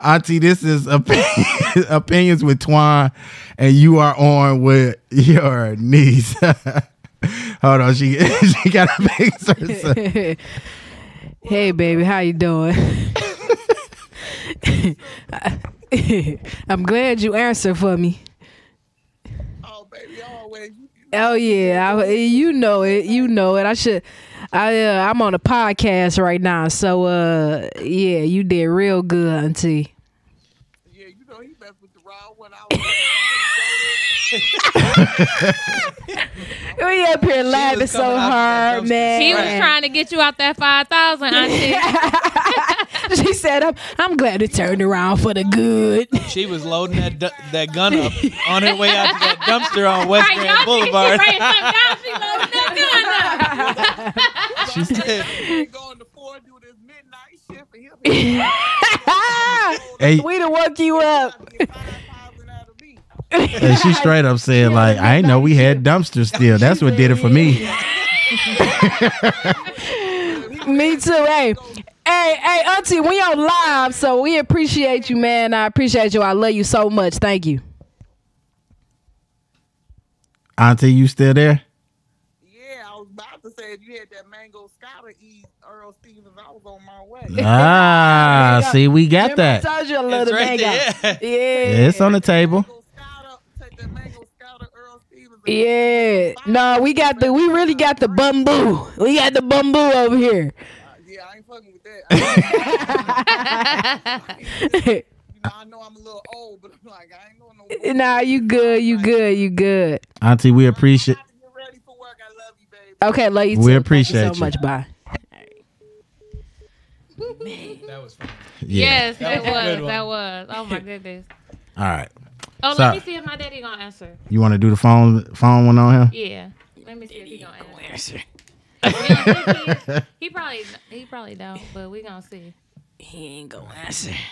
B: Auntie, this is opinions, <laughs> opinions with Twan, and you are on with your niece. <laughs> Hold on, she <laughs> she got a
E: <laughs>
B: picture. <laughs>
E: hey baby, how you doing? I'm glad you answered for me. Oh yeah, I, you know it. You know it. I should. I uh, I'm on a podcast right now, so uh, yeah, you did real good, Auntie.
J: Mm-hmm. <laughs>
E: We up here laughing
F: was
E: so
F: coming out
E: hard, man.
G: She was trying to get you out that five
E: <laughs>
G: thousand, auntie.
E: she said, I'm, I'm glad it turned around for the good.
C: She was loading that du- that gun up on her way out to that dumpster on West
G: Right, y'all
C: Grand
G: see-
C: Boulevard.
J: <laughs>
C: <laughs> she said,
G: right, look,
J: <laughs>
B: Hey.
E: We to work you up.
B: and she straight up said, "Like I ain't know we had dumpsters still. That's what did it for me."
J: <laughs>
E: Me too. Hey, hey, hey, Auntie, we on live, so we appreciate you, man. I appreciate you. I love you so much. Thank you.
B: Auntie, you still there? <laughs> Yeah, I was about to say if you had that mango scotta eat Earl Stevens, I was on my way. Ah, see, we got that.
E: I told you a little
B: right
E: bit.
B: there. <laughs>
E: Yeah.
B: It's on the table.
E: Yeah. No, we got the we really got the bamboo. We got the bamboo over here. <laughs> Yeah, I ain't fucking with that. Nah, you good, you good, you good.
B: Auntie, we appreciate.
E: Okay, love you too.
B: We
E: Thank you
B: appreciate you.
E: so much. Bye.
G: Yes,
F: That
G: that
F: was a good
G: was.
F: one.
G: That was.
F: <laughs>
G: Oh <laughs> my goodness.
B: All right.
G: Oh,
B: So-
G: let me see if my daddy gonna answer.
B: You want to do the phone phone one on him?
G: Yeah. Let me see if he gonna answer. Yeah, he, is. he probably he probably don't, but we gonna see.
E: He ain't gonna answer.
B: <laughs>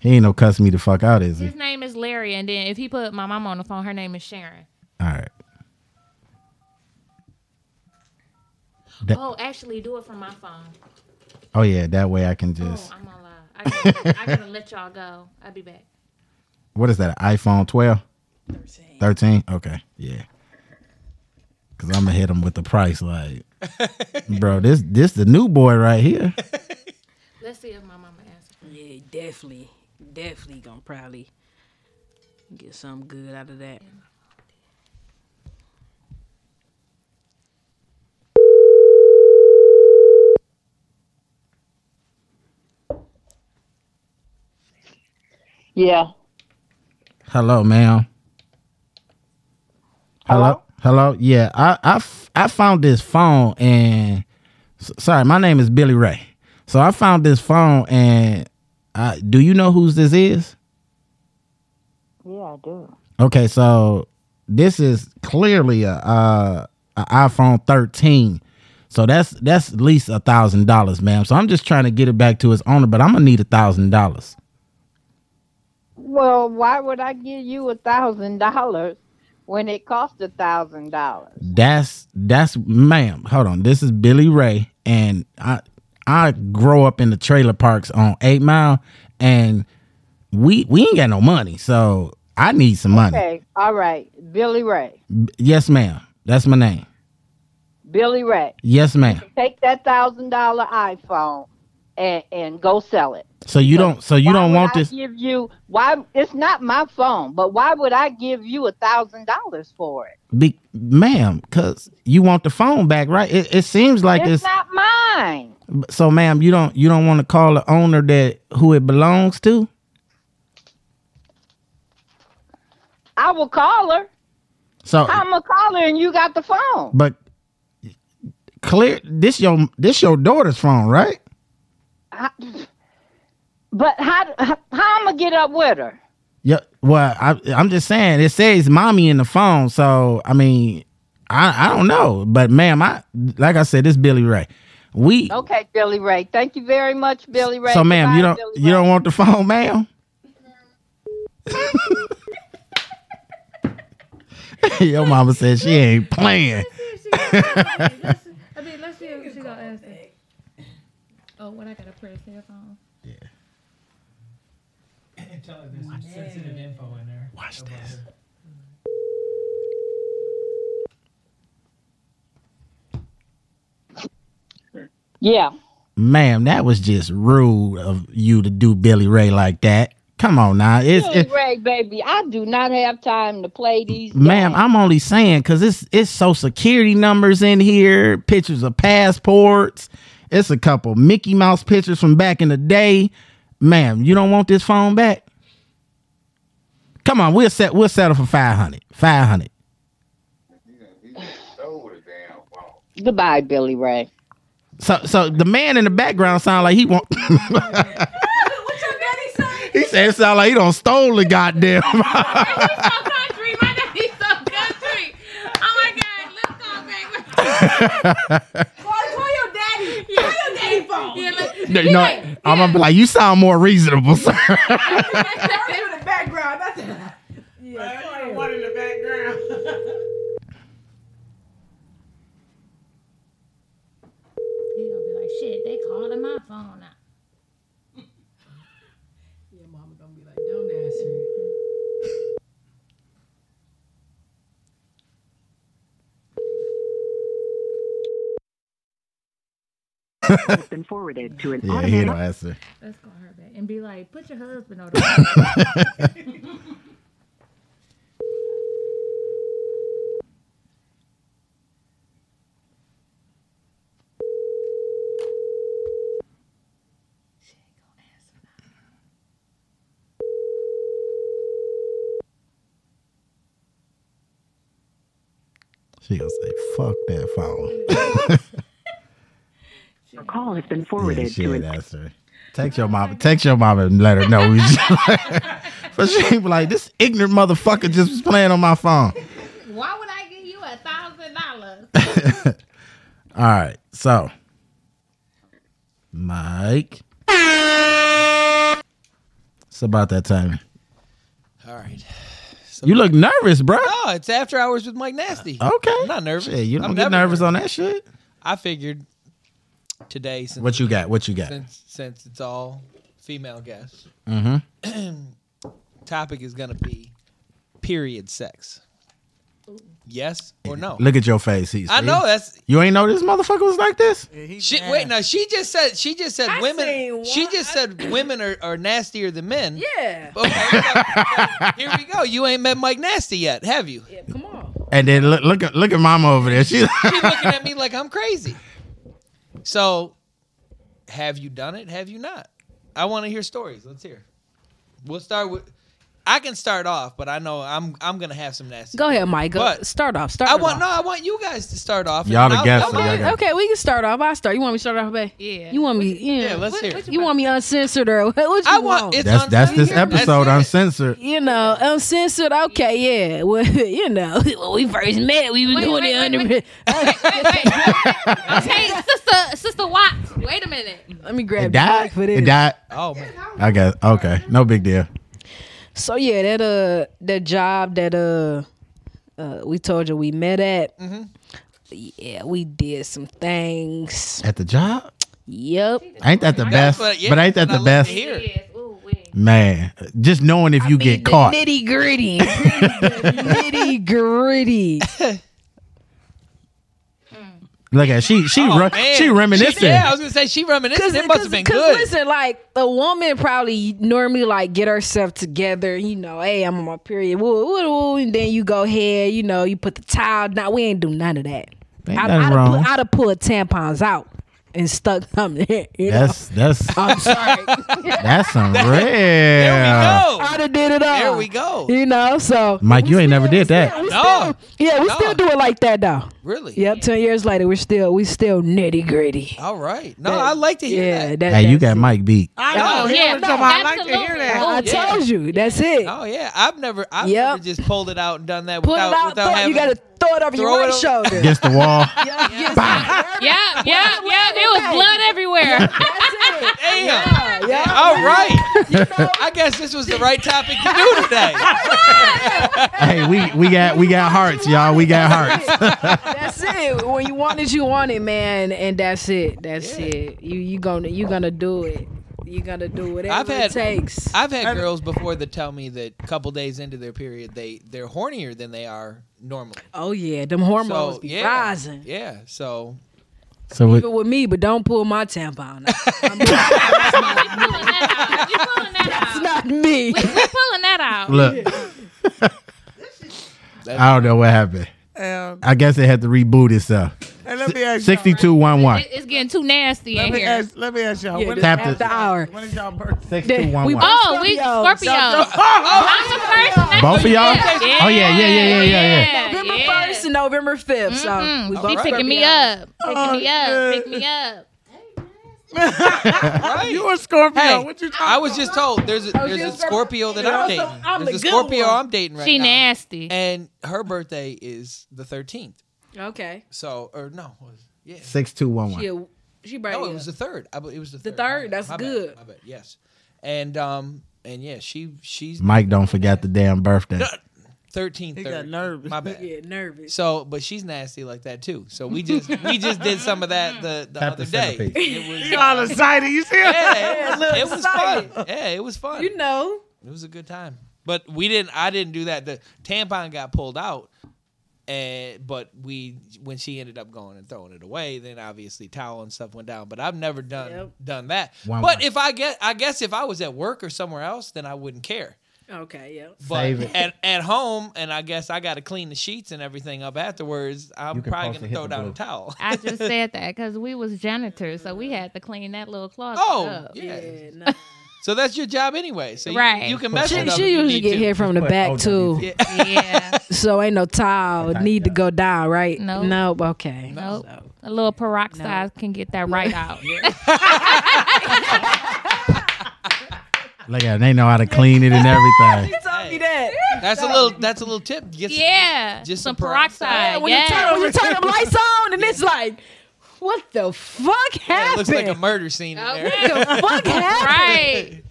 B: He ain't no cuss me the fuck out, is he?
G: His name is Larry, and then if he put my mom on the phone, her name is Sharon.
B: All right. That-
G: oh, actually, do it from my phone.
B: Oh yeah, that way I can just.
G: Oh, I'm on live. I gotta,
B: <laughs>
G: I gotta let y'all go. I'll be back.
B: What is that? An iPhone 12? 13. Okay. Yeah. Cause I'm gonna hit him with the price, like, bro. This this the new boy right here.
G: Let's see if my mama answers.
J: Yeah, definitely, definitely gonna probably get something good out of that.
M: Yeah.
B: Hello, ma'am. Hello. Hello. Yeah. I I f- I found this phone and s- sorry, my name is Billy Ray. So I found this phone and I do you know whose this is?
M: Yeah, I
G: <laughs>
M: do.
B: Okay, so this is clearly a uh an iPhone 13. So that's that's at least a thousand dollars, ma'am. So I'm just trying to get it back to its owner, but I'm gonna need a thousand dollars.
I: Well, why would I give you a thousand dollars when it costs a thousand dollars?
B: That's that's ma'am. Hold on. This is Billy Ray, and I I grow up in the trailer parks on Eight Mile, and we we ain't got no money, so I need some money.
I: Okay, all right, Billy Ray,
B: B- Yes, ma'am. That's my name.
I: Billy Ray,
B: Yes, ma'am.
I: take that thousand dollar iPhone and and go sell it.
B: So you don't so you
I: Why
B: don't
I: would
B: want
I: I
B: this.
I: Give you why? It's not my phone, but why would I give you a thousand dollars for it?
B: Be, ma'am, because you want the phone back, right? It, it seems like
I: it's
B: it's,
I: not mine.
B: so, ma'am. You don't you don't want to call the owner that who it belongs to.
I: I will call her.
B: So,
I: I'm gonna call her, and you got the phone.
B: but clear this your this your daughter's phone, right?
I: I- but how how I'm gonna get up with her?
B: Yeah. Well, I, I'm just saying it says mommy in the phone, so I mean, I I don't know, but ma'am, I like I said, this Billy Ray. We
I: Okay, Billy Ray. Thank you very much, Billy Ray.
B: so ma'am, you
I: Goodbye,
B: don't you don't want the phone, ma'am. <laughs> Your mama said she ain't playing.
G: I mean, let's see if she gonna ask that. Oh, what I gotta press their phone.
C: Tell her there's some sensitive info in there.
B: Watch this.
I: Yeah.
B: <laughs> ma'am, that was just rude of you to do Billy Ray like that. Come on now, <laughs> it's,
I: Billy
B: it's
I: Ray, baby. I do not have time to play
B: <laughs>
I: these.
B: Ma'am, I'm only saying because it's it's social security numbers in here, pictures of passports. It's a couple Mickey Mouse pictures from back in the day. Ma'am, you don't want this phone back? Come on, we'll set we'll settle for 500. 500.
I: Goodbye, Billy Ray.
B: So so the man in the background sound like he want <laughs> He said it sound like he don't stole the
G: <laughs>
B: goddamn.
G: Country, my daddy's so country. Oh my God, let's call back.
B: <laughs>
G: call your daddy. Yeah. Call your daddy phone. Yeah, look.
B: No, you know, I'm gonna be like, you sound more reasonable,
G: <laughs>
B: sir. <laughs>
G: in the background. <laughs>
D: One in the background.
G: He gonna be like, shit, they calling my phone now.
J: Your mama gonna be like, don't answer it.
L: Has been forwarded to an
B: yeah, he
L: automatic.
B: don't answer.
G: Let's call her back and be like, put your husband on the <laughs> phone.
B: She gonna say, fuck that phone. <laughs>
L: Your call has been
B: yeah,
L: forwarded
B: she
L: to
B: ain't
L: an
B: answer. Text your mama. Text your mama and let her know. <laughs>
G: <laughs>
B: we just- but she be like, this ignorant motherfucker just was playing on my phone.
G: Why would I give you a thousand dollars?
B: <laughs> All right, so Mike, it's about that time.
C: All right.
B: You look nervous, bro.
C: No, Oh, it's after hours with Mike Nasty.
B: Okay,
C: I'm not nervous.
B: Shit, you
C: I'm
B: don't get
C: never
B: nervous on that shit.
C: I figured today since
B: What you got? What you got?
C: since since it's all female guests,
B: Mm-hmm.
C: <clears throat> topic is gonna be period sex. Yes or no?
B: Look at your face. He's.
C: I know that's
B: You ain't know this motherfucker was like this.
C: she, wait. No, she just said she just said
J: I
C: women.
J: seen
C: She
J: one-
C: just said women are, are nastier than men.
J: Yeah.
C: Okay, <laughs> here we go. You ain't met Mike Nasty yet, have you?
J: Come on.
B: And then look, look at look at mama over
C: <laughs>
B: there. She. <laughs>
C: She's looking at me like I'm crazy. So, have you done it? Have you not? I want to hear stories. Let's hear. We'll start with. I can start off, but I know I'm I'm gonna have some nasty.
E: Go ahead, Mike. Go-
C: But
E: start off. Start
C: I
E: it
C: want no.
E: off.
C: I want you guys to start off.
B: Y'all the
C: I'll-
B: guests,
C: I'll-
B: so y'all got-
E: Okay, we can start off. I start. You want me to start off, babe?
G: Yeah.
E: You want me? Yeah.
C: Yeah, let's hear. it.
E: you want me uncensored or <laughs> what? you
C: I
E: want?
C: want. It's
B: That's that's this
C: uncensored.
B: episode
C: That's it. <laughs>
B: uncensored.
E: you know, uncensored. Okay, yeah. <laughs> Well, you know, when we first met, we were
G: Wait,
E: doing
G: wait,
E: it
G: wait,
E: under. <laughs>
G: wait. wait, wait, wait. Hey, sister, sister Watts, wait a minute.
E: Let me
B: It
E: grab the
B: died.
E: mic for
B: It
E: this.
B: died.
C: Oh man.
B: I guess. Okay. No big deal.
E: So yeah, that uh that job that uh uh we told you we met at.
C: Mm-hmm.
E: Yeah, we did some things.
B: At the job?
E: Yep.
B: Ain't that the best? but ain't that the best? Man, just knowing if you get caught. <laughs>
E: Nitty gritty. Nitty gritty.
B: Look at she she
C: Oh,
B: re-
C: man.
B: she reminiscing.
C: yeah, I was gonna say she reminiscing. It must have been good.
E: listen, like a woman probably normally like get herself together, you know, hey, I'm on my period, woo, woo, woo, and then you go ahead, you know, you put the towel down. We ain't do none of that.
B: Ain't
E: I,
B: nothing
E: I'd,
B: wrong.
E: Have put, I'd have pulled tampons out and stuck them <laughs> there. You know?
B: That's that's
E: I'm sorry.
B: <laughs> that's some real. Uh,
E: I'd have did it all. There we
C: go.
E: You know, so
B: Mike, you ain't never did that.
E: we still, yeah, we still do it like that though.
C: Really?
E: Yep. Ten years later, we're still we still nitty gritty.
C: All right. No, I like to hear
E: yeah,
C: that.
B: Hey, you got Mike beat.
C: I
E: know,
G: Oh,
C: know.
E: yeah, no,
C: I like to hear that.
E: I told you, that's it.
C: Oh yeah, I've never, I've never just pulled it out and done that
E: Put it
C: without,
E: out,
C: without
E: throw it-
C: having.
E: you gotta throw it over your
C: throw
E: right
C: it <laughs>
E: shoulder.
B: Against the
E: <laughs>
B: wall.
G: Yeah, yeah, yeah. It was blood everywhere.
C: <laughs> Damn. All right.
B: <laughs>
C: I guess this was the right topic to do
E: <laughs>
C: today.
B: hey, we we got we got hearts, y'all. We got hearts.
E: That's it. When you want it, you want it, man, and that's it. That's it. You you gonna you gonna do it. You gonna do whatever
C: <laughs> I've had
E: it takes.
C: I've had girls before that tell me that a couple days into their period they they're hornier than they are normally.
E: Oh yeah, them hormones
C: So,
E: be
C: yeah,
E: rising.
C: Yeah. So
B: So
E: Leave it with me, but don't pull my tampon.
C: <laughs>
E: out. That's not me.
G: We're pulling that out.
B: Look.
E: <laughs>
B: I don't know what happened.
G: Um,
B: I guess it had to reboot itself.
D: <laughs> Hey, let me ask y'all.
B: Sixty-two one one.
G: It- it's getting too nasty
D: Let
G: in
D: me
G: here.
D: ask- let me ask y'all.
G: Yeah,
D: when
G: this
D: is-
B: after the
E: hour.
D: When is y'all birthday?
B: Sixty-one one.
G: oh, we Scorpio.
D: Y'all-
B: Both of y'all?
G: Yeah.
B: Oh yeah, yeah, yeah, yeah, yeah, yeah.
E: November first and November 5th So we
G: She
E: both
G: Mm-hmm. picking me
E: Scorpios.
G: up. Picking
D: Oh,
G: me up. Pick me up.
D: You a Scorpio?
C: what you I was just told there's
E: Oh,
C: a, there's a Scorpio that I'm dating. there's a Scorpio I'm dating right
G: She
C: now.
G: nasty.
C: And her birthday is the 13th.
E: Okay.
C: So or no, was- yeah.
B: Six two one
E: She
B: one.
E: a- she brought
C: No,
E: me
C: it was
E: up.
C: the third. I believe it was the
E: The
C: third. My
E: third?
C: bad,
E: That's
C: my bad,
E: good.
C: my bad, Yes. And um and yeah, she she's
B: Mike, don't forget the damn birthday.
C: 13 He got nervous. My bad.
E: <laughs> Yeah, nervous.
C: So, but she's nasty like that too. So we just we just did some of that the, the
B: Tap
C: other
B: the
C: day.
B: centipede.
C: It was
E: <laughs>
D: You all excited, you see?
G: <laughs>
C: Yeah, it was,
D: Look,
C: it was fun. Yeah, it was fun. You
E: know.
C: It was a good time. But we didn't I didn't do that. The tampon got pulled out. And but we when she ended up going and throwing it away, then obviously towel and stuff went down. But I've never done done that.
B: One
C: but
B: way.
C: if I get I guess if I was at work or somewhere else, then I wouldn't care.
E: Okay, yeah.
C: But
B: Save it.
C: at, at home, and I guess I got to clean the sheets and everything up afterwards. I'm
B: You can
C: probably
B: post
C: gonna
B: and hit
C: throw
B: the
C: down
B: blue.
C: a towel.
G: I just said that because we was janitors, so we had to clean that little closet
C: Oh,
G: up.
C: yeah. <laughs> so that's your job anyway. So you,
G: Right.
C: you can mess
E: she,
C: it up. if
E: she
C: you
E: usually
C: need
E: get
C: to.
E: hit from the
B: Oh,
E: back too.
G: Yeah.
E: So ain't no towel need to go down, right?
G: Nope.
E: Nope. Okay.
G: Nope. A little peroxide can get that right out.
B: Look at they know how to clean it and everything.
E: told me that.
C: That's a little. That's a little tip. Get some-
G: Yeah.
C: just some
E: Yeah,
C: peroxide.
E: when, You turn, when you turn the lights on and it's like, what the fuck
C: Yeah, it
E: happened?
C: looks like a murder scene in there.
E: What the fuck happened?
G: Right.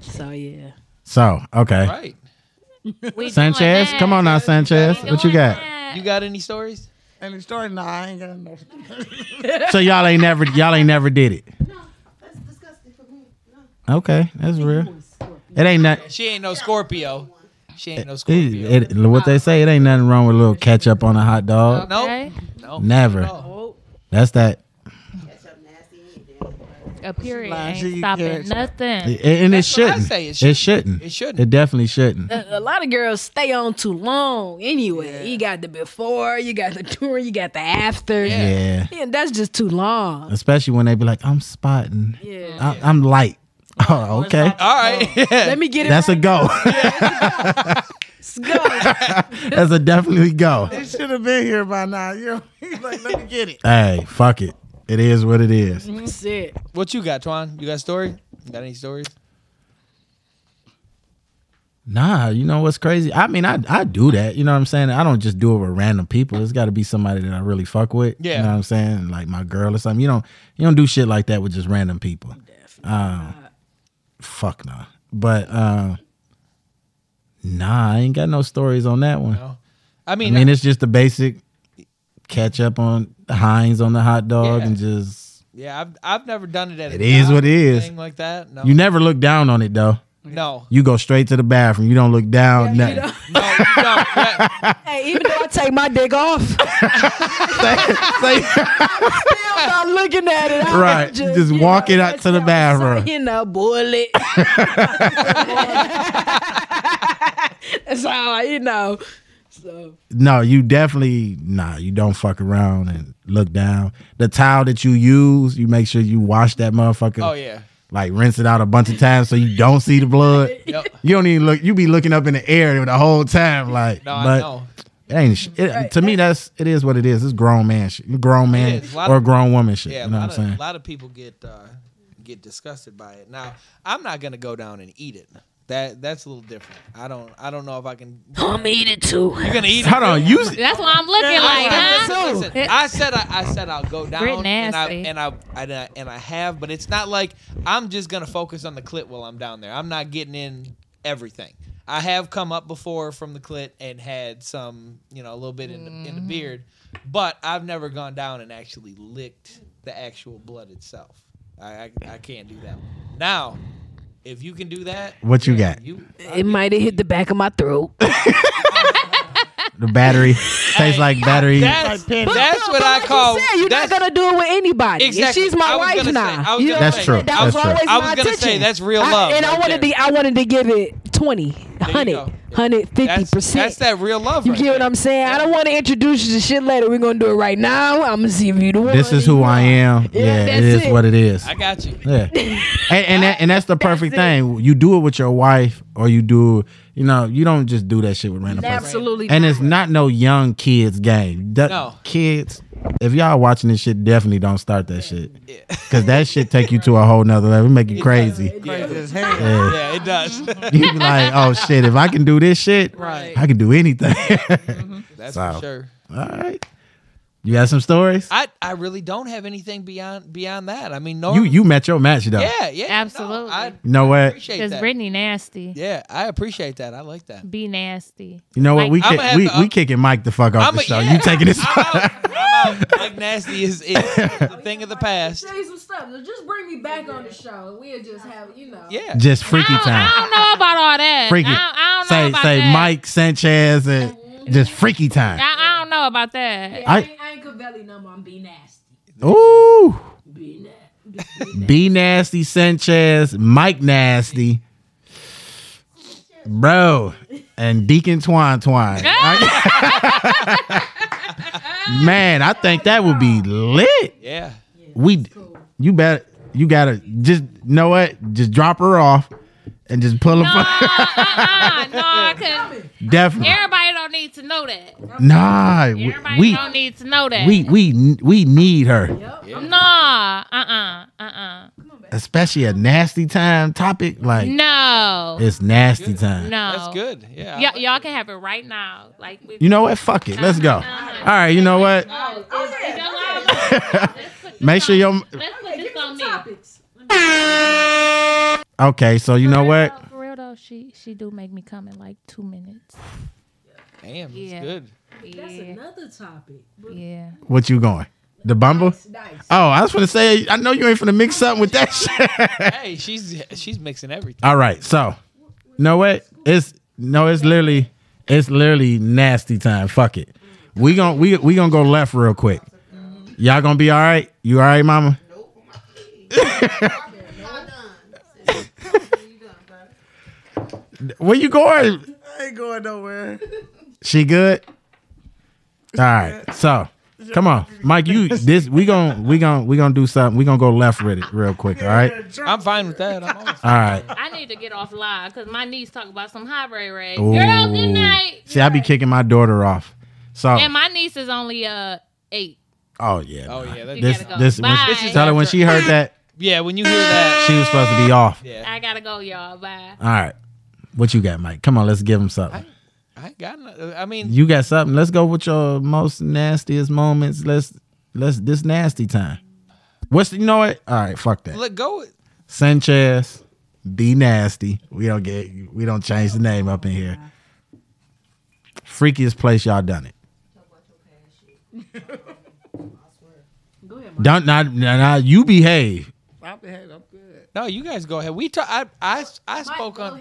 E: So yeah.
B: So okay,
C: Right.
B: Sanchez, come on now, Sanchez, what you got?
C: You got any stories?
D: Any stories? Nah, I ain't got no.
B: So y'all ain't never y'all ain't never did it. Okay, that's real. It ain't nothing.
C: She ain't no Scorpio. She ain't no Scorpio.
B: It, it- what they say, it ain't nothing wrong with a little ketchup on a hot dog.
C: Nope. No.
B: Never. That's that.
G: A period
E: lying.
G: ain't
E: She
G: stopping
E: can't-
G: nothing.
B: And, and it,
E: That's what I
B: shouldn't.
E: say, it
B: It
E: shouldn't.
B: shouldn't.
E: It shouldn't.
B: It definitely shouldn't.
E: A, a lot of girls stay on too long anyway. You got the before, you got the during, you got the after.
B: Yeah.
E: Yeah, that's just too long.
B: Especially when they be like, I'm spotting.
E: Yeah.
B: I, I'm light. Oh, okay. All
C: right.
B: <laughs>
G: <laughs>
E: Let me get it
B: That's a
E: right.
B: go. <laughs> That's a definitely go.
D: It should have been here by now. You're he's like, let me get it.
B: Hey, fuck it. It is what it is.
E: That's it.
C: What you got, Twan? You got a story? You got any stories?
B: Nah, you know what's crazy? I mean, I I do that. You know what I'm saying? I don't just do it with random people. It's got to be somebody that I really fuck with.
C: Yeah.
B: You know what I'm saying? Like my girl or something. You don't you don't do shit like that with just Uh, random people. um, Fuck nah. But um, Nah, I ain't got no stories on that one.
C: No? I mean,
B: I mean, it's just the basic catch up on Heinz on the hot dog
C: Yeah.
B: and just
C: Yeah, I've I've never done it at
B: it
C: a
B: is
C: job
B: what it
C: or
B: is.
C: Anything like that? No. <laughs>
B: You never look down on it though.
C: No.
B: You go straight to the bathroom. You don't look down. nothing.
E: Hey, even though I take my dick off, I'm not looking at it.
B: <laughs>
E: I
B: right.
E: Just,
B: Just, walk it out to the bathroom.
E: you know, boil it. <laughs> That's all I- you know. So
B: No, you definitely nah. You don't fuck around and look down. The towel that you use, you make sure you wash that motherfucker.
C: Oh, yeah.
B: Like rinse it out a bunch of times so you don't see the blood.
C: <laughs> Yep.
B: You don't even look. You be looking up in the air the whole time. Like,
C: No, I
B: but
C: know.
B: It ain't. sh- It, to me, that's it is what it is. It's grown man, shit. <laughs> grown man
C: It is.
B: or grown woman shit.
C: Yeah,
B: you know
C: a
B: what
C: lot
B: I'm saying?
C: Of, a lot of people get uh, get disgusted by it. Now, I'm not gonna go down and eat it. That that's a little different. I don't I don't know if I can.
G: I'm eat it too.
C: You're gonna eat
B: Hold
C: it.
B: on, you.
G: That's why I'm looking like, huh?
C: Listen, listen, I said I, I said I'll go down
G: Brit
C: and I
G: nasty.
C: and I and I and I have, but it's not like I'm just gonna focus on the clit while I'm down there. I'm not getting in everything. I have come up before from the clit and had some, you know, a little bit in the, in the beard, but I've never gone down and actually licked the actual blood itself. I I, I can't do that. Now, if you can do that,
B: What you got?
C: you
E: it might have hit the back of my throat.
B: The battery <laughs> tastes like battery.
C: that's, <laughs> that's what I call
E: Said you're not gonna do it with anybody. And
C: Exactly.
E: she's my
C: I was
E: wife
C: gonna
E: now.
C: say- I was
E: You
C: gonna
E: know what
B: say- That's
E: I'm saying?
B: true.
E: That was
B: That's true.
E: always
C: I was
E: my
C: gonna say,
E: attention.
C: that's real
E: I-
C: love
E: and I
C: right
E: wanted
C: there.
E: to, I wanted to give it 20, 100, 150
C: that's
E: percent.
C: that real love.
E: You
C: right
E: get what
C: there.
E: I'm saying? I don't want to introduce you to shit later. We're gonna do it right now. I'm gonna see if you the one.
B: This is who I am. Yeah, it
E: that's
B: is
E: it.
B: what it is.
C: I got you.
B: Yeah, and and, that, and that's the perfect thing. You do it with your wife, or you do, you know, you don't just do that shit with random person.
E: Absolutely
B: And it's not no young kids game. That-
C: No.
B: kids. If y'all watching this shit, definitely don't start that shit. Cause that shit take you to a whole nother level. It make you crazy.
D: Crazy as hell.
B: Yeah.
C: Yeah, it does.
B: <laughs> You be like, oh shit, if I can do this shit,
C: Right.
B: I can do anything.
C: That's
B: <laughs> So,
C: for sure.
B: All right. You got some stories?
C: I, I really don't have anything beyond beyond that. I mean, no.
B: you you met your match though.
C: yeah, yeah,
G: Absolutely.
B: You know what?
C: appreciate
G: Because
C: that.
G: Brittany nasty.
C: Yeah, I appreciate that. I like that.
G: Be nasty.
B: You know what? we
C: I'ma
B: kick,
C: have
B: we,
C: to-
B: we kicking Mike the fuck off
C: I'ma-
B: the show.
C: yeah.
B: You taking this?
C: I'm out. Like nasty is,
B: <laughs>
C: is
G: <laughs>
C: the thing of the past.
E: Say some stuff. Just bring me back on the show. We'll just have you know.
C: Yeah.
B: Just freaky
G: I
B: time.
G: don't know about all that.
B: Freaky.
G: I, I don't know
B: say
G: about
B: say
G: that.
B: Mike Sanchez and just freaky time.
G: I, I don't know about that.
B: I- I ain't-
E: I ain't Cavelli no more. I'm being nasty.
B: Ooh. B nasty Sanchez, Mike nasty, bro, and Deacon Twine
G: <laughs>
B: Twine. I- Man, I think that would be lit. <laughs>
C: Yeah.
B: We, you bet, you gotta just you know what, just drop her off and just pull her. <laughs>
G: <laughs> Uh, no, I couldn't.
B: Definitely.
G: Everybody don't need to know that.
B: Nah, we
G: Everybody
B: we,
G: don't need to know that.
B: we we we need her,
G: Nah, uh-uh, uh-uh.
B: especially a nasty time topic like
G: No.
B: it's nasty time.
G: No.
C: That's good. Yeah.
G: Y- y'all can have it right now. Like we
B: You know what? Fuck it. Let's go. All right. You know what?
G: Oh, if- if y'all are-
B: <laughs> Make sure your.
G: Let's put this on me.
B: Okay. So you know what?
G: For real though, she she do make me come in like two minutes.
C: Damn,
G: Yeah.
C: it's good.
E: That's another topic.
G: Yeah.
B: What you going? The Bumble? Oh, I was gonna say. I know you ain't finna mix something with that <laughs> shit.
C: Hey, she's she's mixing everything.
B: All right. So, you know what? It's no. It's literally. It's literally nasty time. Fuck it. We gon' we we gonna go left real quick. Y'all gonna be all right. You all right, Mama? <laughs> Where you going?
D: I ain't going nowhere.
B: She good. All right. So come on, Mike. You this we gon' we gon' we gonna do something. We gonna go left with it real quick. All right.
C: I'm fine with that. I'm always-
B: All right.
G: I need to get off live because my niece talk about some hybrid rag.
B: Ooh.
G: Girl, good night.
B: See, I be kicking my daughter off. So
G: And my niece is only uh eight.
B: oh yeah.
C: Oh,
B: nah.
C: yeah, that's-
B: This
G: You gotta go.
B: this when
G: Bye.
B: she, tell her when she heard that
C: <laughs> Yeah, when you hear that,
B: she was supposed to be off.
G: I gotta go, y'all. Bye.
B: All right. What you got, Mike? Come on, let's give him something.
C: I ain't got. No, I mean,
B: You got something? Let's go with your most nastiest moments. Let's let's this nasty time. What's you know what? All right, fuck that.
C: let go.
B: Sanchez. Be nasty. We don't get we don't change the name up in here. Freakiest place y'all done it. Don't not now, now you behave.
D: I behave. I'm good.
C: No, you guys go ahead. We talk. I I, I spoke on.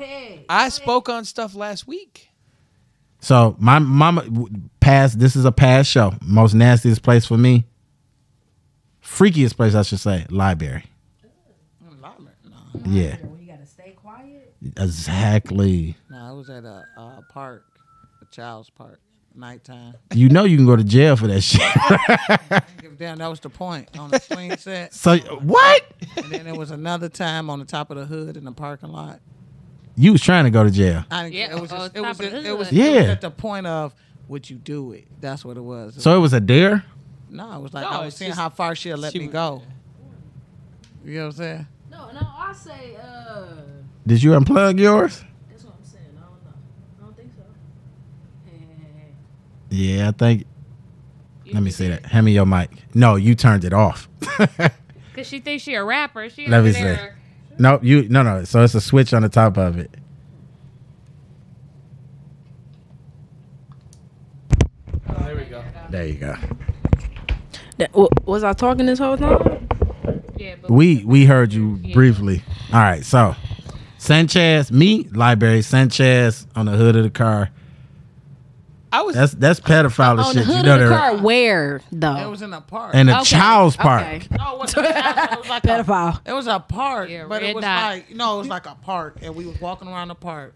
C: I spoke on stuff last week.
B: So my mama past this is a past show. Most nastiest place for me. Freakiest place I should say, library. Yeah.
E: you gotta stay quiet.
B: Exactly.
D: No, I was at a, a park, a child's park, nighttime.
B: You know you can go to jail for that <laughs> shit.
D: Damn, that was the point on the
B: <laughs>
D: swing set.
B: So, what?
D: And then there was another time on the top of the hood in the parking lot.
B: you was trying to go to jail.
D: I didn't yeah, it
E: oh,
D: was just, it was just, it was
B: Yeah.
D: it was at the point of would you do it? That's what it was.
B: So it was a dare?
D: No, it was like
E: No,
D: I was
E: it's
D: seeing
E: just-
D: how far she'll let
E: she
D: me
E: was-
D: go. You know what I'm saying?
E: No, no, I say uh
B: Did you unplug yours?
E: that's what I'm saying. I don't know. I don't think so.
B: Yeah, I think. Let me see that. Hand me your mic. No, you turned it off. <laughs>
G: Cause she thinks she a rapper. She
B: Let
G: over
B: me see.
G: there.
B: No, you no no. So it's a switch on the top of it.
C: there we go.
B: There you go.
E: That- wa- was I talking this whole time?
B: We we heard you briefly. All right, so Sanchez, me, library, Sanchez on the hood of the car.
C: I was
B: that's that's pedophile
E: On
B: shit.
E: Oh, the
B: You
E: hood
B: know
E: of the
B: that.
E: car, where though?
D: It was in a park.
B: In a child's park.
D: No, it wasn't a child's, it was like
E: Pedophile.
D: A, it was a park, but
E: red
D: it was
E: dot.
D: like no, it was like a park, and we was walking around the park,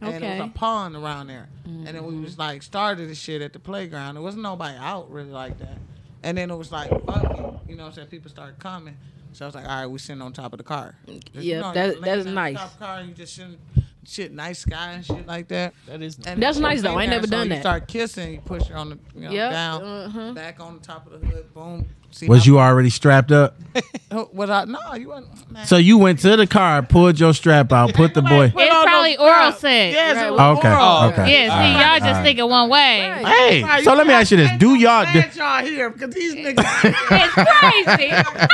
D: and it was
E: Okay.
D: a pond around there, and then we was like started the shit at the playground. There wasn't nobody out really like that, and then it was like fuck you, you know what I'm saying? People started coming, so I was like, all right, we sitting on top of the car.
E: Yep, Mm, that-
D: laying
E: that is
D: on
E: nice.
D: Top of the car, and you just sitting, shit, nice sky and shit like that.
C: That is.
D: And
E: That's
D: it's
E: nice, though. I ain't
D: there,
E: never
D: so
E: done
D: you
E: that.
D: Start kissing, you push her on the, you know,
E: Yep, Uh-huh.
D: down, back on the top of the hood, boom. See
B: Was
D: how- <laughs>
B: you already strapped up?
D: Oh, Was I? No, you wasn't. Man.
B: So you went to the car, pulled your strap out, put the
E: <laughs>
B: boy.
D: Well,
G: It's
D: no,
G: probably
D: no,
G: oral
D: stop.
G: sex.
D: Yes, it
G: Right.
D: was
B: Oh, okay, oral. okay.
G: Yeah, see,
B: All right,
G: y'all
B: all
G: just
B: right.
G: thinking one way.
B: Hey, so let me ask you this: Do y'all? do-
D: Glad y'all here because
G: <laughs>
D: these niggas.
B: <laughs>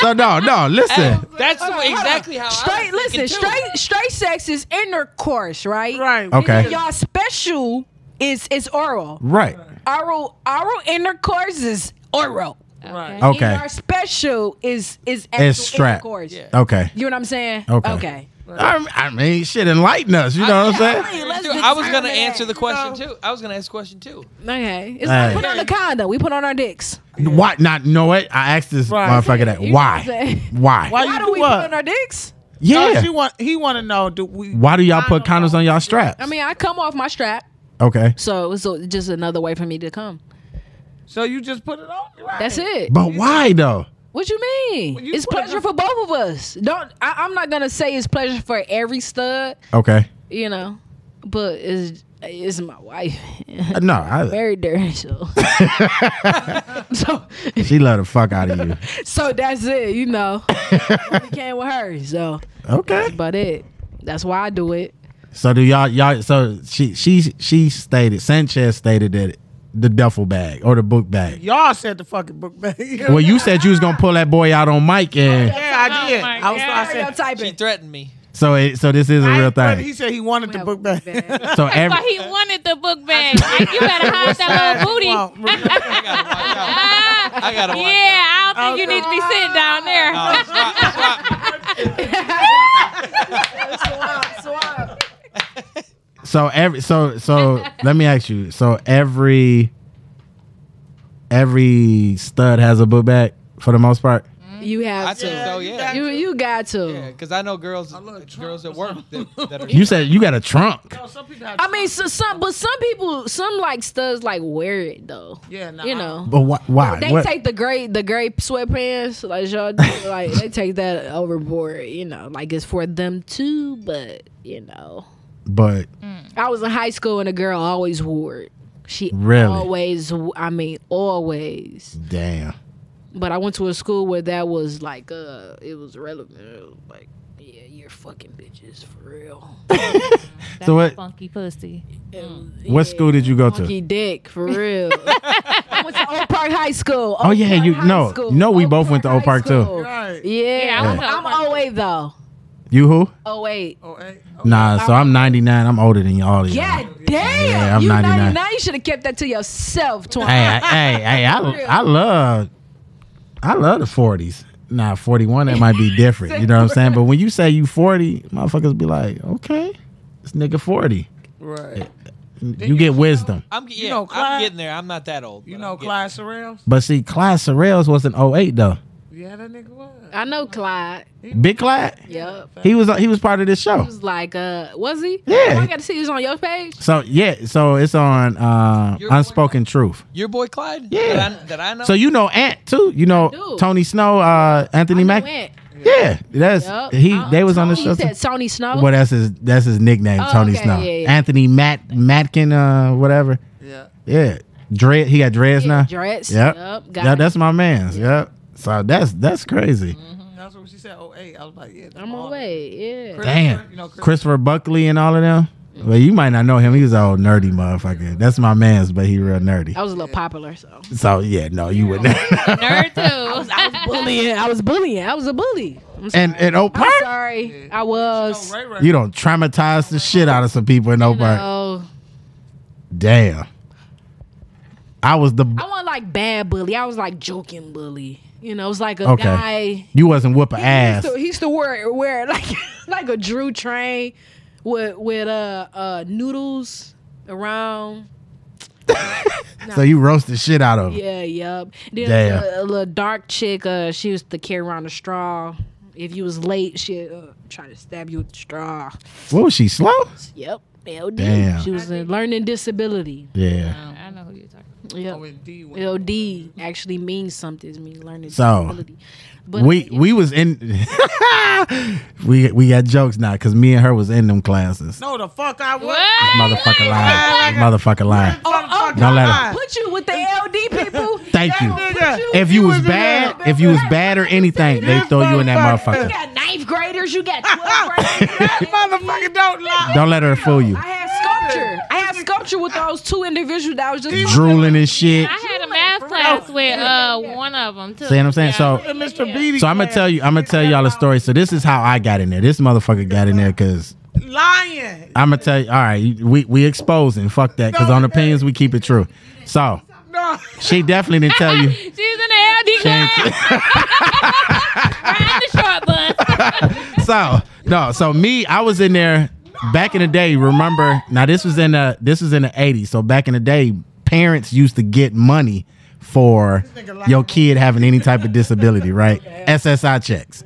B: So no, no. Listen,
C: That's the way, exactly how I
E: Straight, <laughs>
C: was thinking,
E: listen,
C: too.
E: straight, straight sex is intercourse, right? Right.
B: Okay.
E: Y'all special is is oral.
B: right?
E: Oral, oral intercourse is oral.
D: Right.
B: Okay.
E: And our special is is actual
B: It's strap.
E: intercourse.
B: Okay.
E: You know what I'm saying?
B: Okay.
E: Okay.
B: I, I mean, shit, enlighten us. You know what I'm saying?
E: Let's
C: I was gonna
E: determine
C: answer the question too. I was gonna ask the question too.
E: Okay. It's
B: Hey.
E: like we put on the condom. We put on our dicks.
B: Why not? You know what? I asked this motherfucker that.
E: You know
B: Why?
E: what I'm saying?
B: Why?
E: Why, do we put on our dicks?
B: Yeah.
D: No, she want. He want to know. Do we?
B: Why do y'all put condoms on y'all strap?
E: I mean, I come off my strap,
B: Okay.
E: so it was uh, just another way for me to come.
D: So you just put it on. Right.
E: That's it.
B: But why though?
E: What you mean? it's pleasure for both of us. Don't I, I'm not gonna say it's pleasure for every stud,
B: Okay.
E: you know, but it's it's my wife.
B: Uh, no, I-
E: married her,
B: <laughs>
E: so so
B: She love the fuck out of you.
E: so that's it. You know, it came with her, so
B: Okay.
E: that's about it. That's why I do it.
B: So do y'all y'all so she she she stated Sanchez stated that the duffel bag or the book bag.
D: Y'all said the fucking book <laughs> bag. yeah,
B: Well, you said you was gonna pull that boy out on Mike
G: Oh
B: and
D: I did. I was. I said.
C: She threatened me.
B: so it, so this is a real
D: But
B: thing.
D: he said he wanted the book bag. <laughs>
B: So
G: That's
B: every
G: why he wanted the book bag. Like, you gotta hide that little booty. <laughs>
C: I gotta watch
G: yeah, I don't think you need to be sitting down there. <laughs>
B: so every so
E: <laughs>
B: so let me ask you. So every every stud has a book bag for the most part.
E: You have
C: I
E: to.
C: think so, yeah.
E: You you got to.
C: Because I know girls, girls at work that, that are.
B: <laughs> You said you got a trunk.
E: I mean, so, some but some people some like studs like wear it though. Yeah, you know.
B: But why? why?
E: They
B: Ah, What-
E: take the gray the gray sweatpants like
B: <laughs>
E: y'all do, like they take that overboard, you know, like it's for them too, but you know.
B: but
E: I was in high school and a girl always wore it. She
B: Really?
E: always w- I mean always.
B: damn. Hmm.
E: But I went to a school where that was like uh it was relevant. It was like yeah, you're fucking bitches
B: <laughs>
E: for real.
B: So what-
G: Funky pussy.
B: What school did you go to?
E: Monkey dick
B: <laughs>
E: for real. I went to Oak Park High School.
B: Oh
E: Oak
B: yeah,
E: Park
B: you
E: High
B: no
E: School.
B: no. We both went to Oak Park too.
E: Yeah,
B: Yeah, I went
E: I'm, I'm OA though.
B: You who?
E: Oh wait.
B: Nah, so I'm 99. I'm older than y'all.
E: Yeah, damn.
B: Yeah, I'm
E: you
B: 99.
E: 99. You should have kept that to yourself,
B: Hey,
E: Twan.
B: I, hey, hey! I, I love, I love the 40s. Nah, 41 that might be different. You know what I'm saying? But when you say you 40, motherfuckers be like, okay, this nigga 40.
D: Right.
B: You get wisdom.
C: I'm, yeah,
D: know,
C: I'm
D: Clyde-
C: getting there. I'm not that old. You know,
D: Clyde Sorrell?
B: But see, Clyde Sorrells was in 08 though.
D: Yeah, that nigga was.
E: I know Clyde.
B: Big Clyde.
E: Yep.
B: He was he was part of this
E: He
B: show.
E: was like, uh, was he?
B: Yeah.
E: Oh, I got to see he was on your page.
B: So yeah, so it's on uh, Unspoken Truth.
C: Your boy Clyde?
B: Yeah.
C: That I, that I know?
B: So you know Ant too. You know
E: do.
B: Tony Snow, uh, Anthony Mac.
E: Ant.
B: Yeah, that's
E: Yup.
B: he.
E: Uh,
B: they was on the
E: Tony-
B: show.
E: He said
B: too.
E: Sony Snow.
B: Well, that's his. That's his nickname,
E: Oh,
B: Tony
E: okay,
B: Snow.
E: yeah, yeah.
B: Anthony Matt Matkin, uh, whatever.
D: Yeah.
B: Yeah. Dread. He got dreads
E: Yeah,
B: now.
E: dreads.
B: Yep.
E: Yup, got
B: Yeah,
E: it.
B: that's my man's. Yep. So that's that's crazy.
D: That's what she said. Oh eight. I was like, yeah.
E: I'm away. Yeah.
B: Damn.
D: You know, Chris-
B: Christopher Buckley and all of them.
E: Mm-hmm.
B: Well, you might not know him. He was an old nerdy motherfucker. That's my man's, but he real nerdy.
E: I was a little popular,
C: <laughs>
E: so.
B: So yeah, no, you wouldn't.
E: Nerd too. I was, I was bullying. I was bullying. I was a bully. I'm sorry.
B: And- and Oak Park?
E: I'm sorry. I was.
B: you don't traumatize the shit out of some people in Oak Park.
E: Oh,
B: Damn. I was the.
E: I wasn't like bad bully. I was like joking bully. You know, it was like a
B: okay.
E: guy.
B: you wasn't whooping
E: He
B: ass.
E: used, to, he used to wear wear <laughs> like like a Drew train with with uh uh noodles around.
B: So you roasted shit out of him.
E: Yeah, yep. Then
B: Damn.
E: A, a little dark chick. Uh, she used to carry around a straw. If you was late, she uh, try to stab you with the straw.
B: What was she slow?
E: Yep. LD.
B: Damn.
E: She was a learning disability.
B: Yeah.
G: I know who you're talking
E: Yep. LD actually means something to me. Learning
B: So, <laughs>
E: disability.
B: we we was in. <laughs> we we got jokes now because me and her was in them classes.
D: No, the fuck I was.
B: Motherfucker lie. Motherfucker lie.
E: Oh,
B: Don't let her.
E: put you with the LD people.
B: Thank you.
E: That nigga.
B: If you was bad, if you was bad or anything, they throw you in that
E: You
B: motherfucker.
E: got ninth graders. You got 12th graders.
D: <laughs> motherfucker don't lie.
B: Don't let her fool you.
E: I had sculpture. I had sculpture with those two individuals that was just
B: Drooling and shit.
G: I had a math class with uh one of them too.
B: See what I'm saying? So,
D: Mr. Beatty.
B: so I'm gonna tell you, I'm gonna tell y'all a story. So this is how I got in there. This motherfucker got in there because
D: Lying.
B: I'm gonna tell you. All right, we we exposing. Fuck that. Because on opinions we keep it true. So
D: No.
B: she definitely didn't tell you.
G: <laughs> She's in the LD <laughs> class. Riding the short bus.
B: so no, so me, I was in there back in the day. Remember, now this was in the this was in the '80s. So back in the day, parents used to get money for your kid having any type of disability, right? SSI checks.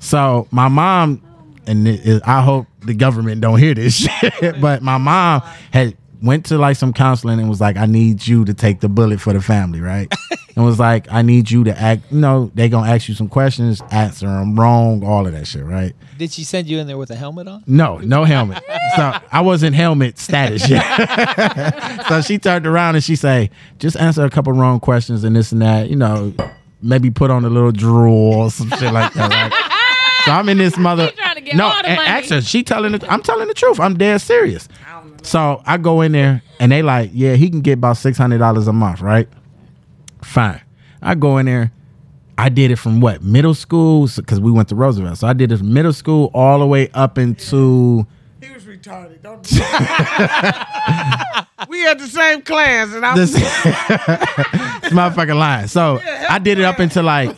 B: So my mom, and it- it- I hope the government don't hear this <laughs> shit, but my mom had went to like some counseling and was like, I need you to take the bullet for the family, right? and was like, I need you to act. You know, they gonna ask you some questions, answer them wrong, all of that shit, right?
C: Did she send you in there with a helmet on?
B: No, no helmet. so I wasn't helmet status yet. <laughs> so she turned around and she say, just answer a couple wrong questions and this and that. You know, maybe put on a little drool or some shit like that. Right? so I'm in
G: <laughs>
B: this mother.
G: trying to get
B: no,
G: all the
B: a-
G: money.
B: actually, she telling the. I'm telling the truth. I'm dead serious. So I go in there and they like, yeah, he can get about six hundred dollars a month, right? Fine. I go in there. I did it from what middle school because we went to Roosevelt. So I did it from middle school all the way up
G: <laughs>
B: into.
D: He was retarded. Don't. <laughs> we had the same class, and I <laughs>
B: this, <laughs>
D: was.
B: this motherfucking line. So I did it up until like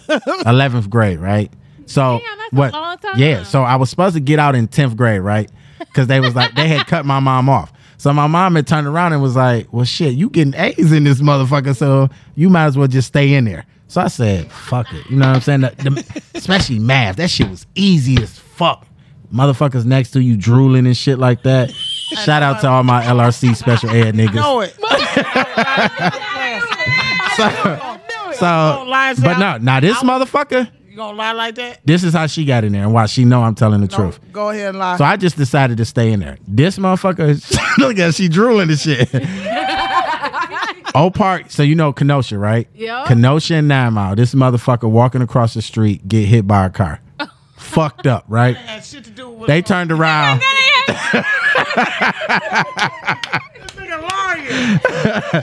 B: eleventh grade, right? So
G: that's a
B: what?
G: long time.
B: Yeah. So I was supposed to get out in tenth grade, right? Because they was like they had cut my mom off. So my mom had turned around and was like, "Well, shit, you getting A's in this motherfucker, so you might as well just stay in there." So I said, "Fuck it," you know what I'm saying? The- the- especially math, that shit was easy as fuck. Motherfuckers next to you drooling and shit like that. Shout out to all my LRC special ed <laughs> niggas.
D: Know
G: <laughs>
D: it.
B: So,
D: Don't lie,
B: so
D: say
B: but
D: I-
B: no, now this motherfucker,
D: You gonna lie like that?
B: this is how she got in there and why she know I'm telling the truth.
D: Go ahead and lie.
B: So I <laughs> just decided to stay in there. This motherfucker, <laughs> look at her, she drooling and shit.
D: <laughs>
B: Old Park, so you know Kenosha, right?
E: Yeah.
B: Kenosha and Nine Mile. This motherfucker walking across the street, get hit by a car. Fucked up, right?
D: had shit to do with.
B: They turned around.
D: This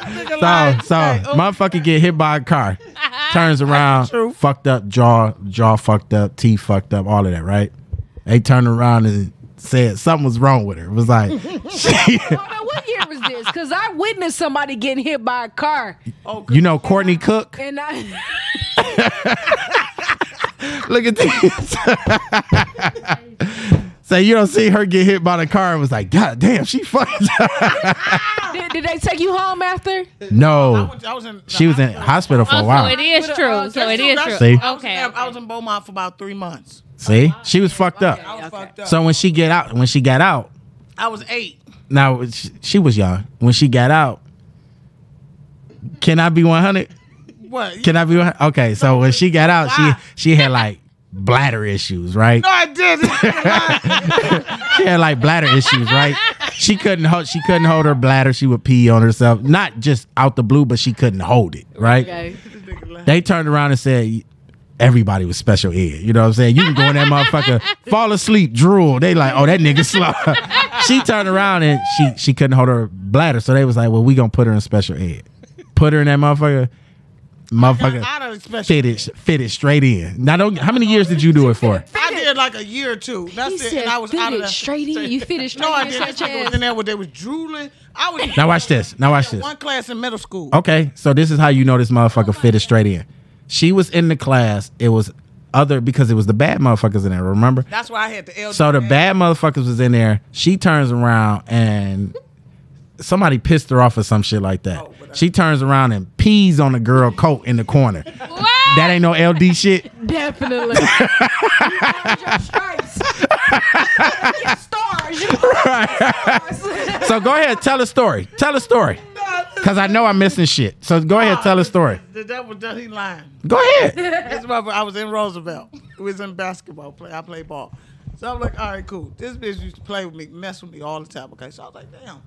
D: nigga lying.
B: so so
D: oh.
B: motherfucker get hit by a car, turns around, fucked up jaw, jaw fucked up, teeth fucked up, all of that, right? They turned around and said something was wrong with her. It was
E: <laughs>
B: like she,
E: Now, what year was this? Because I witnessed somebody getting hit by a car.
D: Oh,
B: you know Courtney Cook.
E: And I. <laughs>
B: Look at <laughs> this. so you don't see her get hit by the car and was like, God damn, she fucked.
E: did, did they take you home after?
B: <laughs> no, she was in hospital
D: Oh,
B: for a while.
G: Oh, is true. So it is
B: true. See?
D: I was, okay. I was in Beaumont for about three months.
B: See, she was fucked up.
D: fucked up.
B: So when she get out, when she got out,
D: I was eight.
B: now she, she was young. When she got out, can I be one hundred?
D: What?
B: Can I be 100? okay? So when she got out, she she had like bladder issues, right?
D: No, I didn't. <laughs>
B: she had like bladder issues, right? She couldn't hold. She couldn't hold her bladder. She would pee on herself, not just out the blue, but she couldn't hold it, right? They turned around and said everybody was special ed. You know what I'm saying? You can go in that motherfucker, fall asleep, drool. They like, oh that nigga slow. <laughs> she turned around and she she couldn't hold her bladder, so they was like, well, we gonna put her in special ed. Put her in that motherfucker. Motherfucker,
D: <laughs> I done special
B: fit it, fit it straight in. Now, don't. How many years did you do it for?
D: I did like a year or two. That's it.
E: said
D: and I was
E: fit
D: out of
E: it
D: the,
E: straight in? You fit it straight
D: No, I
E: in
D: didn't.
E: such
D: That nigga
E: as-
D: was in there where they was drooling. I was
B: Now watch this. Now watch
D: in
B: this.
D: one class in middle school.
B: Okay, so this is how you know this motherfucker fit it straight in. She was in the class. It was other because it was the bad motherfuckers in there. Remember?
D: That's why I had the elder.
B: So the bad motherfuckers was in there. She turns around and somebody pissed her off or some shit like
D: Oh,
B: that. She turns around and pees on the girl coat in the corner. That ain't no LD shit. <laughs>
E: Definitely.
B: Right. <laughs> so go ahead, tell a story. Tell a story. Cause I know I'm missing shit. So go ahead, tell a story.
D: That, that was that he lying.
B: Go ahead.
D: <laughs> This mother, I was in Roosevelt. It was in basketball play. I played ball. So I'm like, all right, cool. This bitch used to play with me, mess with me all the time. Okay, so I was like, damn.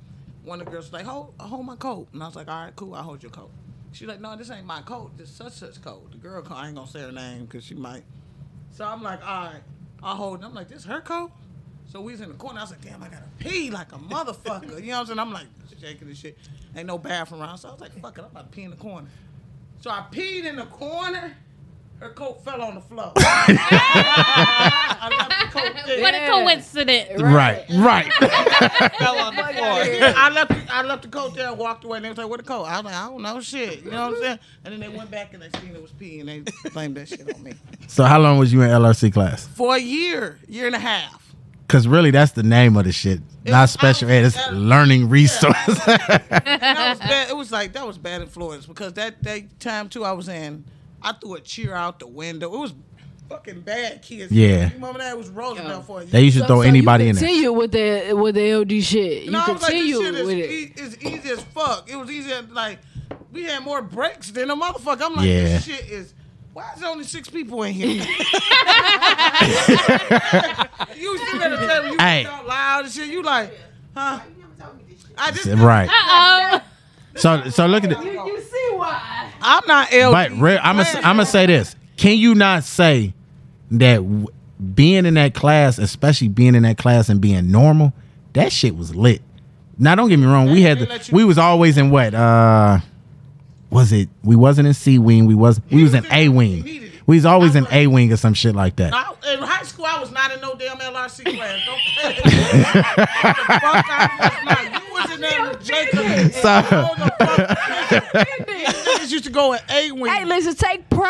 D: One of the girls was like, hold, hold my coat, and I was like, all right, cool. I will hold your coat. She's like, no, this ain't my coat. This such such coat. The girl, coat. I ain't gonna say her name because she might. So I'm like, all right, I hold. it. I'm like, this her coat. So we was in the corner. I was like, damn, I gotta pee like a motherfucker. You know what I'm saying? I'm like shaking and shit. Ain't no bathroom around. So I was like, fuck it, I'm about to pee in the corner. So I peed in the corner. Her coat fell on the
B: <laughs>
D: floor. <laughs> I left the coat there.
G: What a coincidence.
B: Right, right.
D: <laughs> Fell on
B: <laughs>
D: the floor. I left. I left the coat there and walked away. And they was like, "What the coat?" I was like, "I don't know shit." You know what I'm saying? And then they went back and they seen it was pee and they blamed that shit on me.
B: So how long was you in LRC class?
D: For a year, year and a half.
B: Cause really, that's the name of the shit. Not special ed. It's learning resource.
D: And that was bad. It was like that was bad influence because that that time too I was in, I threw a cheer out the window. It was fucking bad kids.
B: <laughs> Yeah.
D: you remember that? It was Roosevelt for a year.
B: They used to throw anybody in there.
E: Continue with the with the LD shit. You
D: No, I was like, this
E: continue
D: shit is
E: with it.
D: e- is easy as fuck. It was easy as like we had more breaks than a motherfucker. I'm like,
B: Yeah.
D: this shit is. Why is there only six people in here? <laughs> you sit at the table, you
B: Hey.
D: talk loud and shit. You like, huh? I just
B: Right.
D: <laughs> Uh
B: <laughs> So so look at it.
D: You see why? I'm not ill.
B: But real, I'm gonna I'm gonna say this. Can you not say that w- being in that class, especially being in that class and being normal, that shit was lit. Now don't get me wrong. We had the, we was always in what uh was it? We wasn't in C wing. We was we was in A wing. We was always in A wing or some shit like that.
D: I, in high school, I was not in no damn <laughs> LRC class. Don't play with me. What the fuck I was not. You was in there with Jacob. and
B: So-
D: all the fucking
B: <laughs>
D: niggas. These <laughs> niggas used to go in A wing. Hey,
E: listen, take pride.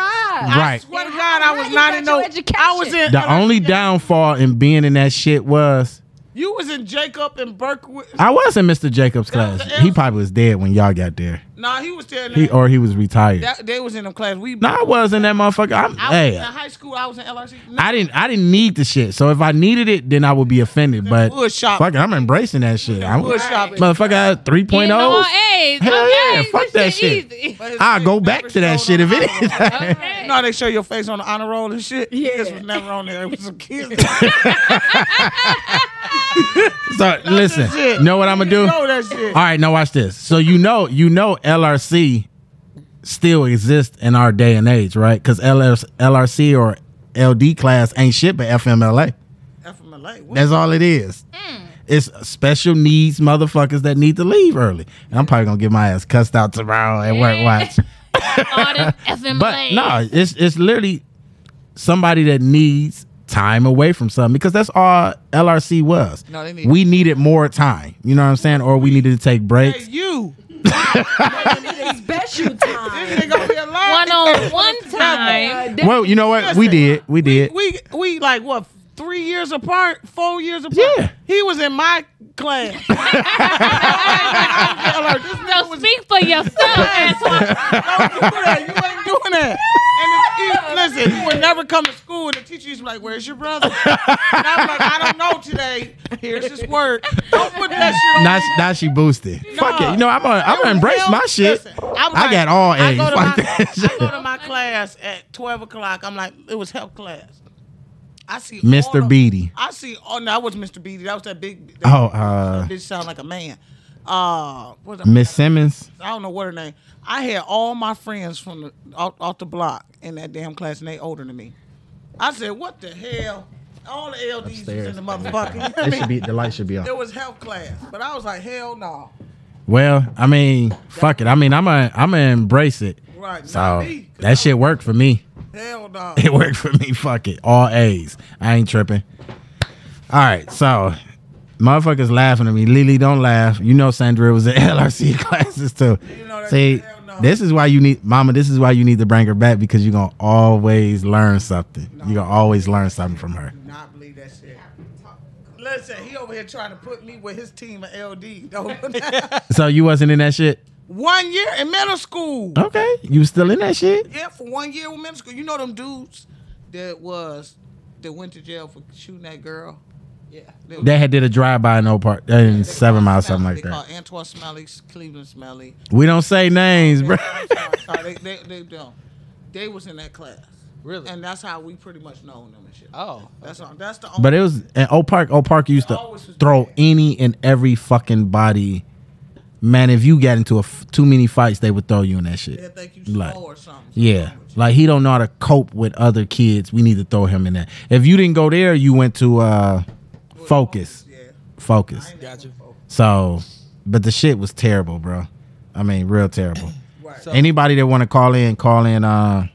D: I
B: Right.
D: swear to God, I was not in no. I was in.
B: The uh, only downfall in being in that shit was
D: You was in Jacob and Berkwood.
B: I was in Mr. Jacobs' class. He probably was dead when y'all got there.
D: Nah, he was there. in
B: He or he was retired.
D: That, they was in them class. We.
B: No, I was in that motherfucker.
D: I
B: I'm,
D: was in
B: hey,
D: high school. I was in LRC.
B: I didn't I didn't need the shit. So if I needed it, then I would be offended. But
D: wood shop.
B: fuck it, I'm embracing that shit. I'm
D: wood shop.
B: motherfucker I had 3.0.
G: Getting all A's.
B: oh. Hell yeah,
G: okay.
B: fuck that shit. I'll go back to that shit if it
D: <laughs>
B: is.
D: You know how they show your face on the honor roll and shit? Yeah. This was never on there. It was some kids.
G: <laughs>
B: So listen,
D: shit.
B: you know what I'm gonna do?
D: You know that shit.
B: All right, now watch this. So you know, you know, LRC still exists in our day and age, right? Because LRC or LD class ain't shit but FMLA. FMLA. That's all it is.
D: Hmm.
B: It's special needs motherfuckers that need to leave early. And I'm probably gonna get my ass cussed out tomorrow at work. Watch.
G: All them FMLA.
B: But no, it's it's literally somebody that needs time away from something because that's all LRC was.
D: No, they need-
B: we needed more time. You know what I'm saying? Or we needed to take breaks.
D: you.
J: Special time.
D: <laughs>
G: One on one
D: time.
B: Well, you know what? We did. We did.
D: We we like what three years apart, four years apart. Yeah. He was in my
G: <laughs>
D: class.
G: so speak for
D: <laughs>
G: yourself.
D: Antoine. you ain't doing that.
G: <laughs>
D: And the, he, listen, he would never come to school, and the teacher used to be like, "Where's your brother?" And I'm like, "I don't know today. Here's his word. Don't put that shit on
B: <laughs> Now, she- now she boosted. Fuck it. You know, I'm gonna, I'm gonna embrace my shit. I,
D: was like,
B: got all
D: I
B: A's.
D: go to
B: Fuck
D: my-
B: that
D: I go
B: shit.
D: to my class at 12 o'clock. I'm like, it was health class. I see
B: Mr.
D: all of-
B: Beatty.
D: I see. Oh no, that was Mr. Beatty. That was that big. That
B: <laughs> Oh, uh,
D: bitch sound like a man. Uh, what the-
B: Miss Simmons.
D: I don't know what her name. I had all my friends from the off, off the block in that damn class, and they older than me. I said, what the hell? All the LDs was in the motherfucker.
B: It should be- the light
D: <laughs>
B: should be on.
D: It was health class, but I was like, hell no.
B: Well, I mean, fuck it. I mean, I'm gonna, I'm gonna embrace it.
D: Right,
B: So that shit worked for me.
D: Hell no.
B: <laughs> It worked for me. Fuck it. All A's. I ain't tripping. All right. So, motherfuckers laughing at me. Lily, don't laugh. You know Sandra was in <laughs> LRC classes too. See, this is why you need, Mama. This is why you need to bring her back because you're gonna always learn something. You're gonna always learn something from her.
D: Not believe that shit. Listen, he over here trying to put me with his team of LD. Don't-
B: So you wasn't in that shit.
D: <laughs> one year in middle school.
B: Okay. You still in that shit?
D: Yeah, for one year in middle school. You know them dudes that was that went to jail for shooting that girl. Yeah.
B: They had did a drive by in Oak Park, in Seven Mile, something like
D: they call
B: that.
D: Antoine Smelly, Cleveland Smelly.
B: We don't say
D: <laughs>
B: names, bro. <laughs>
D: Sorry, they, they, they don't. They was in that class. Really? And that's how we pretty much know them and shit. Oh. That's all, that's the only
B: But it was at Oak Park. Oak Park used to throw any and every fucking body. Man, if you got into a f- too many fights, they would throw you in that shit. like, Yeah, like he don't know how to cope with other kids. We need to throw him in that. If you didn't go there, you went to uh, focus. Focus.
C: Gotcha.
B: So, but the shit was terrible, bro. I mean, real terrible.
C: <clears throat> Right.
B: Anybody that want to call in, call in uh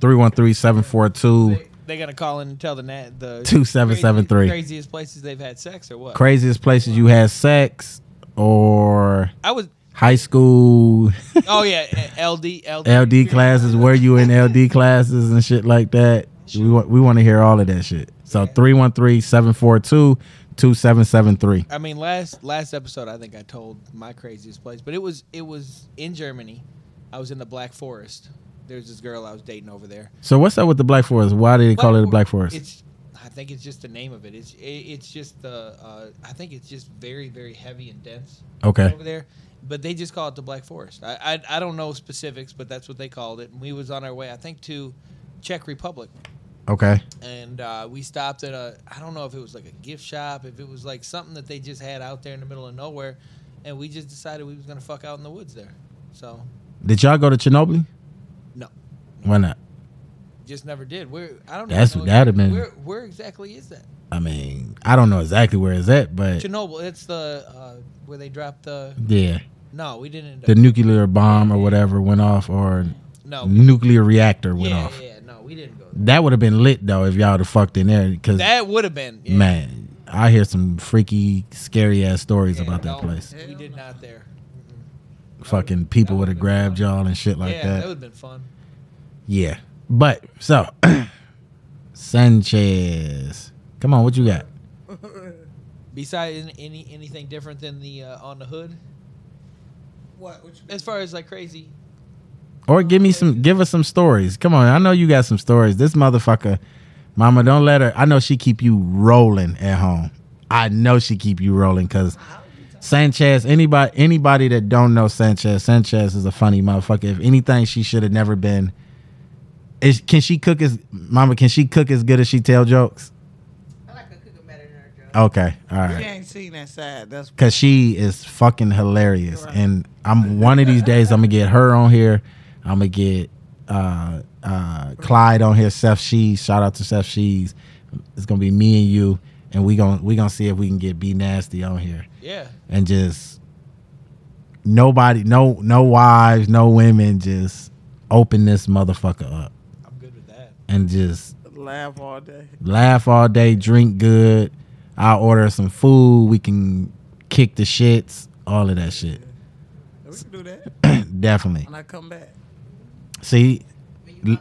B: 313-742
C: They gonna call in and tell the na- the
B: 2773.
C: crazy- craziest places they've had sex or what?
B: craziest places you had sex or
C: I was-
B: high school
C: <laughs> Oh yeah, eh, LD LD.
B: LD classes, were you in LD classes and shit like that? We want we want to hear all of that shit. So 313-742-2773.
C: I mean, last last episode, I think I told my craziest place, but it was it was in Germany. I was in the Black Forest. There's this girl I was dating over there.
B: So what's up with the Black Forest? Why did they call it the Black Forest?
C: It's I think it's just the name of it. It's it, it's just the uh, I think it's just very very heavy and dense.
B: Okay.
C: Over there, but they just call it the Black Forest. I I, I don't know specifics, but that's what they called it. And we was on our way, I think, to Czech Republic
B: Okay.
C: and uh, we stopped at a I don't know if it was like a gift shop, if it was like something that they just had out there in the middle of nowhere, and we just decided we was gonna fuck out in the woods there. So
B: Did y'all go to Chernobyl?
C: No.
B: Why not?
C: just never did. We're I don't
B: That's-
C: even know
B: that'd have
C: exactly-
B: been-
C: where where exactly is that?
B: I mean, I don't know exactly where it's at, but
C: Chernobyl. It's the uh, where they dropped the
B: yeah.
C: No, we didn't.
B: The nuclear bomb or whatever went off or
C: No.
B: nuclear reactor went
C: Yeah,
B: off.
C: yeah, no, we didn't go.
B: That would have been lit though if y'all would have fucked in there because
C: That would have been, yeah.
B: man. I hear some freaky, scary ass stories about that
C: No,
B: place.
C: We did not there.
B: Fucking people would have grabbed y'all and shit like
C: yeah,
B: that.
C: that would have been fun.
B: yeah, but so <clears throat> Sanchez, come on, what you got?
D: <laughs>
C: Besides any anything different than the uh, on the hood.
D: What?
C: As far as like crazy.
B: Or give me some, give us some stories. Come on, I know you got some stories. This motherfucker, mama, don't let her. I know she keep you rolling at home. I know she keep you rolling because Sanchez. Anybody, anybody that don't know Sanchez, Sanchez is a funny motherfucker. If anything, she should have never been. Is, can she cook as mama? Can she cook as good as she tell jokes? I like her cooking better than her jokes.
D: She
B: Okay, all right.
D: ain't seen that side. That's
B: Cause she is fucking hilarious, and I'm one of these days I'm gonna get her on here. I'm gonna get uh, uh, Clyde on here. Seth Shees, shout out to Seth Shees. It's gonna be me and you, and we gonna we gonna see if we can get B Nasty on here.
C: Yeah.
B: and just nobody, no no wives, no women, just open this motherfucker up. I'm good with that. And just
D: Laugh all day.
B: laugh all day, drink good. I'll order some food. We can kick the shits, all of that shit.
D: We can do that.
B: <clears throat> Definitely.
D: When I come back.
B: See, L-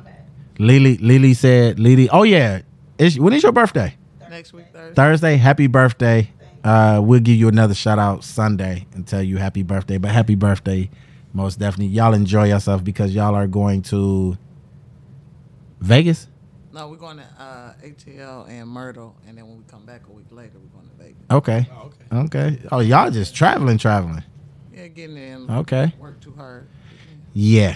B: Lily, Lily said, Lily, oh yeah, it's, when is your birthday?
D: Next week, Thursday.
B: Thursday, happy birthday. Uh, we'll give you another shout out Sunday and tell you happy birthday. But happy birthday, most definitely. Y'all enjoy yourself because y'all are going to Vegas.
D: No, we're going to uh, ATL and Myrtle, and then when we come back a week later, we're going to Vegas.
B: Okay. okay. Oh, y'all just traveling, traveling.
D: Yeah, getting in.
B: Okay.
D: Work too hard.
B: Yeah.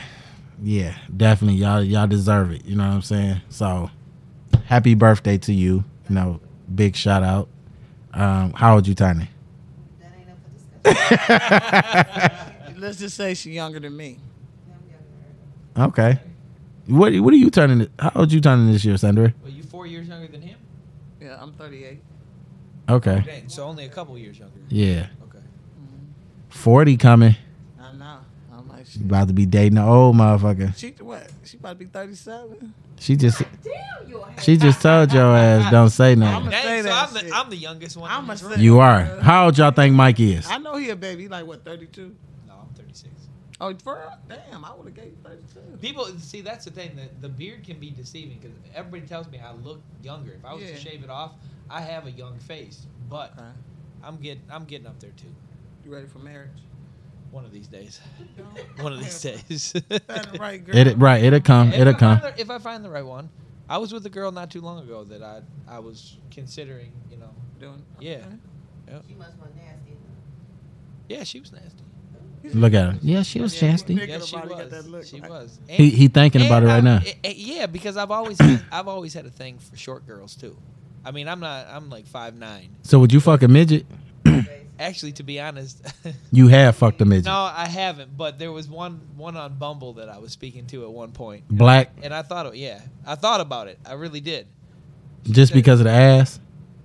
B: Yeah, definitely. Y'all y'all deserve it. You know what I'm saying? So happy birthday to you. You know, big shout out. Um, how old you, Tiny? <laughs>
D: Let's just say she's younger than me.
B: okay. What what are you turning how old you turning this year, Sandra?
C: Well, you four years younger than him.
D: Yeah, I'm 38.
B: Okay.
C: Dang, so only a couple years younger.
B: Yeah. Okay. Forty coming.
D: Mm-hmm. I know. I'm like, she,
B: You about to be dating an old motherfucker.
D: she what? She about to be 37?
B: She just She just told your ass don't say nothing.
C: Dang, so I'm the, I'm the youngest one. I'm a
B: You are. How old y'all think Mike is?
D: I know he a baby. He like, what, 32? No, I'm 36. Oh, for real? Damn, I would have gave you 32.
C: People see that's the thing that the beard can be deceiving because everybody tells me I look younger. If I was
D: Yeah.
C: to shave it off, I have a young face, but I'm getting I'm getting up there too.
D: You ready for marriage?
C: One of these
D: <laughs>
C: days. One of these days.
D: right
B: It- right, it'll come,
C: If
B: it'll
C: I find
B: come.
C: the- if I find the right one, I was with a girl not too long ago that I I was considering. You know.
D: Doing.
C: Yeah. Yep.
H: She must want nasty.
C: Yeah, she was nasty.
B: Look at her. Yeah, she was chasty.
C: Yeah, she was. She was.
B: He- he thinking about it right now.
C: I- I- yeah, because I've always had, I've always had a thing for short girls too. I mean, I'm not I'm like five nine.
B: So would you fuck a midget?
C: Actually, to be honest, <laughs>
B: You have fucked a midget.
C: No, I haven't. But there was one one on Bumble that I was speaking to at one point.
B: Black?
C: And I thought, yeah, I thought about it. I really did.
B: Just because of the ass?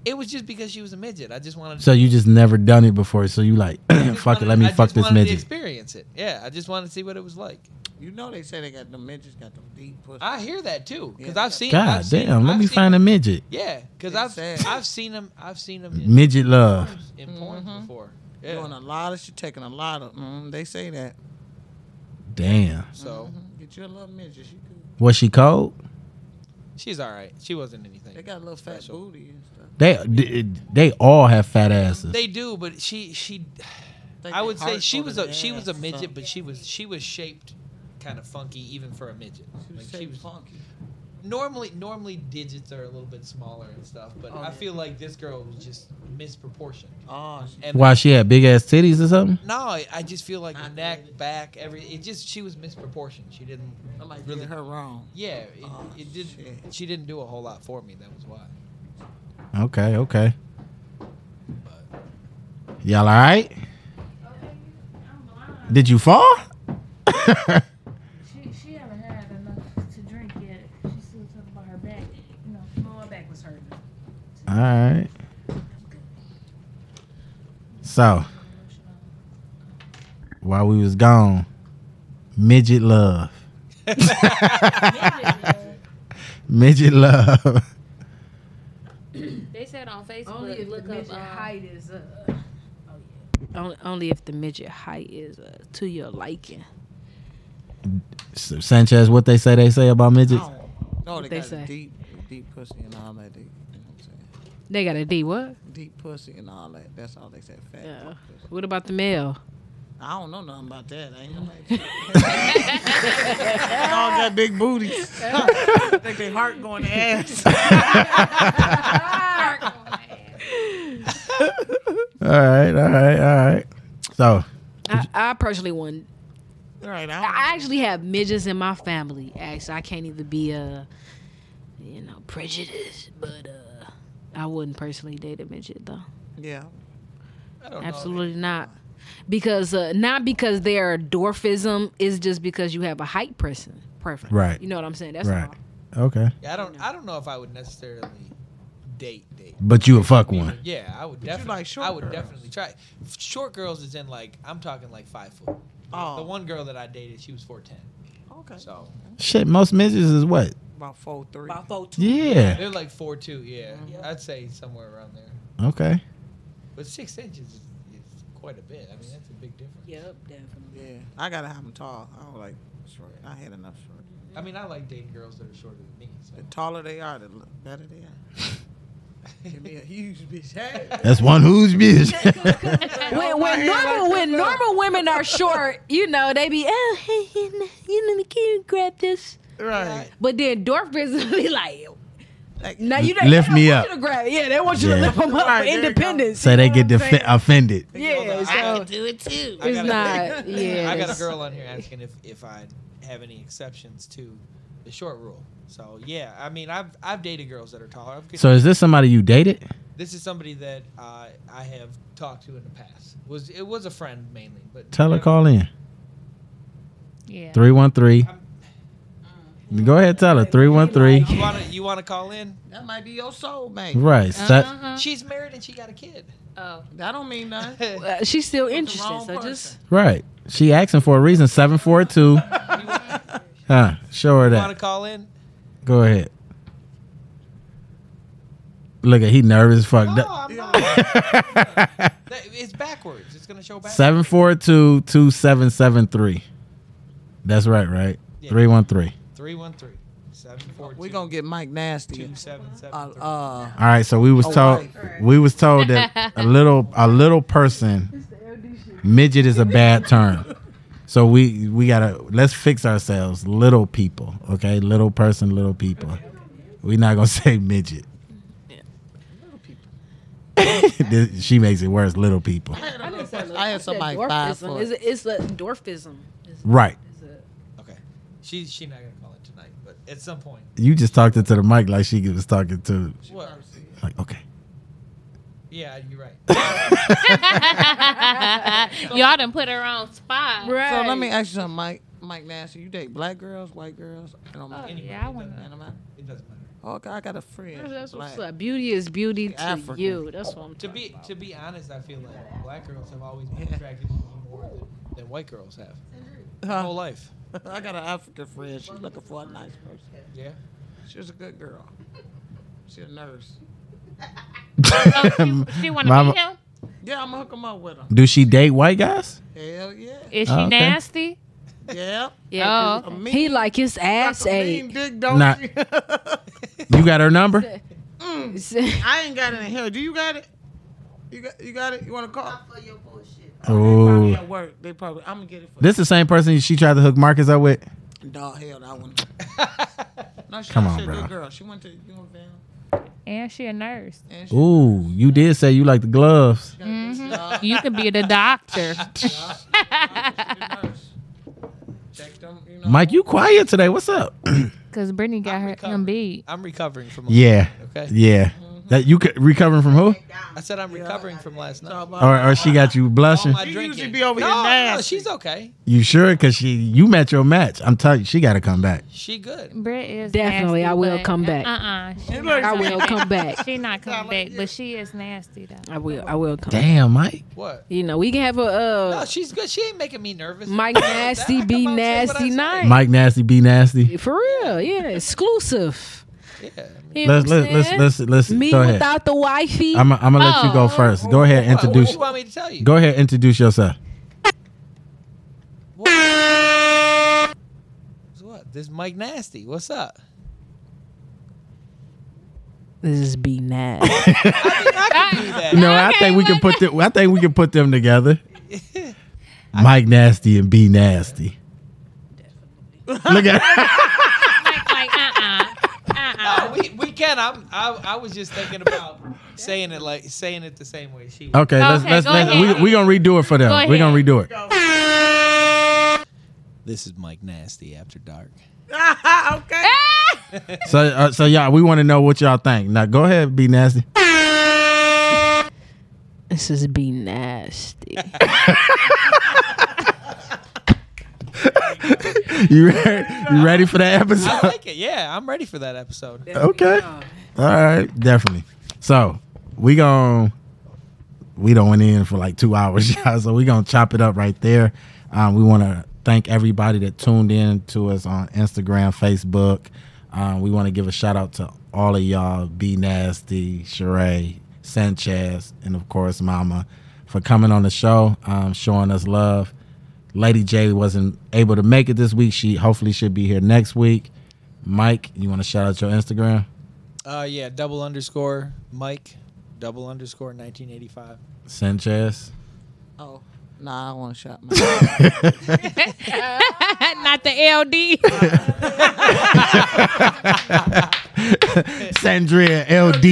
C: It was just because she was a midget. I just wanted.
B: So you just never done it before, so you like <clears throat> fuck it, let me
C: I
B: fuck
C: just
B: this
C: wanted To
B: midget.
C: experience it. Yeah, I just wanted to see what it was like.
D: You know they say they got the midgets got them deep pussy.
C: I hear that too because I've seen.
B: God
C: I've seen-
B: damn, let
C: I've
B: me
C: seen-
B: find a midget.
C: Yeah, because I've I've seen them. I've seen them.
B: Midget love.
C: in porn before.
D: Mm-hmm. Doing a lot of shit, taking a lot of. Mm, they say that. Mm-hmm.
B: Damn.
C: So
D: Get you a little midget. She could.
B: Was she cold?
C: she's all right. She wasn't anything.
D: They got a little fat booty and stuff.
B: They d- they all have fat asses.
C: They do, but she she.
D: Think
C: I
D: they
C: would say
D: hard
C: she
D: go to
C: was
D: the
C: a she was a
D: ass or
C: midget,
D: something.
C: but she was she was shaped kind of funky even for a midget.
D: She was
C: Like, she
D: shaped
C: was
D: funky.
C: Normally, normally digits are a little bit smaller and stuff,
E: Oh,
C: but I feel like this girl was just misproportioned.
D: Oh,
B: Why she had big ass titties or something?
C: No, I, I just feel like neck, back, every it just she was misproportioned. She didn't
D: Somebody did her wrong.
C: Yeah, it,
E: Oh,
C: it did. She didn't do a whole lot for me. That was why.
B: Okay, okay. Y'all all right? Did you fall? <laughs>
J: She, she haven't had enough to drink yet. She still talking about her back. You know, my back was hurting.
B: All right. So, while we was gone, midget
J: <laughs>
B: love. <laughs> midget love.
G: They said on Facebook.
E: Only if the
G: look
E: midget
G: up, um,
E: height is uh, only, only if the midget height is uh, to your liking.
B: S- Sanchez, what they say they say about midgets?
D: No,
E: What
D: Oh, they,
E: they
D: got
E: say?
D: deep, deep pussy and all that. They, you know what I'm saying?
E: They got a D. What?
D: Deep pussy and all that. That's all they say. Fat.
E: Yeah.
D: pussy.
E: What about the male?
D: I don't know nothing about that. Ain't nobody. <laughs> They all got big booties. <laughs> think they heart going to ass.
B: <laughs> All right, all right, all right. So,
E: I, I personally wouldn't.
D: Right. I,
E: I actually have midgets in my family. Actually, I can't even be uh, you know, prejudiced, but uh, I wouldn't personally date a midget though.
D: <laughs> Yeah.
E: Absolutely not. Because uh, not because their dwarfism is just because you have a height person preference.
B: Right.
E: You know what I'm saying? That's
B: right.
E: all.
B: Okay.
C: Yeah, I don't. I don't know if I would necessarily date date.
B: But you would fuck one.
C: Yeah, I would definitely. I would definitely try. Short girls is in like I'm talking like five foot. The one girl that I dated, she was four ten.
D: Oh. Okay.
C: So
B: Shit, most midgets is what?
D: about four three. Mm-hmm. About
J: four
B: Yeah.
C: They're like four two. Yeah, I'd say somewhere around there.
B: Okay.
C: But six inches is, is quite a bit. I mean, that's a big difference.
J: Yep, definitely.
D: Yeah, I gotta have them tall. I don't like short. I had enough short.
C: I mean, I like dating girls that are shorter than me. So.
D: The taller they are, the l- better they <laughs> are. Give me a huge bitch. Hey.
B: That's one
D: <laughs>
B: who's bitch.
E: when, when normal when normal
C: <laughs>
E: women are short, you know they be oh hey, you know, you know can you grab this
D: right.
E: But then dwarf <laughs> business be like, now you don't,
B: Lift
E: they don't
B: me
E: want
B: up.
E: you to grab. Yeah, they want you to
B: Yeah.
E: lift them up
D: Right,
E: for
D: there you go.
E: independence.
B: so they get defe- offended.
E: Yeah, so
D: do it too.
C: I
E: It's
C: got
E: not- <laughs> yeah,
C: I got a
E: it's-
C: girl on here asking if, if I have any exceptions to the short rule. So yeah, I mean, I've I've dated girls that are taller. I've
B: So is this somebody you dated?
C: This is somebody that uh, I have talked to in the past. Was it was a friend mainly, but
B: Tell her call in.
G: Yeah.
B: 313. Go ahead, tell her. 313.
C: You wanna you wanna call in?
D: That might be your soulmate.
B: Right, so-
E: Uh-huh.
C: She's married and she got a kid.
G: Oh.
D: That don't mean <laughs> nothing.
E: Uh, she's still interested.
D: wrong
E: So just
B: Right. She asking for a
C: <laughs>
B: reason. 742. Huh. Show her
C: You
B: that.
C: wanna call in?
B: Go ahead. Look at he nervous as fuck.
C: No, I'm
B: <laughs>
C: not. That- it's backwards. It's gonna show backwards.
B: 742 2773. That's right, right? 313.
C: Three one three seven four
D: We're gonna get Mike nasty.
C: two seven seven.
D: Uh, uh,
B: All right, so we was
D: Oh,
B: told we was told that
D: <laughs>
E: <laughs>
B: a little a little person midget is a bad term. So we we gotta let's fix ourselves, little people. Okay, little person, little people. We're not gonna <laughs> say midget. This- <laughs> she makes it worse, little people.
D: I,
E: didn't say
D: I had somebody five
E: dwarfism.
D: foot.
E: Is it- It's, a dwarfism. It's-
B: Right.
E: it's a-
C: Okay. She she not gonna call it tonight, but at some point.
B: You just talked into the mic like she was talking to
C: What?
B: like okay.
C: Yeah, you're
B: <laughs>
C: right.
G: <laughs> Y'all done put her on spot.
D: So let me ask you something, Mike. Mike Nasty, you date black girls, white girls? It
E: Oh,
D: don't matter.
G: yeah, I
D: It
G: wanna-
D: doesn't matter.
C: It doesn't matter.
D: Okay, I got a friend.
E: That's what's
D: black.
E: up. Beauty is beauty to
D: African.
E: you. That's what I'm
C: To
E: talking
C: be to be honest, I feel like black girls have always been attracted to me more than, than white girls have. My whole life.
D: <laughs> I got an African friend. She's looking for a nice person.
C: Yeah.
D: She was a good girl. She's a nurse.
G: Oh, she, she wanna
B: Mama-
G: be him?
D: Yeah, I'm gonna hook him up with her.
B: <laughs> Do she date white guys?
D: Hell yeah.
G: Is she
B: Oh, okay.
G: nasty?
D: Yeah.
E: Yeah,
G: Oh.
C: Uh-huh.
E: 'cause he like his ass
D: Mean <laughs>
E: ate.
D: dick, don't
B: Nah.
D: you?
B: You got
D: <laughs>
B: her number?
E: Mm.
D: I ain't got it in here. Do you got it? You got you got it? You wanna call?
B: Oh.
D: At work, they probably. I'm gonna
B: <laughs>
D: get it for
B: This the same person she tried to hook Marcus up with?
D: Dog, hell, that one. no, she,
B: Come
D: she
B: on,
D: a
B: bro.
D: good girl. She went to you know what I'm saying?
G: And she a nurse.
D: And she
B: Ooh, you did say you like the gloves.
G: Mhm. <laughs> You could be
D: <laughs>
G: the doctor.
D: checked them. You know.
B: Mike, you quiet today. What's up?
G: <laughs> Cause Brittany got her him beat.
C: I'm recovering from last
B: <clears throat> Yeah.
C: Okay.
B: Yeah. That you could recovering from who?
C: I said I'm recovering from last night.
B: Or, or she got you blushing?
C: My drinking.
D: uh, usually be over
C: no,
D: here
C: no,
D: nasty.
C: she's okay.
B: You sure? Cause she you met your match. I'm telling you, she gotta come back.
C: She good.
G: Britt is
E: Definitely,
G: nasty,
E: I will
G: but-
E: come back.
G: Uh-uh. She not
E: I
G: coming
E: will
G: back.
E: come back.
G: She not coming back, but she is nasty though.
E: I will. I will come.
B: Damn, Mike.
C: What?
E: You know, we can have a uh,
C: No, she's good. She ain't making me nervous. <laughs>
E: Mike Nasty be nasty night.
B: Mike nasty, be nasty.
E: For real, yeah, exclusive.
C: Yeah.
E: You know
B: Let's
E: what
B: let's
E: I'm
B: let's
E: saying?
B: let's listen.
E: Me
B: Go ahead.
E: without the wifey.
B: I'm I'm gonna let you go
G: Oh.
B: first. Go ahead,
C: What, what
B: introduce.
C: you want me to tell you?
B: Go ahead, introduce yourself. <laughs>
C: What? This Mike Nasty. What's up?
E: this
B: <laughs>
E: is be nasty.
C: <laughs>
B: No, I think we can put them. I think we can put them together. Mike nasty and B nasty. Look at
G: Like, like uh-uh. Uh-uh.
C: No, we, we can. I'm, I I was just thinking about saying it like saying it the same way she.
B: okay. Let's
G: Okay,
B: let's,
G: go
B: let's
G: ahead.
B: we we gonna redo it for them.
G: Go
B: We're gonna
D: <laughs>
G: ahead.
B: redo it.
C: This is Mike Nasty after dark.
D: Ah,
E: Ah!
D: okay.
B: <laughs> So uh, so y'all, we want to know what y'all think. Now go ahead, B nasty.
E: this is
D: <laughs>
E: be nasty.
B: You ready, you ready for that
C: I
B: episode?
C: like it. Yeah, I'm ready for that episode.
B: Okay. All right, definitely. So we gon' we don't went in for like two hours, <laughs> y'all. So we gonna chop it up right there. Um, we want to thank everybody that tuned in to us on Instagram, Facebook, Um, we want to give a shout out to all of y'all, B Nasty, Sheree, Sanchez, and of course Mama for coming on the show, um, showing us love. Lady J wasn't able to make it this week. She hopefully should be here next week. Mike, you want to shout out your Instagram?
C: Uh, yeah, double underscore Mike, double underscore 1985.
D: <laughs>
B: Sanchez.
D: Oh, nah, I don't want to shut
B: <laughs>
G: Uh,
D: my.
G: <laughs> Not the LD.
B: Sandria LD.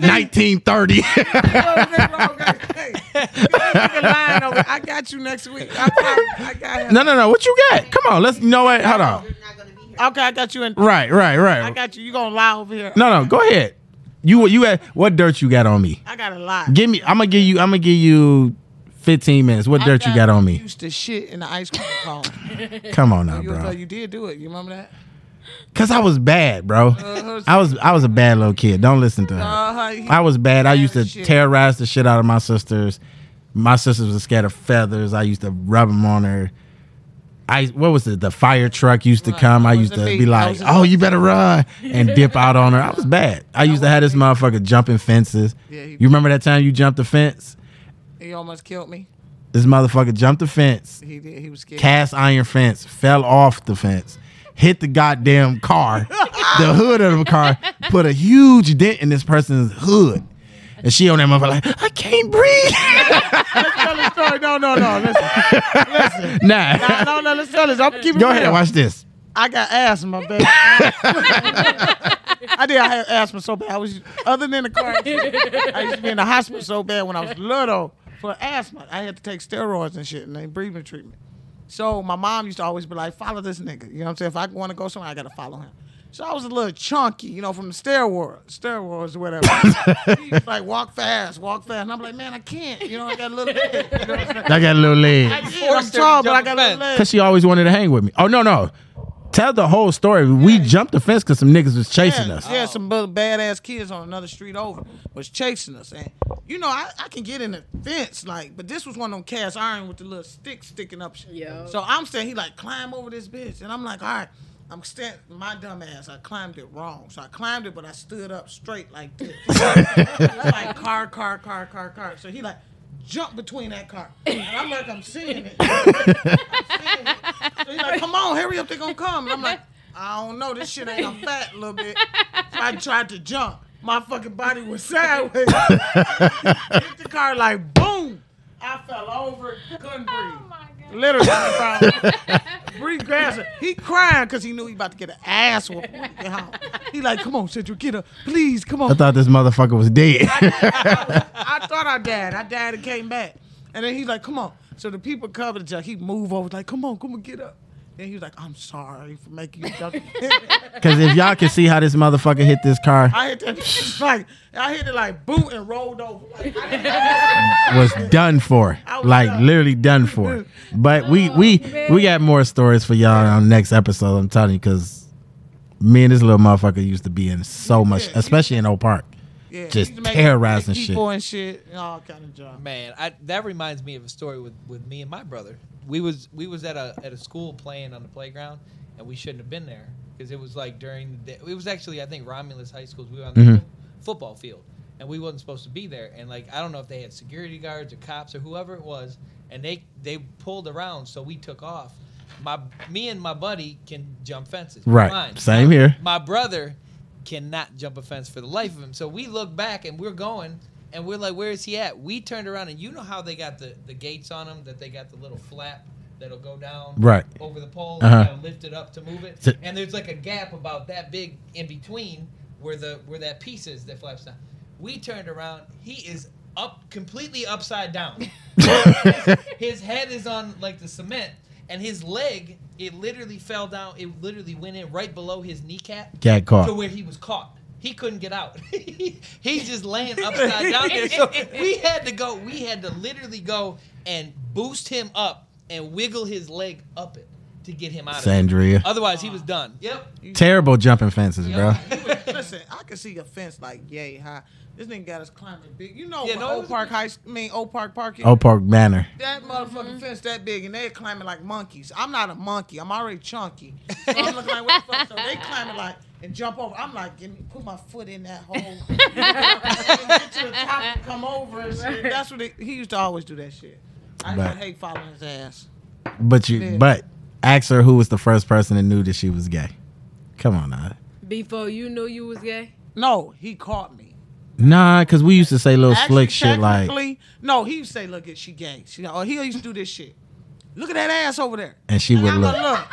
B: Nineteen
D: <laughs>
B: thirty.
D: I got you next week. I got, I got him.
B: No, no, no. What you got? Come on. Let's. You know what? Hold on.
D: Okay, I got you in.
B: Right, right, right.
D: I got you. You gonna lie over here?
B: No, no. Go ahead. You, you got what dirt you got on me?
D: I got a lie.
B: Give me. I'm gonna give you. I'm gonna give you. 15 minutes. What
D: I
B: dirt you got on me?
D: Used to shit in the ice cream cone.
B: <laughs> Come on now,
D: you,
B: bro.
D: You did do it. You remember that?
B: Cause I was bad, bro. I was I was a bad little kid. Don't listen to her.
D: Uh-huh, you
B: I was bad. I used to
D: as shit.
B: terrorize the shit out of my sisters. My sisters were scared of feathers. I used to rub them on her. I what was it? The fire truck used to come. I used to be like, "Oh, you better run," and dip out on her. I was bad. I used to have this motherfucker jumping fences. You remember that time you jumped the fence?
D: He almost killed me.
B: This motherfucker jumped the fence.
D: He did. He was scared.
B: Cast iron fence. Fell off the fence. Hit the
D: <laughs>
B: goddamn car. the hood of the car. Put a huge dent in this person's hood. And she on that motherfucker like, <laughs> I can't
D: <laughs>
B: breathe.
D: Tell the story. No, no, no.
B: <laughs>
D: Listen. Listen.
B: Nah.
D: No,
B: <laughs>
D: no, no. Let's tell this. I'm keeping
B: Go ahead. Watch this.
D: I got asthma, baby. I did. I had asthma so bad. I was other than the car. accident, I used to be in the hospital so bad when I was little for asthma. I had to take steroids and shit and then breathing treatment. So my mom used to always be like, "Follow this nigga." You know what I'm saying? If I want to go somewhere, I gotta follow him. So I was a little chunky, you know, from the steroids, steroids or whatever. He was like, "Walk fast, walk fast," and I'm like, "Man, I can't." You know, I got a little. Bit, you know what I'm saying?
B: I got a little
D: I
B: leg.
D: did. I'm tall, but I got a little leg.
B: Cause she always wanted to hang with me. Oh no, no. Tell the whole story. We jumped the fence because some niggas was chasing
D: yeah,
B: us.
D: Yeah, some bu- badass kids on another street over was chasing us. And, you know, I, I can get in the fence, like, but this was one of them cast iron with the little stick sticking up. Yeah. So I'm saying, he like, climb over this bitch. And I'm like, all right. I'm stand my dumb ass. I climbed it wrong, so I climbed it, but I stood up straight like
B: <laughs>
D: this. It's like car, car, car, car, car. So he like jumped between that car, and I'm like, I'm seeing it. So he's like, come on, hurry up, they gonna come. And I'm like, I don't know, this shit ain't, I'm fat a little bit. So I tried to jump. My fucking body was sideways. <laughs> Hit the car like boom. I fell over, couldn't breathe. Literally, I fell. breathe grabs her. He crying because he knew he about to get an ass whooping. when he get home. He like, come on, Central, get her, please, come on.
B: I thought this motherfucker
D: <laughs>
B: was dead.
D: I thought I died. I died and came back. And then he's like, come on. So the people covered the jump. He moved over, like, come on, come on, get up. Then he was like, I'm sorry for making you jump.
B: <laughs> <laughs> Cause if y'all can see how this motherfucker hit this car,
D: I hit that bitch <laughs> like I hit it like boom and rolled over. Like, I didn't- <laughs>
B: was done for. Like literally done for. But we
D: Oh,
B: we we got more stories for y'all on the next episode. I'm telling you, cause me and this little motherfucker used to be in so much, especially in Oak Park,
D: Yeah, he used
B: just
D: to make-
B: terrorizing
D: make
B: shit.
D: people and shit and all kind of junk.
C: Man, I, that reminds me of a story with, with me and my brother. We was we was at a at a school playing on the playground, and we shouldn't have been there because it was like during the day. It was actually I think Romulus High School's. We were on the
B: Mhm.
C: football field, and we wasn't supposed to be there. And like I don't know if they had security guards or cops or whoever it was, and they they pulled around, so we took off. My me and my buddy can jump fences. We're
B: Right.
C: fine.
B: Same here.
C: My brother cannot jump a fence for the life of him. So we look back and we're going and we're like, where is he at? We turned around and you know how they got the, the gates on them that they got the little flap that'll go down
B: Right.
C: over the pole
B: Uh-huh.
C: and gotta lift it up to move it.
B: To-
C: and there's like a gap about that big in between where the where that piece is that flaps down. We turned around, he is up completely upside
B: <laughs>
C: down. his head is on like the cement and his leg it literally fell down it literally went in right below his kneecap
B: Got caught.
C: to where he was caught he couldn't get out <laughs> he's just laying upside down there so <laughs> we had to go we had to literally go and boost him up and wiggle his leg up it to get him out
B: Sandria.
C: of it. Otherwise, he was done. Yep.
B: Terrible jumping fences, bro.
D: Listen, I can see a fence like yay high. This nigga got us climbing big. You know,
C: Yeah,
D: yeah,
C: no, it
D: Old
C: was-
D: Park High, I mean Old Park Park.
B: Oak Park Manor.
D: That motherfucking fence that big, and they climbing like monkeys. I'm not a monkey. I'm already chunky. <laughs> So I'm looking like what the fuck. So they climbing like and jump over. I'm like, give me, put my foot in that hole. get to the top and come over and shit. That's what it, he used to always do. That shit. I, I
B: But-
D: hate following his ass.
B: But you,
D: Yeah.
B: but ask her who was the first person that knew that she was gay. Come on, now.
E: Before you knew you was gay?
D: No, he caught me.
B: Nah, because we used to say little
D: Actually,
B: slick shit like,
D: technically, no, he used to say, look at she gay. She, or he used to do this shit. Look at that ass over there.
B: and she would
D: Look,
B: look.
D: look.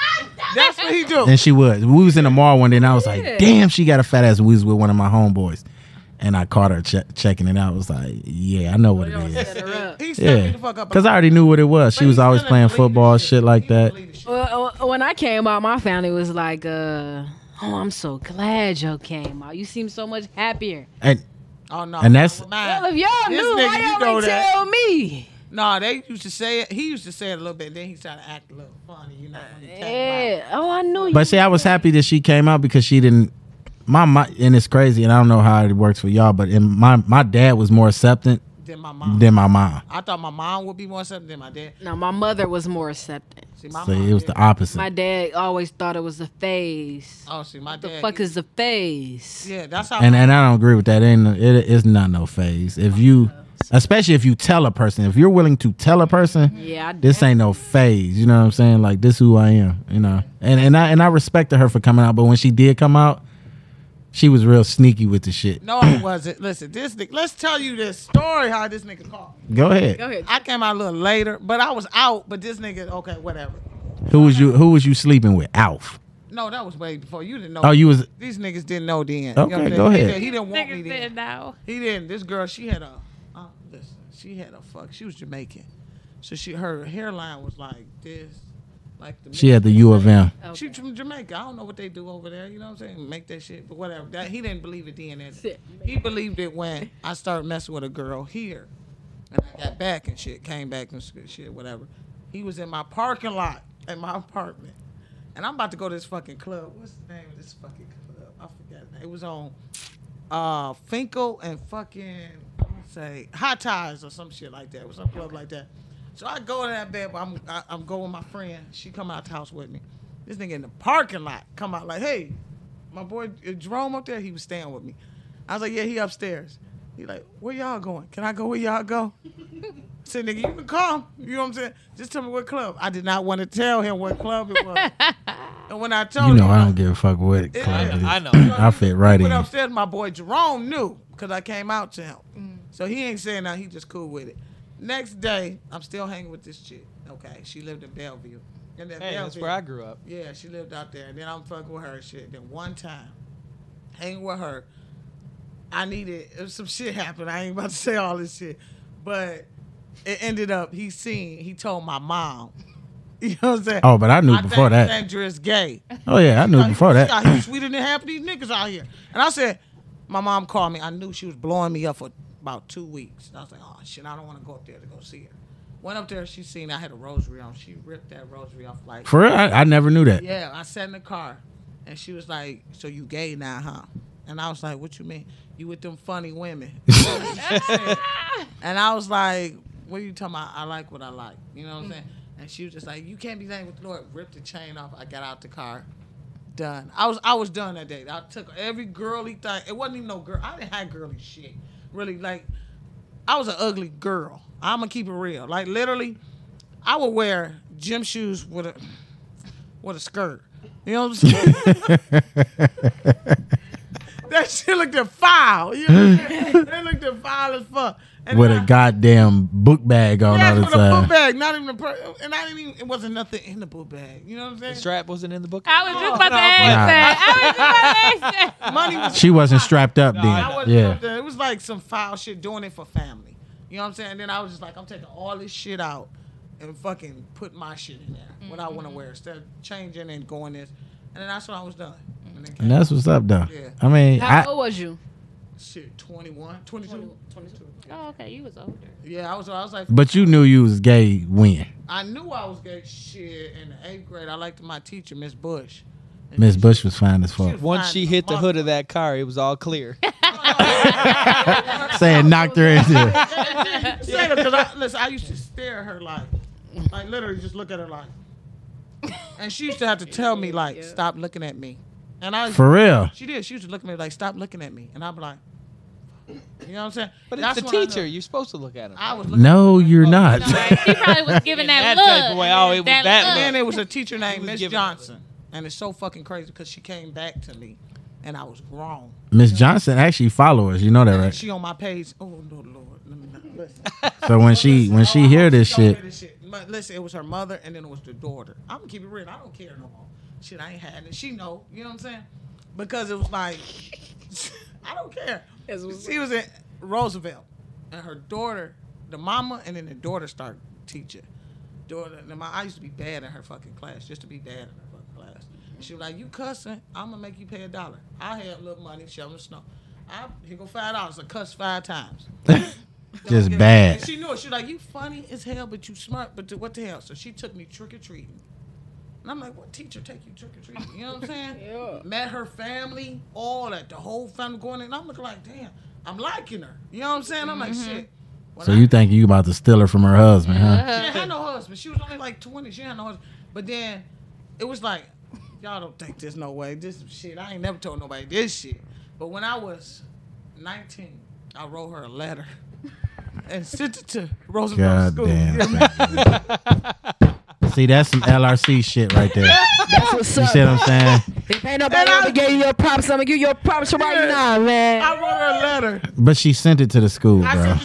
D: That's what he <laughs> do.
B: And she would. We was in the mall one day, and I was
D: Yeah.
B: like, "Damn, she got a fat ass." We was with one of my homeboys, and I caught her che- checking it out. I was like, "Yeah, I know what it is."
D: He set me
B: Yeah,
D: the fuck up.
B: because I already knew what it was. She was always playing football, shit like that.
E: Well, uh, when I came out, my family was like, uh, "Oh, I'm so glad you came out. You seem so much happier."
B: And
D: Oh no.
B: And that's-
D: not with
E: Well, if y'all knew, why y'all ain't tell me?
D: No, they used to say it. He used to say it a little bit. Then he started acting a little funny, you know. when he came
E: Yeah. Oh, I knew you.
B: But see, I was happy that she came out because she didn't. My my and it's crazy, and I don't know how it works for y'all, but in my my dad was more acceptant
D: Than my mom.
B: Than my mom.
D: I thought my mom would be more accepting than my dad.
E: No, my mother was more accepting.
D: See, my
B: So it was the opposite.
E: My dad always thought it was a phase.
D: Oh, see, my
E: what the
D: dad-
E: fuck is a phase?
D: Yeah, that's how.
B: and and I don't agree with that. Ain't no- it, it's not no phase. If you, especially if you tell a person, if you're willing to tell a person,
E: Yeah, I
B: this ain't no phase. You know what I'm saying? Like this, who I am. You know, and and I and I respected her for coming out, but when she did come out, she was real sneaky with the shit.
D: No, I wasn't. Listen, this nigga. Let's tell you this story. How this nigga called. me.
B: Go ahead. Go
D: I came out a little later, but I was out. But this nigga, okay, whatever.
B: Who was you? Who was you sleeping with? Alf.
D: No, that was way before. You didn't know.
B: Oh, you was-
D: These niggas didn't know then.
B: Okay,
D: you know what I'm
B: go
D: saying?
B: ahead.
D: He, didn't want me
G: Niggas
D: then.
G: didn't know.
D: He didn't. This girl, she had a. Uh, listen, she had a fuck. She was Jamaican, so she her hairline was like this, like the.
B: She had the U of M.
D: She from Jamaica. I don't know what they do over there. You know what I'm saying? Make that shit, but whatever. That he didn't believe it then. and- He believed it when I started messing with a girl here, and I got back and shit. Came back and sh- shit, whatever. He was in my parking lot at my apartment, and I'm about to go to this fucking club. What's the name of this fucking club? I forgot. It was on uh Finkel and fucking I'm gonna say High Ties or some shit like that. It was some club like that. So I go to that bed, but I'm I, I'm going with my friend. She come out the house with me. This nigga in the parking lot come out like, hey, my boy uh, Jerome up there, he was staying with me. I was like, yeah, he upstairs. He like, where y'all going? Can I go where y'all go? I said, nigga, you can come. You know what I'm saying? Just tell me what club. I did not want to tell him what club it was. and when I told
B: You know
D: him,
B: I don't give a fuck what
D: Yeah,
B: club it is.
D: I know.
B: I fit right
D: He
B: in.
D: went upstairs. My boy Jerome knew because I came out to him.
C: Mm.
D: So he ain't saying that. He just cool with it. Next day, I'm still hanging with this chick. Okay, she lived in Bellevue. And that
C: Hey, that's where I grew up.
D: Yeah, she lived out there. And then I'm fucking with her and shit. Then one time, hanging with her, I needed it was some shit happened. I ain't about to <laughs> say all this shit, but it ended up he seen. He told my mom. <laughs> You know what I'm saying?
B: Oh, but I knew before
D: think
B: that.
D: Sandra's gay.
B: Oh, yeah, I
D: <laughs>
B: knew
D: She thought he
B: before
D: was-
B: that.
D: she thought he was <coughs> sweeter than half of these niggas out here. And I said, my mom called me. I knew she was blowing me up for about two weeks. And I was like, oh shit, I don't want to go up there to go see her. Went up there, she seen I had a rosary on. She ripped that rosary off like.
B: For real? I- I never knew that.
D: Yeah, I sat in the car, and she was like, "So you gay now, huh?" And I was like, "What you mean? You with them funny
B: <laughs>
D: women?" <laughs> and I was like, "What are you talking about? I like what I like." You know what I'm saying? And she was just like, "You can't be laying with the Lord." Ripped the chain off. I got out the car. Done. I was I was done that day. I took every girly thing. It wasn't even no girl. I didn't have girly shit. Really, like I was an ugly girl. I'm gonna keep it real. Like literally, I would wear gym shoes with a with a skirt. You know what I'm saying? that shit looked defiled. You know what I'm saying? That looked defiled as fuck. And
B: <laughs> with
D: then
B: a goddamn book bag on
D: Yes,
B: the
D: with a book
B: other side.
D: bag, not even a per- and I didn't even. It wasn't nothing in the book bag. You know what I'm saying? The
C: strap wasn't in the book.
G: I was just about to
B: Nah.
G: ask that. I was just about to ask
D: <laughs>
G: that.
D: Money was
B: She wasn't strapped up
D: No, I
B: then.
D: wasn't
B: Yeah.
D: something- It was like some foul shit doing it for family. You know what I'm saying? And then I was just like, I'm taking all this shit out and fucking put my shit in there. What I
G: Mm-hmm.
D: want to wear instead of changing and going this. And then that's what I was done. And then
B: And that's what's up, though.
D: Yeah.
B: I mean, I,
D: oh.
E: was you?
D: Shit, 21, 22, 22.
G: Oh, okay. You was older.
D: Yeah, I was. I was like,
B: but you knew you was gay when.
D: I knew I was gay. Shit, in the eighth grade, I liked my teacher,
C: <laughs>
D: Miss Bush.
B: Miss Bush was fine as fuck.
C: Once she hit the hood of that car, it was all <laughs> clear.
B: <laughs> Saying knocked her into.
D: Say that 'cause I, listen, I used to stare at her like, like literally just look at her like, and she used to have to tell me like, stop looking at me, and I
B: For real?
D: She did. She used to look at me like, stop looking at me, and I'd be like, you know what I'm saying?
C: But
D: That's
C: it's the
D: when I knew-
C: teacher. You're supposed to look at him.
D: I was looking.
G: Oh,
B: No, you're not.
D: She probably
G: was giving that
D: type of
G: look.
D: way. Oh, it was
G: That
D: that.
G: look.
D: Then it was a teacher named Miss Johnson, and it's so fucking crazy because she came back to me, and I was grown.
B: Miss Johnson actually followers. You know that,
D: And
B: right?
D: she on my page. Oh no, Lord, let me not listen.
B: So when she when she hear this
D: She don't
B: shit,
D: hear this shit. My- Listen, it was her mother, and then it was the daughter. I'm gonna keep it real. I don't care no more. Shit, I ain't had it. She know. You know what I'm saying? Because it was like, <laughs> I don't care. She was in Roosevelt, and her daughter, the mama, and then the daughter start teaching. Daughter, and my I used to be bad in her fucking class, just to be bad in her fucking class. She was like, "You cussing? I'm gonna make you pay a dollar. I had a little money, shoveling snow. I here go five dollars. I cuss five
B: <laughs>
D: times."
B: just
D: Yeah,
B: bad.
D: and she knew it. She was like, you funny as hell, but you smart, but what the hell? So she took me trick or treating. And I'm like, what teacher take you trick or treating? You know what I'm saying? yeah. Met her family, all that, the whole family going in. And I'm looking like, damn, I'm liking her. You know what I'm saying? I'm like, shit.
B: So you think you about to steal her from her husband, huh?
D: She didn't have no husband. She was only like 20. She had no husband. But then it was like, y'all don't think there's no way. This is shit. I ain't never told nobody this shit. But when I was 19, I wrote her a letter <laughs> and sent it to Roosevelt
B: God
D: School. <laughs>
B: damn. See, that's some LRC shit right there.
E: That's what's
B: You
E: up.
B: see what I'm saying?
E: If ain't nobody ever gave you your props, I'm gonna give you your props right now, man.
D: I wrote her a letter.
B: But she sent it to the school, bro.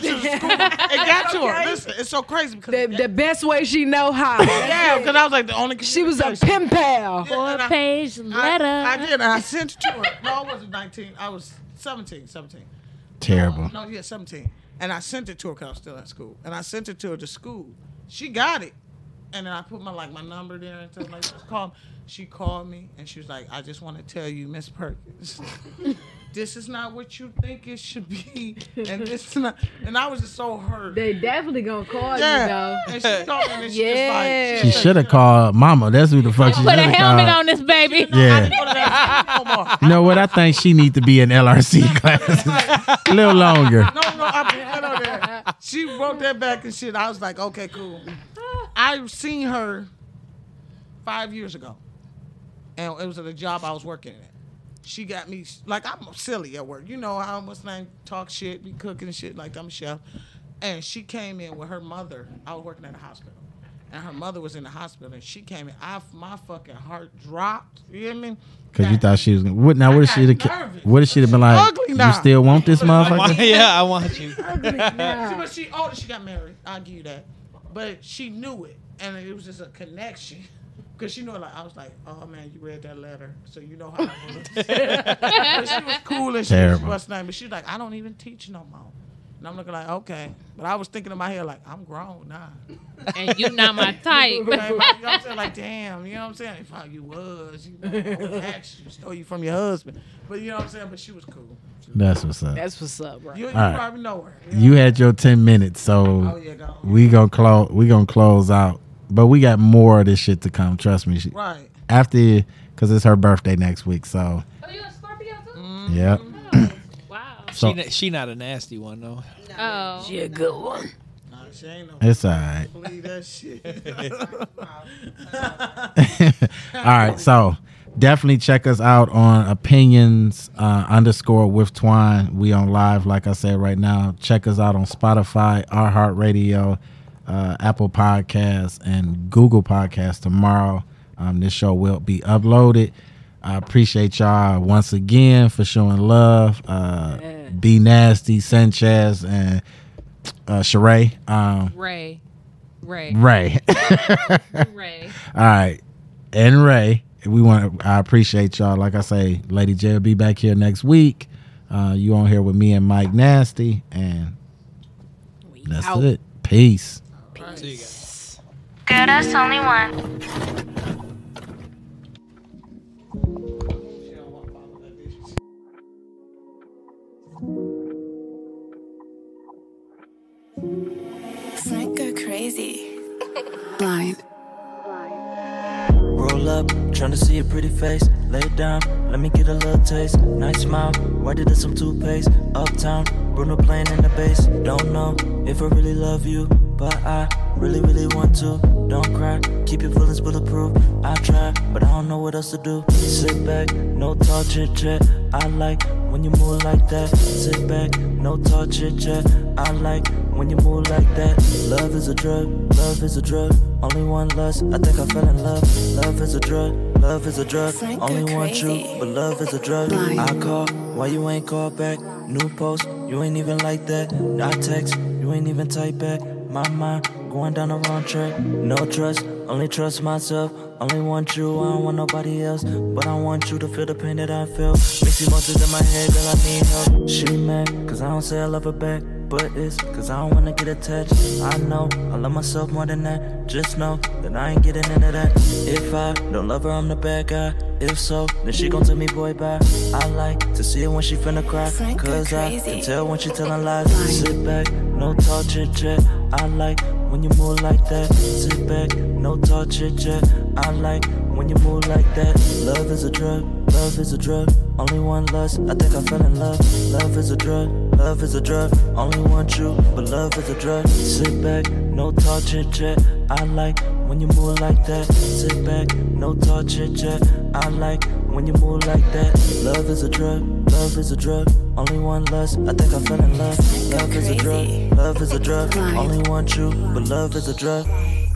E: <laughs>
D: It got to her. Listen, it's so crazy because
E: The, the best way she know
D: <laughs>
E: how.
D: yeah, because I was like the only.
E: She was a pimp pal.
D: Four
G: page letter.
D: I, I did. and I sent it to her. No, I wasn't 19. I was 17. 17.
B: Terrible.
D: No, yeah, 17. And I sent it to her because I was still at school. And I sent it to her to school. She got it. And then I put my like my number there and stuff like just call. me. She called me and she was like, I just want to tell you, Miss Perkins, <laughs> this is not what you think it should be. And this is not and I was just so hurt.
E: They definitely gonna call
D: Yeah.
E: you
D: And she called me and she
E: Yeah.
D: just
B: She should have called Mama. That's who the fuck she should
G: Put a
B: have
G: helmet on
B: called.
G: this baby.
B: Yeah. You know what? I think she need to be in LRC <laughs> classes a little longer.
D: <laughs> No, no, I put on there. She wrote that back and shit. I was like, okay, cool. I seen her five years ago, and it was at a job I was working at. She got me like I'm silly at work. You know how what's name talk shit, be cooking and shit like that, I'm a chef. And she came in with her mother. I was working at a hospital. And her mother was in the hospital, and she came in. I, my fucking heart dropped. You hear me?
B: Cause you thought she was gonna. What, now, what if she
D: nervous.
B: what if she'd have been like?
D: Ugly
B: You
D: now.
B: still
D: <laughs>
B: want this motherfucker?
G: <laughs>
C: yeah, I want you. <laughs>
D: See, but she older. She got married. I'll give you that. But she knew it, and it was just a connection. <laughs> Cause she knew, like I was like, oh man, you read that letter, so you know how. I was.
C: <laughs>
D: but she was cool and she was
B: Terrible.
D: what's name, but she's like, I don't even teach no more. And I'm looking like, okay, but I was thinking in my head like, I'm grown now.
G: And you not my
D: You
G: type.
D: know what I'm saying? <laughs> Like, damn, you know what I'm saying? If I, you was, "Oh, you know, I actually stole you from your husband. But you know what I'm saying? But she was cool.
B: That's what's up.
E: That's what's up, bro.
D: You, you
B: All right.
D: probably know her.
B: You had your ten minutes, so
D: Oh, yeah, go.
B: we gonna close. We gonna close out, but we got more of this shit to come. Trust me. She-
D: Right.
B: After, cause it's her birthday next week, so
F: Oh, you a Scorpio too? Oh,
B: yep.
G: Wow.
B: So-
C: she, na- she not a nasty one though.
G: Oh.
E: She a good one.
D: Nah, she ain't no.
B: It's all right.
D: Believe that shit.
B: <laughs>
D: <laughs>
B: All right, so definitely check us out on opinions uh, underscore with twine. We on live, like I said right now. Check us out on Spotify, our Heart Radio, uh, Apple Podcasts, and Google Podcasts tomorrow. Um, this show will be uploaded. I appreciate y'all once again for showing love. Uh, Be nasty, Sanchez, and uh, Sheree. Um,
G: Ray. Ray.
B: Ray.
G: Ray.
B: <laughs> All right. And Ray, we want I appreciate y'all. Like I say, Lady J will be back here next week. Uh, you on here with me and Mike Nasty, and that's
E: out.
B: it. Peace.
N: Good us only one.
O: Frank go crazy.
A: Blind. Roll up, tryna see a pretty face. Lay down, let me get a little taste. Nice smile, wiped it in some toothpaste. Uptown, Bruno playing in the bass. Don't know if I really love you, but I really, really want to. Don't cry, keep your feelings bulletproof. I try, but I don't know what else to do. Sit back, no talk chit chat. I like when you move like that. Sit back, no talk chit chat. I like when you move like that. Love is a drug, love is a drug. Only one lust, I think I fell in love. Love is a drug, love is a drug. Only one true, but love is a drug. I call, why you ain't call back? New post, you ain't even like that. I text, you ain't even type back. My mind going down the wrong track. No trust, only trust myself. Only want you, I don't want nobody else. But I want you to feel the pain that I feel. Mixed emotions in my head, girl, I need help. She mad, cause I don't say I love her back. But it's cause I don't wanna get attached. I know I love myself more than that. Just know that I ain't getting into that. If I don't love her, I'm the bad guy. If so, then she gon' tell me boy bye. I like to see it when she finna cry. Cause I can tell when she telling lies. Sit back, no talk chit chat. I like when you move like that. Sit back, no talk chit chat. I like when you move like that. Love is a drug, love is a drug. Only one lust, I think I fell in love. Love is a drug, love is a drug. Only one true, but love is a drug. Sit back, no talk chit chat. I like when you move like that. Sit back, no talk chit chat. I like when you move like that. Love is a drug, love is a drug. Only one lust, I think I fell in love. Love is a drug, love is a drug. Only one true, but love is a drug.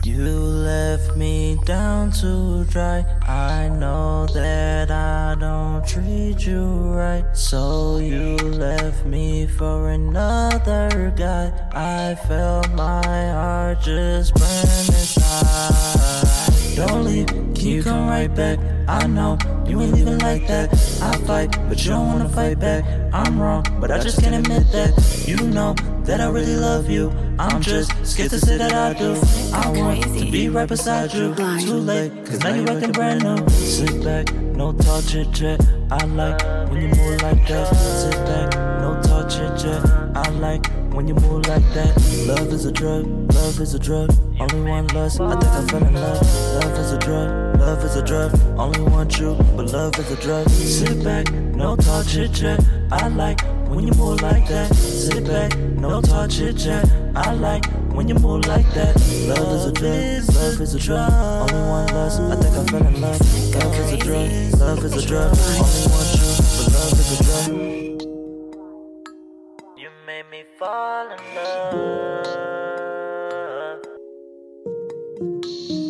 A: You left me down to dry. I know that I don't treat you right. So you left me for another guy. I felt my heart just burn inside. Don't leave, keep coming right back. I know you ain't leaving like that. I fight, but you don't wanna fight back. I'm wrong, but I just can't admit that. You know that I really love you. I'm just scared to say that I do. I want to be right beside you. Too late, cause now you're acting brand new. Sit back, no talk chit chat. I like when you move like that. Sit back, no talk chit chat. I like when you move like that. Love is a drug, love is a drug. Only one lust, I think I fell in love. Love is a drug, love is a drug. Only one true, but love is a drug. Sit back, no talk chit chat. I like when you move like that. Sit back, no talk chit chat. I like when you move like that. Love is a drug, love is a drug. Only one lust, I think I fell in love. Love is a drug, love is a drug. Only one true, but love is a drug. You made me fall in love.